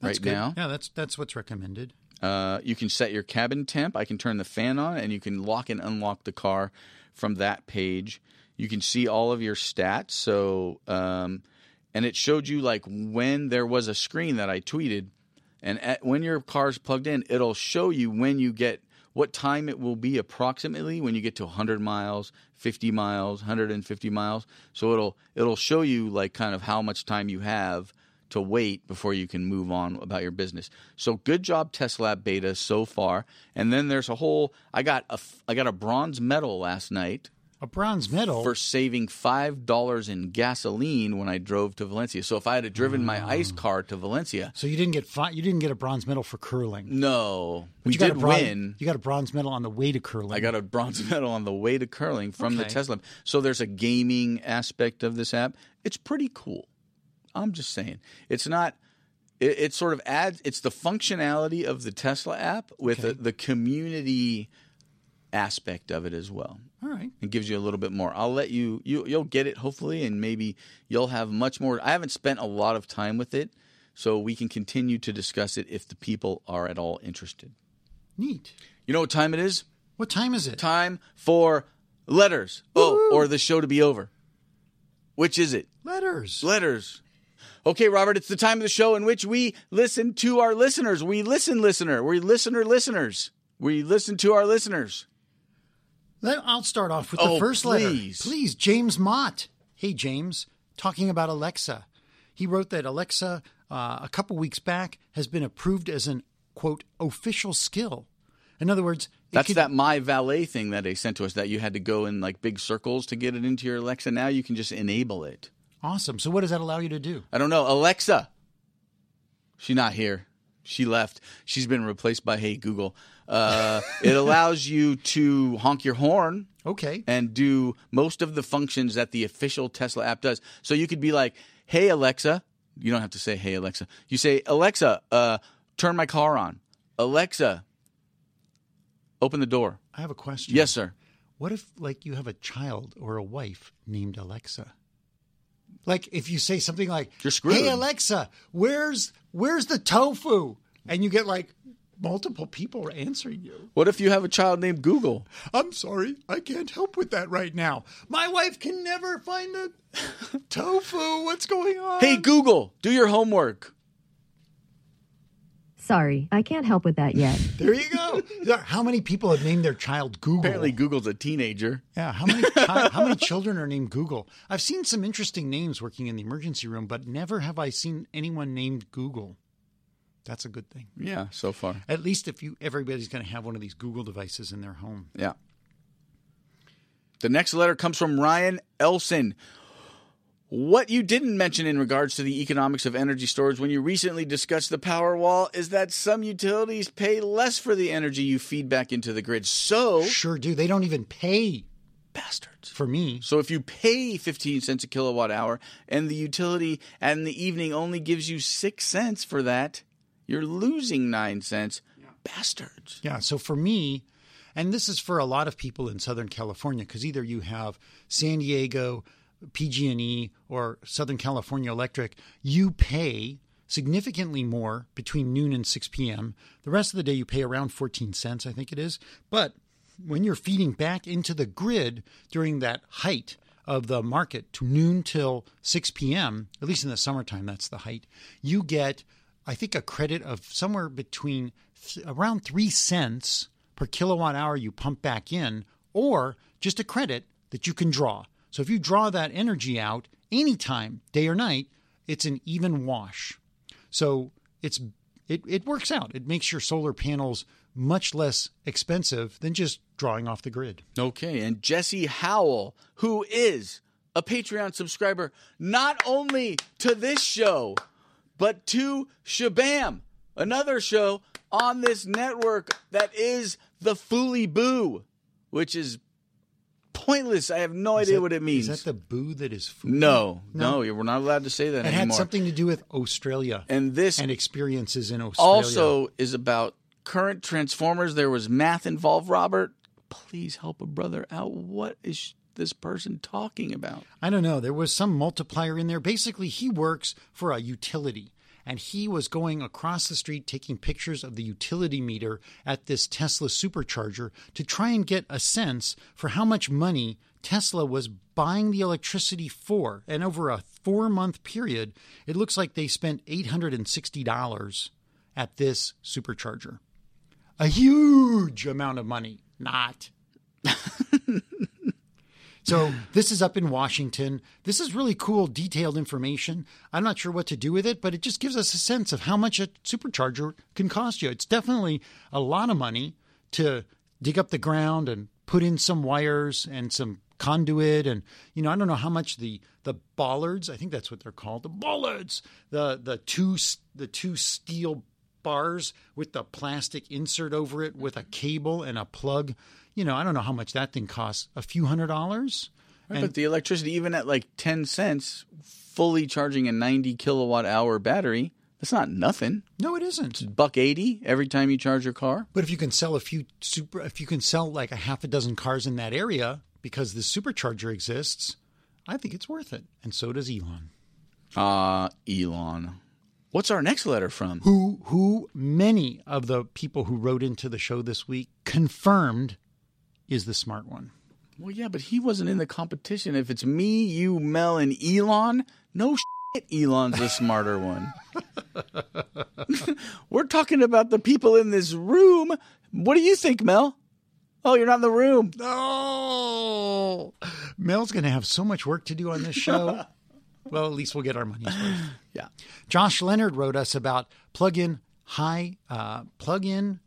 D: That's
B: right
D: good.
B: now.
D: yeah, that's that's what's recommended.
B: Uh, you can set your cabin temp. I can turn the fan on and you can lock and unlock the car from that page. You can see all of your stats. So, um, and it showed you like when there was a screen that I tweeted, and at, when your car's plugged in, it'll show you when you get what time it will be approximately when you get to 100 miles, 50 miles, 150 miles. So it'll it'll show you like kind of how much time you have to wait before you can move on about your business. So good job Tesla beta so far. And then there's a whole I got a f- I got a bronze medal last night
D: A bronze medal.
B: for saving $5 in gasoline when I drove to Valencia. So if I had driven my ice car to Valencia,
D: so you didn't get fi- you didn't get a bronze medal for curling.
B: no, we
D: you
B: did
D: got a bron-
B: win.
D: You got a bronze medal on the way to curling.
B: I got a bronze medal on the way to curling from the
D: Okay.
B: Tesla. So there's a gaming aspect of this app. It's pretty cool. I'm just saying. It's not it, it sort of adds it's the functionality of the Tesla app with the, the community aspect of it as well.
D: All right.
B: and gives you a little bit more. I'll let you you you'll get it hopefully and maybe you'll have much more. I haven't spent a lot of time with it, so we can continue to discuss it if the people are at all interested.
D: Neat.
B: You know what time it is?
D: What time is it?
B: Time for letters. Oh, or the show to be over. Which is it?
D: Letters.
B: Letters. Okay, Robert, it's the time of the show in which we listen to our listeners. We listen listener. We listener listeners. We listen to our listeners.
D: Let- I'll start off with
B: Oh,
D: the first
B: please.
D: letter. Please, James Mott. Hey, James. Talking about Alexa. He wrote that Alexa, uh, a couple weeks back, has been approved as an quote official skill. In other words, it
B: That's
D: could-
B: that my valet thing that they sent to us that you had to go in like big circles to get it into your Alexa. Now you can just enable it.
D: awesome. So, what does that allow you to do?
B: I don't know, Alexa. She's not here. She left. She's been replaced by Hey Google. Uh, it allows you to honk your horn
D: Okay.
B: and do most of the functions that the official Tesla app does. So you could be like, "Hey Alexa," you don't have to say "Hey Alexa." You say, "Alexa, uh, turn my car on." Alexa, open the door.
D: I have a question.
B: Yes, sir.
D: What if, like, you have a child or a wife named Alexa? Like, if you say something like,
B: You're screwed.
D: "Hey Alexa, where's where's the tofu?" and you get like multiple people answering you.
B: What if you have a child named Google?
D: I'm sorry, I can't help with that right now. My wife can never find the tofu. What's going on?
B: Hey Google, do your homework.
F: Sorry, I can't help with that yet.
D: there you go. There- How many people have named their child Google?
B: Apparently, Google's a teenager.
D: Yeah, how many chi- how many children are named Google? I've seen some interesting names working in the emergency room, but never have I seen anyone named Google. That's a good thing.
B: Yeah, so far.
D: At least if you everybody's going to have one of these Google devices in their home.
B: Yeah. The next letter comes from Ryan Elson. What you didn't mention in regards to the economics of energy storage when you recently discussed the power wall is that some utilities pay less for the energy you feed back into the grid. So,
D: Sure do. They don't even pay
B: bastards.
D: for me.
B: So, if you pay 15 cents a kilowatt hour and the utility in the evening only gives you 6 cents for that, you're losing 9 cents. Bastards.
D: Yeah. So for me, and this is for a lot of people in Southern California, because either you have San Diego, PG&E, E, or Southern California Electric, you pay significantly more between noon and 6 p.m. The rest of the day, you pay around 14 cents, I think it is. But when you're feeding back into the grid during that height of the market to noon till 6 p.m., at least in the summertime, that's the height, you get, I think, a credit of somewhere between th- around three cents per kilowatt hour you pump back in, or just a credit that you can draw. So if you draw that energy out anytime, day or night, it's an even wash. So it's it, it works out. It makes your solar panels much less expensive than just drawing off the grid.
B: Okay, and Jesse Howell, who is a Patreon subscriber, not only to this show, but to Shabam, another show on this network that is the Fooly Boo, which is pointless. I have no idea what it means.
D: Is that the boo that is food?
B: no, no, you we're not allowed to say that
D: It
B: anymore.
D: had something to do with Australia and,
B: and this
D: experiences in Australia.
B: also is about current Transformers. There was math involved, Robert. Please help a brother out. What is this person talking about?
D: I don't know. There was some multiplier in there. Basically, he works for a utility. And he was going across the street taking pictures of the utility meter at this Tesla supercharger to try and get a sense for how much money Tesla was buying the electricity for. And over a four month period, it looks like they spent $860 at this supercharger. A huge amount of money. Not. So this is up in Washington. This is really cool, detailed information. I'm not sure what to do with it, but it just gives us a sense of how much a supercharger can cost you. It's definitely a lot of money to dig up the ground and put in some wires and some conduit and you know i don't know how much the the bollards i think that's what they're called the bollards the the two s- the two steel bars with the plastic insert over it with a cable and a plug you know i don't know how much that thing costs a few hundred dollars
B: but the electricity, even at like 10 cents, fully charging a 90 kilowatt hour battery, that's not nothing.
D: no it isn't
B: Buck 80 every time you charge your car.
D: But if you can sell a few super, if you can sell like a half a dozen cars in that area, because this supercharger exists, I think it's worth it. And so does Elon.
B: Ah, Elon. What's our next letter from?
D: who who many of the people who wrote into the show this week confirmed is the smart one.
B: Well, yeah, but he wasn't in the competition. If it's me, you, Mel, and Elon, no shit, Elon's the smarter one. We're talking about the people in this room. What do you think, Mel? Oh, you're not in the room.
D: No. Mel's going to have so much work to do on this show. well, at least we'll get our money's worth.
B: Yeah.
D: Josh Leonard wrote us about plug-in high uh, plug-in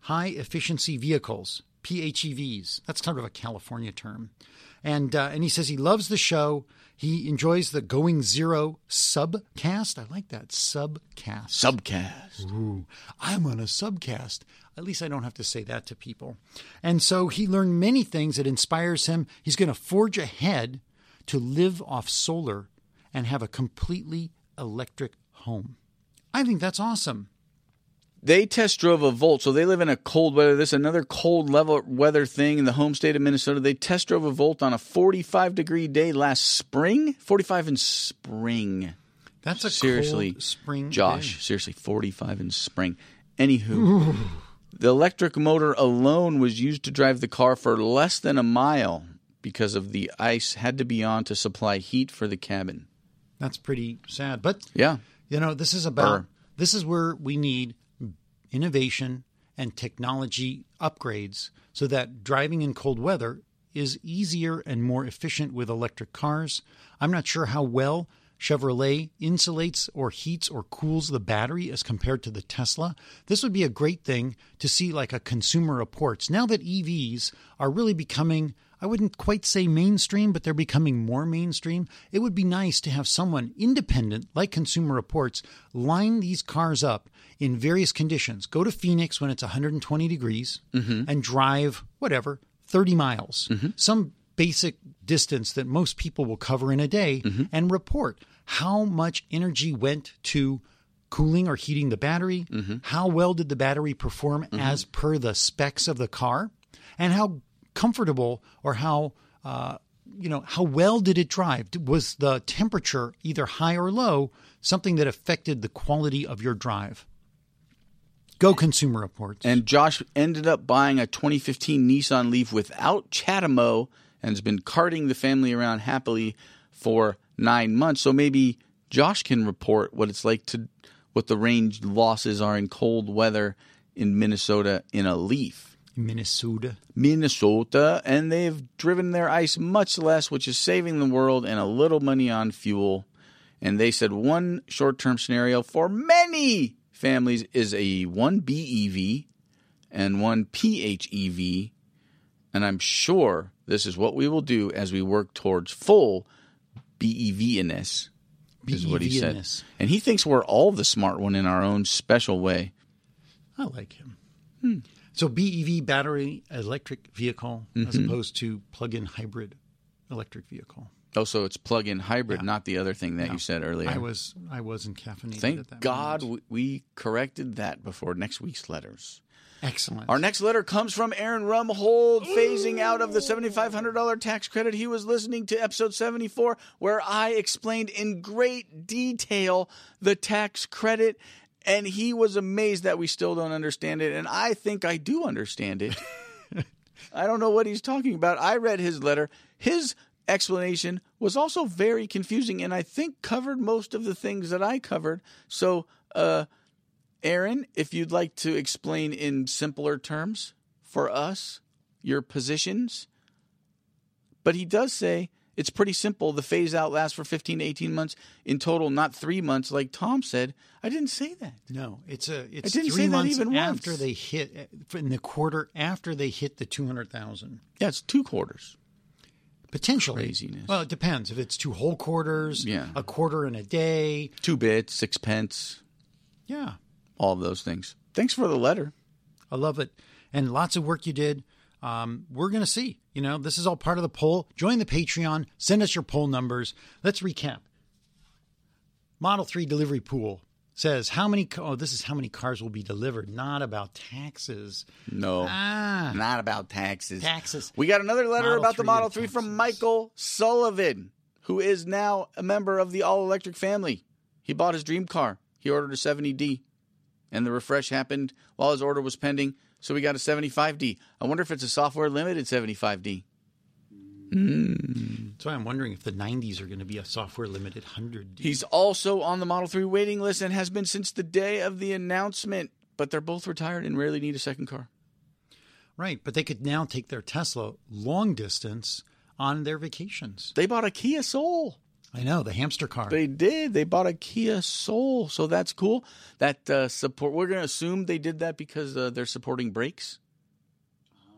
D: high efficiency vehicles PHEVs. That's kind of a California term, and uh, and he says he loves the show. He enjoys the Going Zero subcast. I like that subcast.
B: Subcast.
D: Ooh, I'm on a subcast. At least I don't have to say that to people. And so he learned many things that inspires him. He's going to forge ahead to live off solar and have a completely electric home. I think that's awesome.
B: They test drove a Volt, so they live in a cold weather. This is another cold level weather thing in the home state of Minnesota. They test drove a Volt on a 45 degree day last spring. 45 in spring.
D: That's a
B: seriously
D: cold spring
B: Josh,
D: day.
B: seriously, forty-five in spring. Anywho, the electric motor alone was used to drive the car for less than a mile because of the ice had to be on to supply heat for the cabin.
D: That's pretty sad, but
B: Yeah,
D: you know this is about
B: Burr.
D: this is where we need innovation and technology upgrades so that driving in cold weather is easier and more efficient with electric cars. I'm not sure how well Chevrolet insulates or heats or cools the battery as compared to the Tesla. This would be a great thing to see like a consumer reports. Now that EVs are really becoming I wouldn't quite say mainstream, but they're becoming more mainstream. It would be nice to have someone independent, like Consumer Reports, line these cars up in various conditions. Go to Phoenix when it's 120 degrees and drive, whatever, 30 miles, some basic distance that most people will cover in a day, and report how much energy went to cooling or heating the battery, how well did the battery perform as per the specs of the car, and how comfortable or how uh, you know how well did it drive? Was the temperature either high or low something that affected the quality of your drive? Go Consumer Reports.
B: and Josh ended up buying a 2015 Nissan Leaf without Chatamo and has been carting the family around happily for nine months. So maybe Josh can report what it's like to what the range losses are in cold weather in Minnesota in a Leaf.
D: Minnesota.
B: Minnesota, and they've driven their ice much less, which is saving the world and a little money on fuel. And they said one short term scenario for many families is a one BEV and one PHEV. And I'm sure this is what we will do as we work towards full BEVness, is what he said.
D: BEVness.
B: And he thinks we're all the smart one in our own special way.
D: I like him.
B: Hmm.
D: So BEV battery electric vehicle
B: Mm-hmm.
D: as opposed to plug-in hybrid electric vehicle.
B: Oh, so it's plug in hybrid, not the other thing that you said earlier.
D: I was I was encaffeinated. at
B: Thank
D: that
B: God
D: moment.
B: we we corrected that before next week's letters.
D: Excellent.
B: Our next letter comes from Aaron Rumhold, phasing out of the $7,500 tax credit. He was listening to episode 74, where I explained in great detail the tax credit, and he was amazed that we still don't understand it. And I think I do understand it. I don't know what he's talking about. I read his letter. His explanation was also very confusing and I think covered most of the things that I covered. So, uh, Aaron, if you'd like to explain in simpler terms for us your positions. But he does say it's pretty simple. The phase out lasts for 15 to 18 months in total, not three months, like Tom said. I didn't say that.
D: No, it's a it's
B: didn't
D: three
B: say that
D: months
B: even once.
D: after they hit eh, in the quarter after they hit the two hundred thousand
B: Yeah, it's two quarters.
D: potentially.
B: Craziness.
D: Well, it depends if it's two whole quarters,
B: Yeah.
D: a quarter and a day.
B: Two bits, sixpence,
D: Yeah,
B: all of those things. Thanks for the letter.
D: I love it, and lots of work you did. Um, we're gonna see. You know, this is all part of the poll. Join the Patreon. Send us your poll numbers. Let's recap. Model three delivery pool. says how many. ca- Oh, this is how many cars will be delivered. Not about taxes.
B: No.
D: Ah.
B: Not about taxes.
D: Taxes.
B: We got another letter
D: Model
B: about the
D: 3
B: Model
D: and
B: 3 from
D: taxes.
B: Michael Sullivan, who is now a member of the all electric family. He bought his dream car. He ordered a 70D, and the refresh happened while his order was pending. So we got a 75D. I wonder if it's a software limited 75D. Hmm.
D: That's why I'm wondering if the 90s are going to be a software limited 100.
B: He's also on the Model 3 waiting list and has been since the day of the announcement, but they're both retired and rarely need a second car.
D: Right, but they could now take their Tesla long distance on their vacations.
B: They bought a Kia Soul.
D: I know, the hamster car.
B: They did. They bought a Kia Soul, so that's cool. That uh, support. We're going to assume they did that because uh, they're supporting brakes.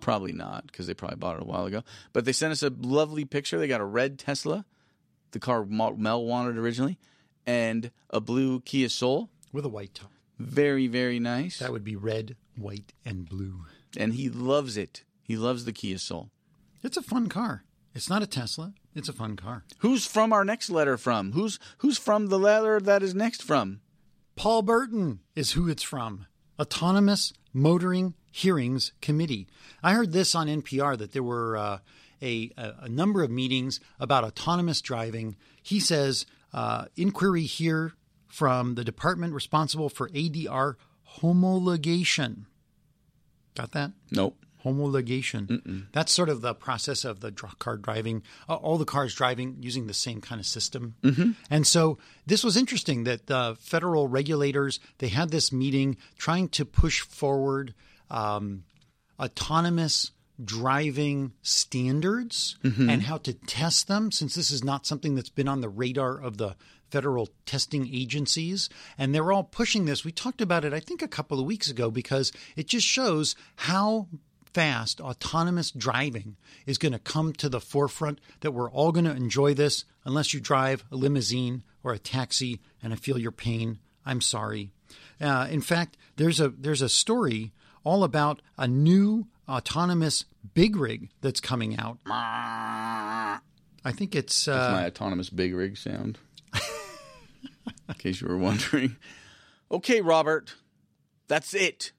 B: Probably not, because they probably bought it a while ago. But they sent us a lovely picture. They got a red Tesla, the car Ma- Mel wanted originally, and a blue Kia Soul.
D: with a white top.
B: Very, very nice.
D: That would be red, white, and blue.
B: and he loves it. He loves the Kia Soul.
D: It's a fun car. It's not a Tesla. It's a fun car.
B: Who's from our next letter from? Who's who's from the letter that is next from?
D: Paul Burton is who it's from. Autonomous Motoring Hearings Committee. I heard this on NPR that there were uh, a, a a number of meetings about autonomous driving. He says uh, inquiry here from the department responsible for ADR homologation. Got that?
B: Nope.
D: homologation. That's sort of the process of the dr- car driving, uh, all the cars driving using the same kind of system. And so this was interesting that the federal regulators they had this meeting trying to push forward um, autonomous driving standards and how to test them since this is not something that's been on the radar of the federal testing agencies and they're all pushing this we talked about it i think a couple of weeks ago because it just shows how fast autonomous driving is going to come to the forefront that we're all going to enjoy this unless you drive a limousine or a taxi and i feel your pain i'm sorry uh, in fact there's a there's a story all about a new autonomous big rig that's coming out i think it's
B: That's
D: uh,
B: my autonomous big rig sound. In case you were wondering. Okay, Robert. That's it.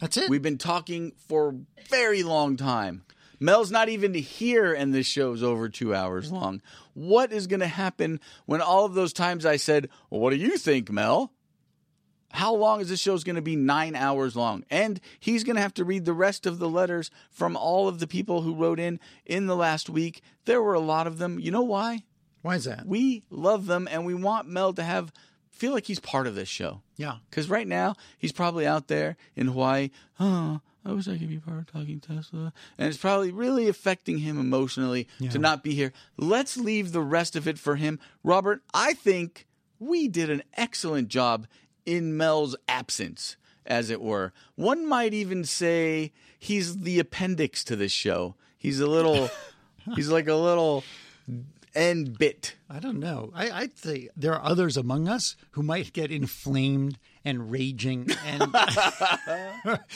D: that's it
B: We've been talking for a very long time. Mel's not even here, and this show's over two hours long. What is going to happen when all of those times I said, well, What do you think, Mel? How long is this show's going to be? Nine hours long. And he's going to have to read the rest of the letters from all of the people who wrote in in the last week. There were a lot of them. You know why?
D: why is that
B: we love them and we want Mel to have feel like he's part of this show.
D: yeah
B: Because right now he's probably out there in Hawaii. Oh, I wish I could be part of Talking Tesla, and it's probably really affecting him emotionally to not be here. Let's leave the rest of it for him, Robert. I think we did an excellent job in Mel's absence, as it were. One might even say he's the appendix to this show. He's a little, he's like a little end bit.
D: I don't know. I, I'd say there are others among us who might get inflamed and raging and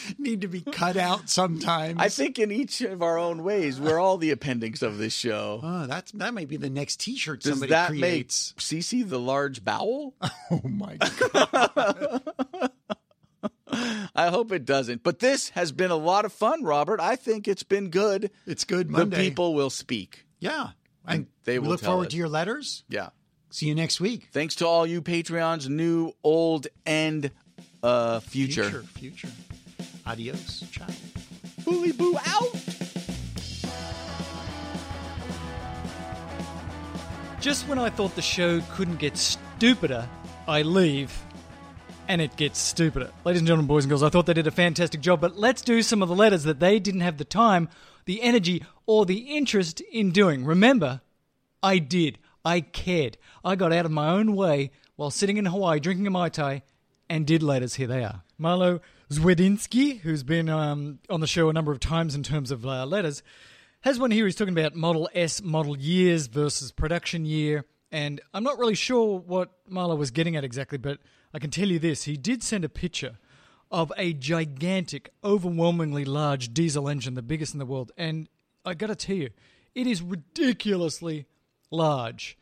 D: need to be cut out sometimes.
B: I think in each of our own ways, we're all the appendix of this show.
D: oh, that's that might be the next T-shirt
B: Does
D: somebody
B: that
D: creates.
B: make Cece the large bowel?
D: oh my god!
B: I hope it doesn't. But this has been a lot of fun, Robert. I think it's been good.
D: It's good
B: The
D: Monday.
B: people will speak.
D: yeah, and
B: they
D: we
B: will
D: look
B: tell
D: forward
B: us.
D: to your letters.
B: Yeah.
D: See you next week.
B: Thanks to all you Patreons, new, old, and uh, future.
D: future, future. Adios, ciao.
B: Booly boo out.
G: Just when I thought the show couldn't get stupider, I leave and it gets stupider. Ladies and gentlemen, boys and girls, I thought they did a fantastic job, but let's do some of the letters that they didn't have the time, the energy, or the interest in doing. Remember, I did. I cared. I got out of my own way while sitting in Hawaii drinking a Mai Tai and did letters. Here they are. Marlo Zwedinsky, who's been um, on the show a number of times in terms of uh, letters, has one here. He's talking about Model S model years versus production year. And I'm not really sure what Marlo was getting at exactly, but I can tell you this. He did send a picture of a gigantic, overwhelmingly large diesel engine, the biggest in the world. And I gotta tell you, it is ridiculously large.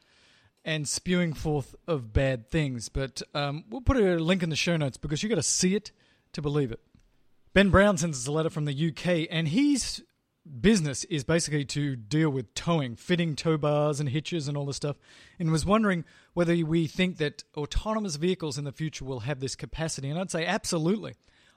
G: and spewing forth of bad things. But um, we'll put a link in the show notes because you got to see it to believe it. Ben Brown sends us a letter from the UK, and his business is basically to deal with towing, fitting tow bars and hitches and all this stuff, and was wondering whether we think that autonomous vehicles in the future will have this capacity. And I'd say absolutely.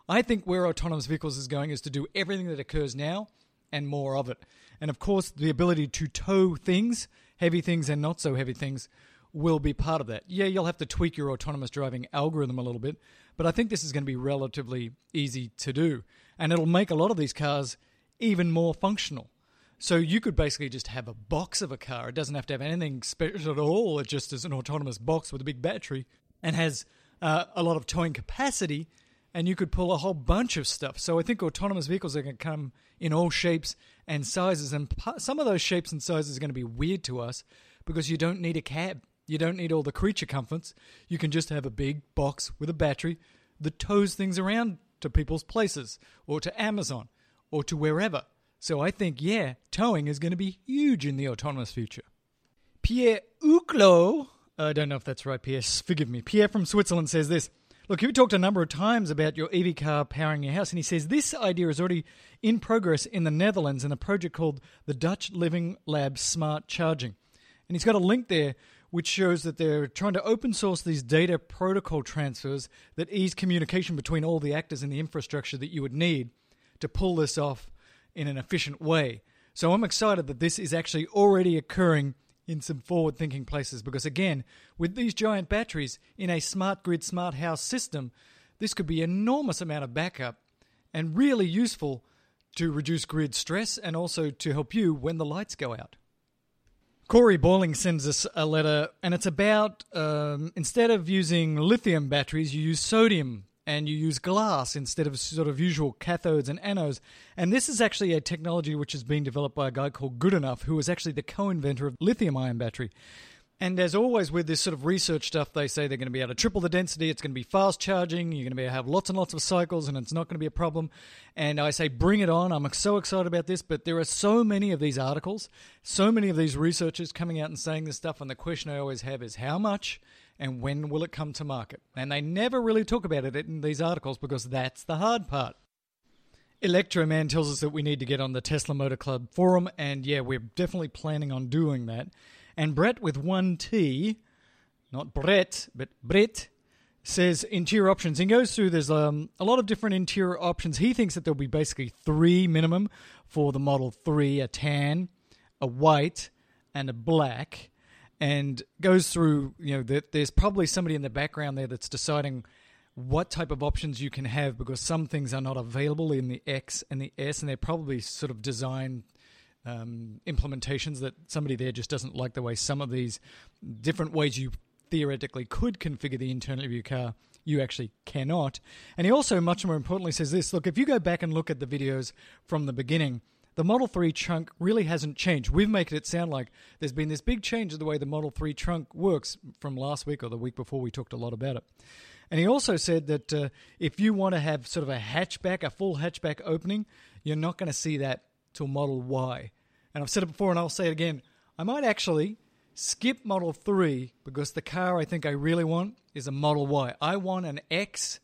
G: I think where autonomous vehicles is going is to do everything that occurs now and more of it. And of course, the ability to tow things, heavy things and not so heavy things, will be part of that. Yeah, you'll have to tweak your autonomous driving algorithm a little bit, but I think this is going to be relatively easy to do. And it'll make a lot of these cars even more functional. So you could basically just have a box of a car. It doesn't have to have anything special at all. It just is an autonomous box with a big battery and has uh, a lot of towing capacity, and you could pull a whole bunch of stuff. So I think autonomous vehicles are going to come in all shapes and sizes, and pa- some of those shapes and sizes are going to be weird to us because you don't need a cab. You don't need all the creature comforts. You can just have a big box with a battery that tows things around to people's places or to Amazon or to wherever. So I think, yeah, towing is going to be huge in the autonomous future. Pierre Uclo, I don't know if that's right, Pierre, s- forgive me. Pierre from Switzerland says this Look, you've talked a number of times about your EV car powering your house, and he says this idea is already in progress in the Netherlands in a project called the Dutch Living Lab Smart Charging. And he's got a link there which shows that they're trying to open source these data protocol transfers that ease communication between all the actors in the infrastructure that you would need to pull this off in an efficient way. So I'm excited that this is actually already occurring in some forward thinking places because, again, with these giant batteries in a smart grid, smart house system, this could be enormous amount of backup and really useful to reduce grid stress and also to help you when the lights go out. Corey Boiling sends us a letter, and it's about um, instead of using lithium batteries, you use sodium and you use glass instead of sort of usual cathodes and anodes. And this is actually a technology which is being developed by a guy called Goodenough, who is actually the co inventor of lithium ion battery. And as always with this sort of research stuff, they say they're going to be able to triple the density. It's going to be fast charging. You're going to be able to have lots and lots of cycles, and it's not going to be a problem. And I say, bring it on. I'm so excited about this. But there are so many of these articles, so many of these researchers coming out and saying this stuff. And the question I always have is, how much and when will it come to market? And they never really talk about it in these articles because that's the hard part. Electro Man tells us that we need to get on the Tesla Motor Club forum, and yeah, we're definitely planning on doing that. And Brett with one T, not Brett, but Brett, says interior options. He goes through there's um, a lot of different interior options. He thinks that there'll be basically three minimum for the Model 3 a tan, a white, and a black. And goes through, you know, that there's probably somebody in the background there that's deciding what type of options you can have because some things are not available in the X and the S, and they're probably sort of design um, implementations that somebody there just doesn't like the way some of these different ways you theoretically could configure the internal of your car, you actually cannot. And he also, much more importantly, says this look, if you go back and look at the videos from the beginning, the Model 3 trunk really hasn't changed. We've made it sound like there's been this big change in the way the Model 3 trunk works from last week or the week before. We talked a lot about it. And he also said that uh, if you want to have sort of a hatchback, a full hatchback opening, you're not going to see that till Model Y. And I've said it before and I'll say it again. I might actually skip Model 3 because the car I think I really want is a Model Y. I want an X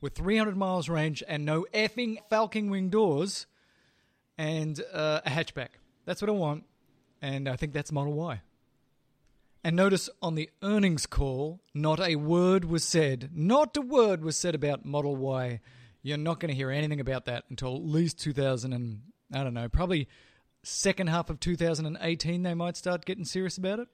G: with 300 miles range and no effing falcon wing doors and uh, a hatchback. That's what I want. And I think that's Model Y. And notice on the earnings call, not a word was said. Not a word was said about Model Y. You're not going to hear anything about that until at least 2000 and I don't know, probably second half of 2018 they might start getting serious about it.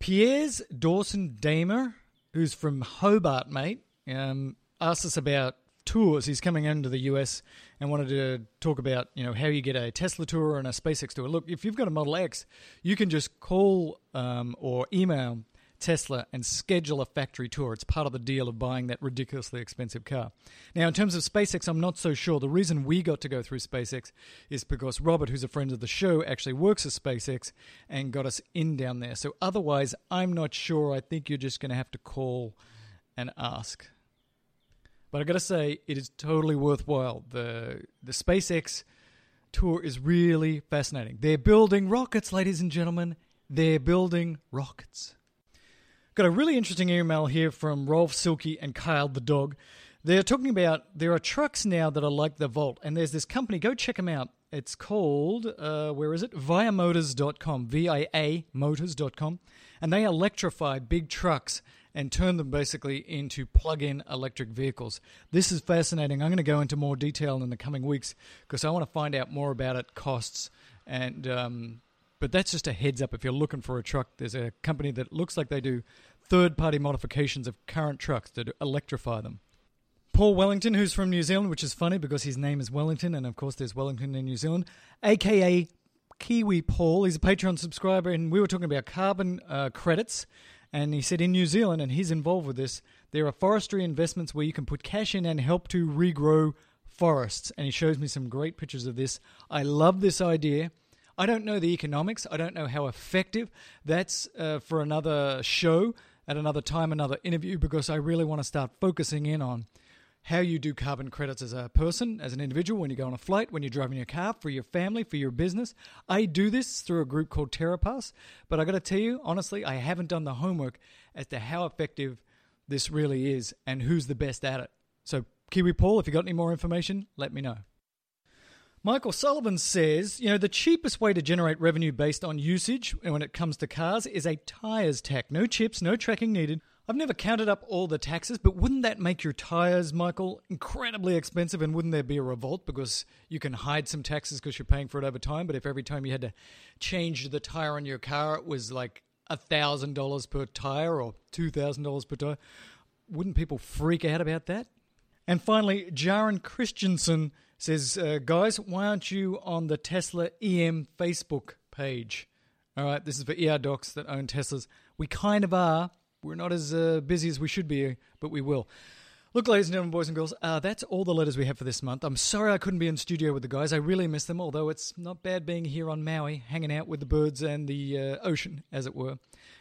G: Piers Dawson Damer, who's from Hobart, mate, um, asked us about tours. He's coming into the US and wanted to talk about you know how you get a Tesla tour and a SpaceX tour. Look, if you've got a Model X, you can just call um, or email Tesla and schedule a factory tour. It's part of the deal of buying that ridiculously expensive car. Now, in terms of SpaceX, I'm not so sure. The reason we got to go through SpaceX is because Robert, who's a friend of the show, actually works at SpaceX and got us in down there. So otherwise, I'm not sure. I think you're just going to have to call and ask. But I got to say, it is totally worthwhile. The the SpaceX tour is really fascinating. They're building rockets, ladies and gentlemen. They're building rockets. Got a really interesting email here from Rolf Silky and Kyle the dog. They're talking about there are trucks now that are like the Volt, and there's this company. Go check them out. It's called, uh, where is it? Viamotors.com, V I A Motors.com. And they electrify big trucks and turn them basically into plug in electric vehicles. This is fascinating. I'm going to go into more detail in the coming weeks because I want to find out more about it, costs, and um, but that's just a heads up. If you're looking for a truck, there's a company that looks like they do third party modifications of current trucks that electrify them. Paul Wellington, who's from New Zealand, which is funny because his name is Wellington, and of course there's Wellington in New Zealand, aka Kiwi Paul. He's a Patreon subscriber, and we were talking about carbon uh, credits. And he said in New Zealand, and he's involved with this, there are forestry investments where you can put cash in and help to regrow forests. And he shows me some great pictures of this. I love this idea. I don't know the economics. I don't know how effective. That's uh, for another show at another time, another interview, because I really want to start focusing in on how you do carbon credits as a person, as an individual, when you go on a flight, when you're driving your car, for your family, for your business. I do this through a group called TerraPass, but I got to tell you, honestly, I haven't done the homework as to how effective this really is and who's the best at it. So, Kiwi Paul, if you got any more information, let me know. Michael Sullivan says, you know, the cheapest way to generate revenue based on usage when it comes to cars is a tires tax. No chips, no tracking needed. I've never counted up all the taxes, but wouldn't that make your tires, Michael, incredibly expensive? And wouldn't there be a revolt because you can hide some taxes because you're paying for it over time? But if every time you had to change the tire on your car, it was like $1,000 per tire or $2,000 per tire, wouldn't people freak out about that? And finally, Jaron Christensen says, uh, guys, why aren't you on the Tesla EM Facebook page? All right, this is for ER docs that own Teslas. We kind of are. We're not as uh, busy as we should be, but we will. Look, ladies and gentlemen, boys and girls, uh, that's all the letters we have for this month. I'm sorry I couldn't be in studio with the guys. I really miss them, although it's not bad being here on Maui, hanging out with the birds and the uh, ocean, as it were.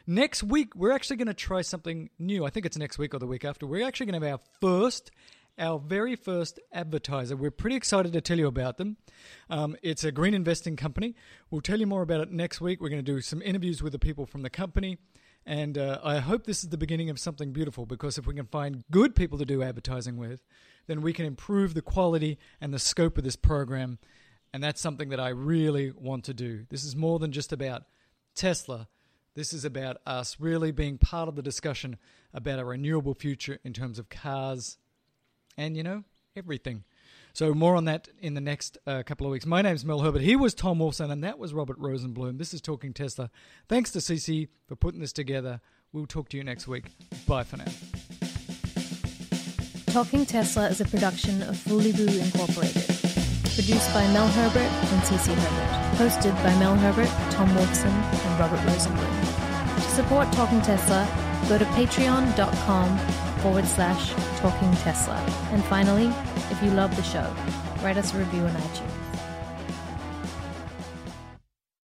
G: Next week, we're actually going to try something new. I think it's next week or the week after. We're actually going to have our first our very first advertiser. We're pretty excited to tell you about them. Um, it's a green investing company. We'll tell you more about it next week. We're going to do some interviews with the people from the company. And uh, I hope this is the beginning of something beautiful because if we can find good people to do advertising with, then we can improve the quality and the scope of this program. And that's something that I really want to do. This is more than just about Tesla. This is about us really being part of the discussion about a renewable future in terms of cars and you know everything. So more on that in the next uh, couple of weeks. My name's Mel Herbert. He was Tom Wilson, and that was Robert Rosenblum. This is Talking Tesla. Thanks to CC for putting this together. We'll talk to you next week. Bye for now.
I: Talking Tesla is a production of Foolyboo Incorporated. Produced by Mel Herbert and CC Herbert. Hosted by Mel Herbert, Tom Wilson, and Robert Rosenblum. To support Talking Tesla, go to patreon.com forward slash talking Tesla. And finally, if you love the show, write us a review on iTunes.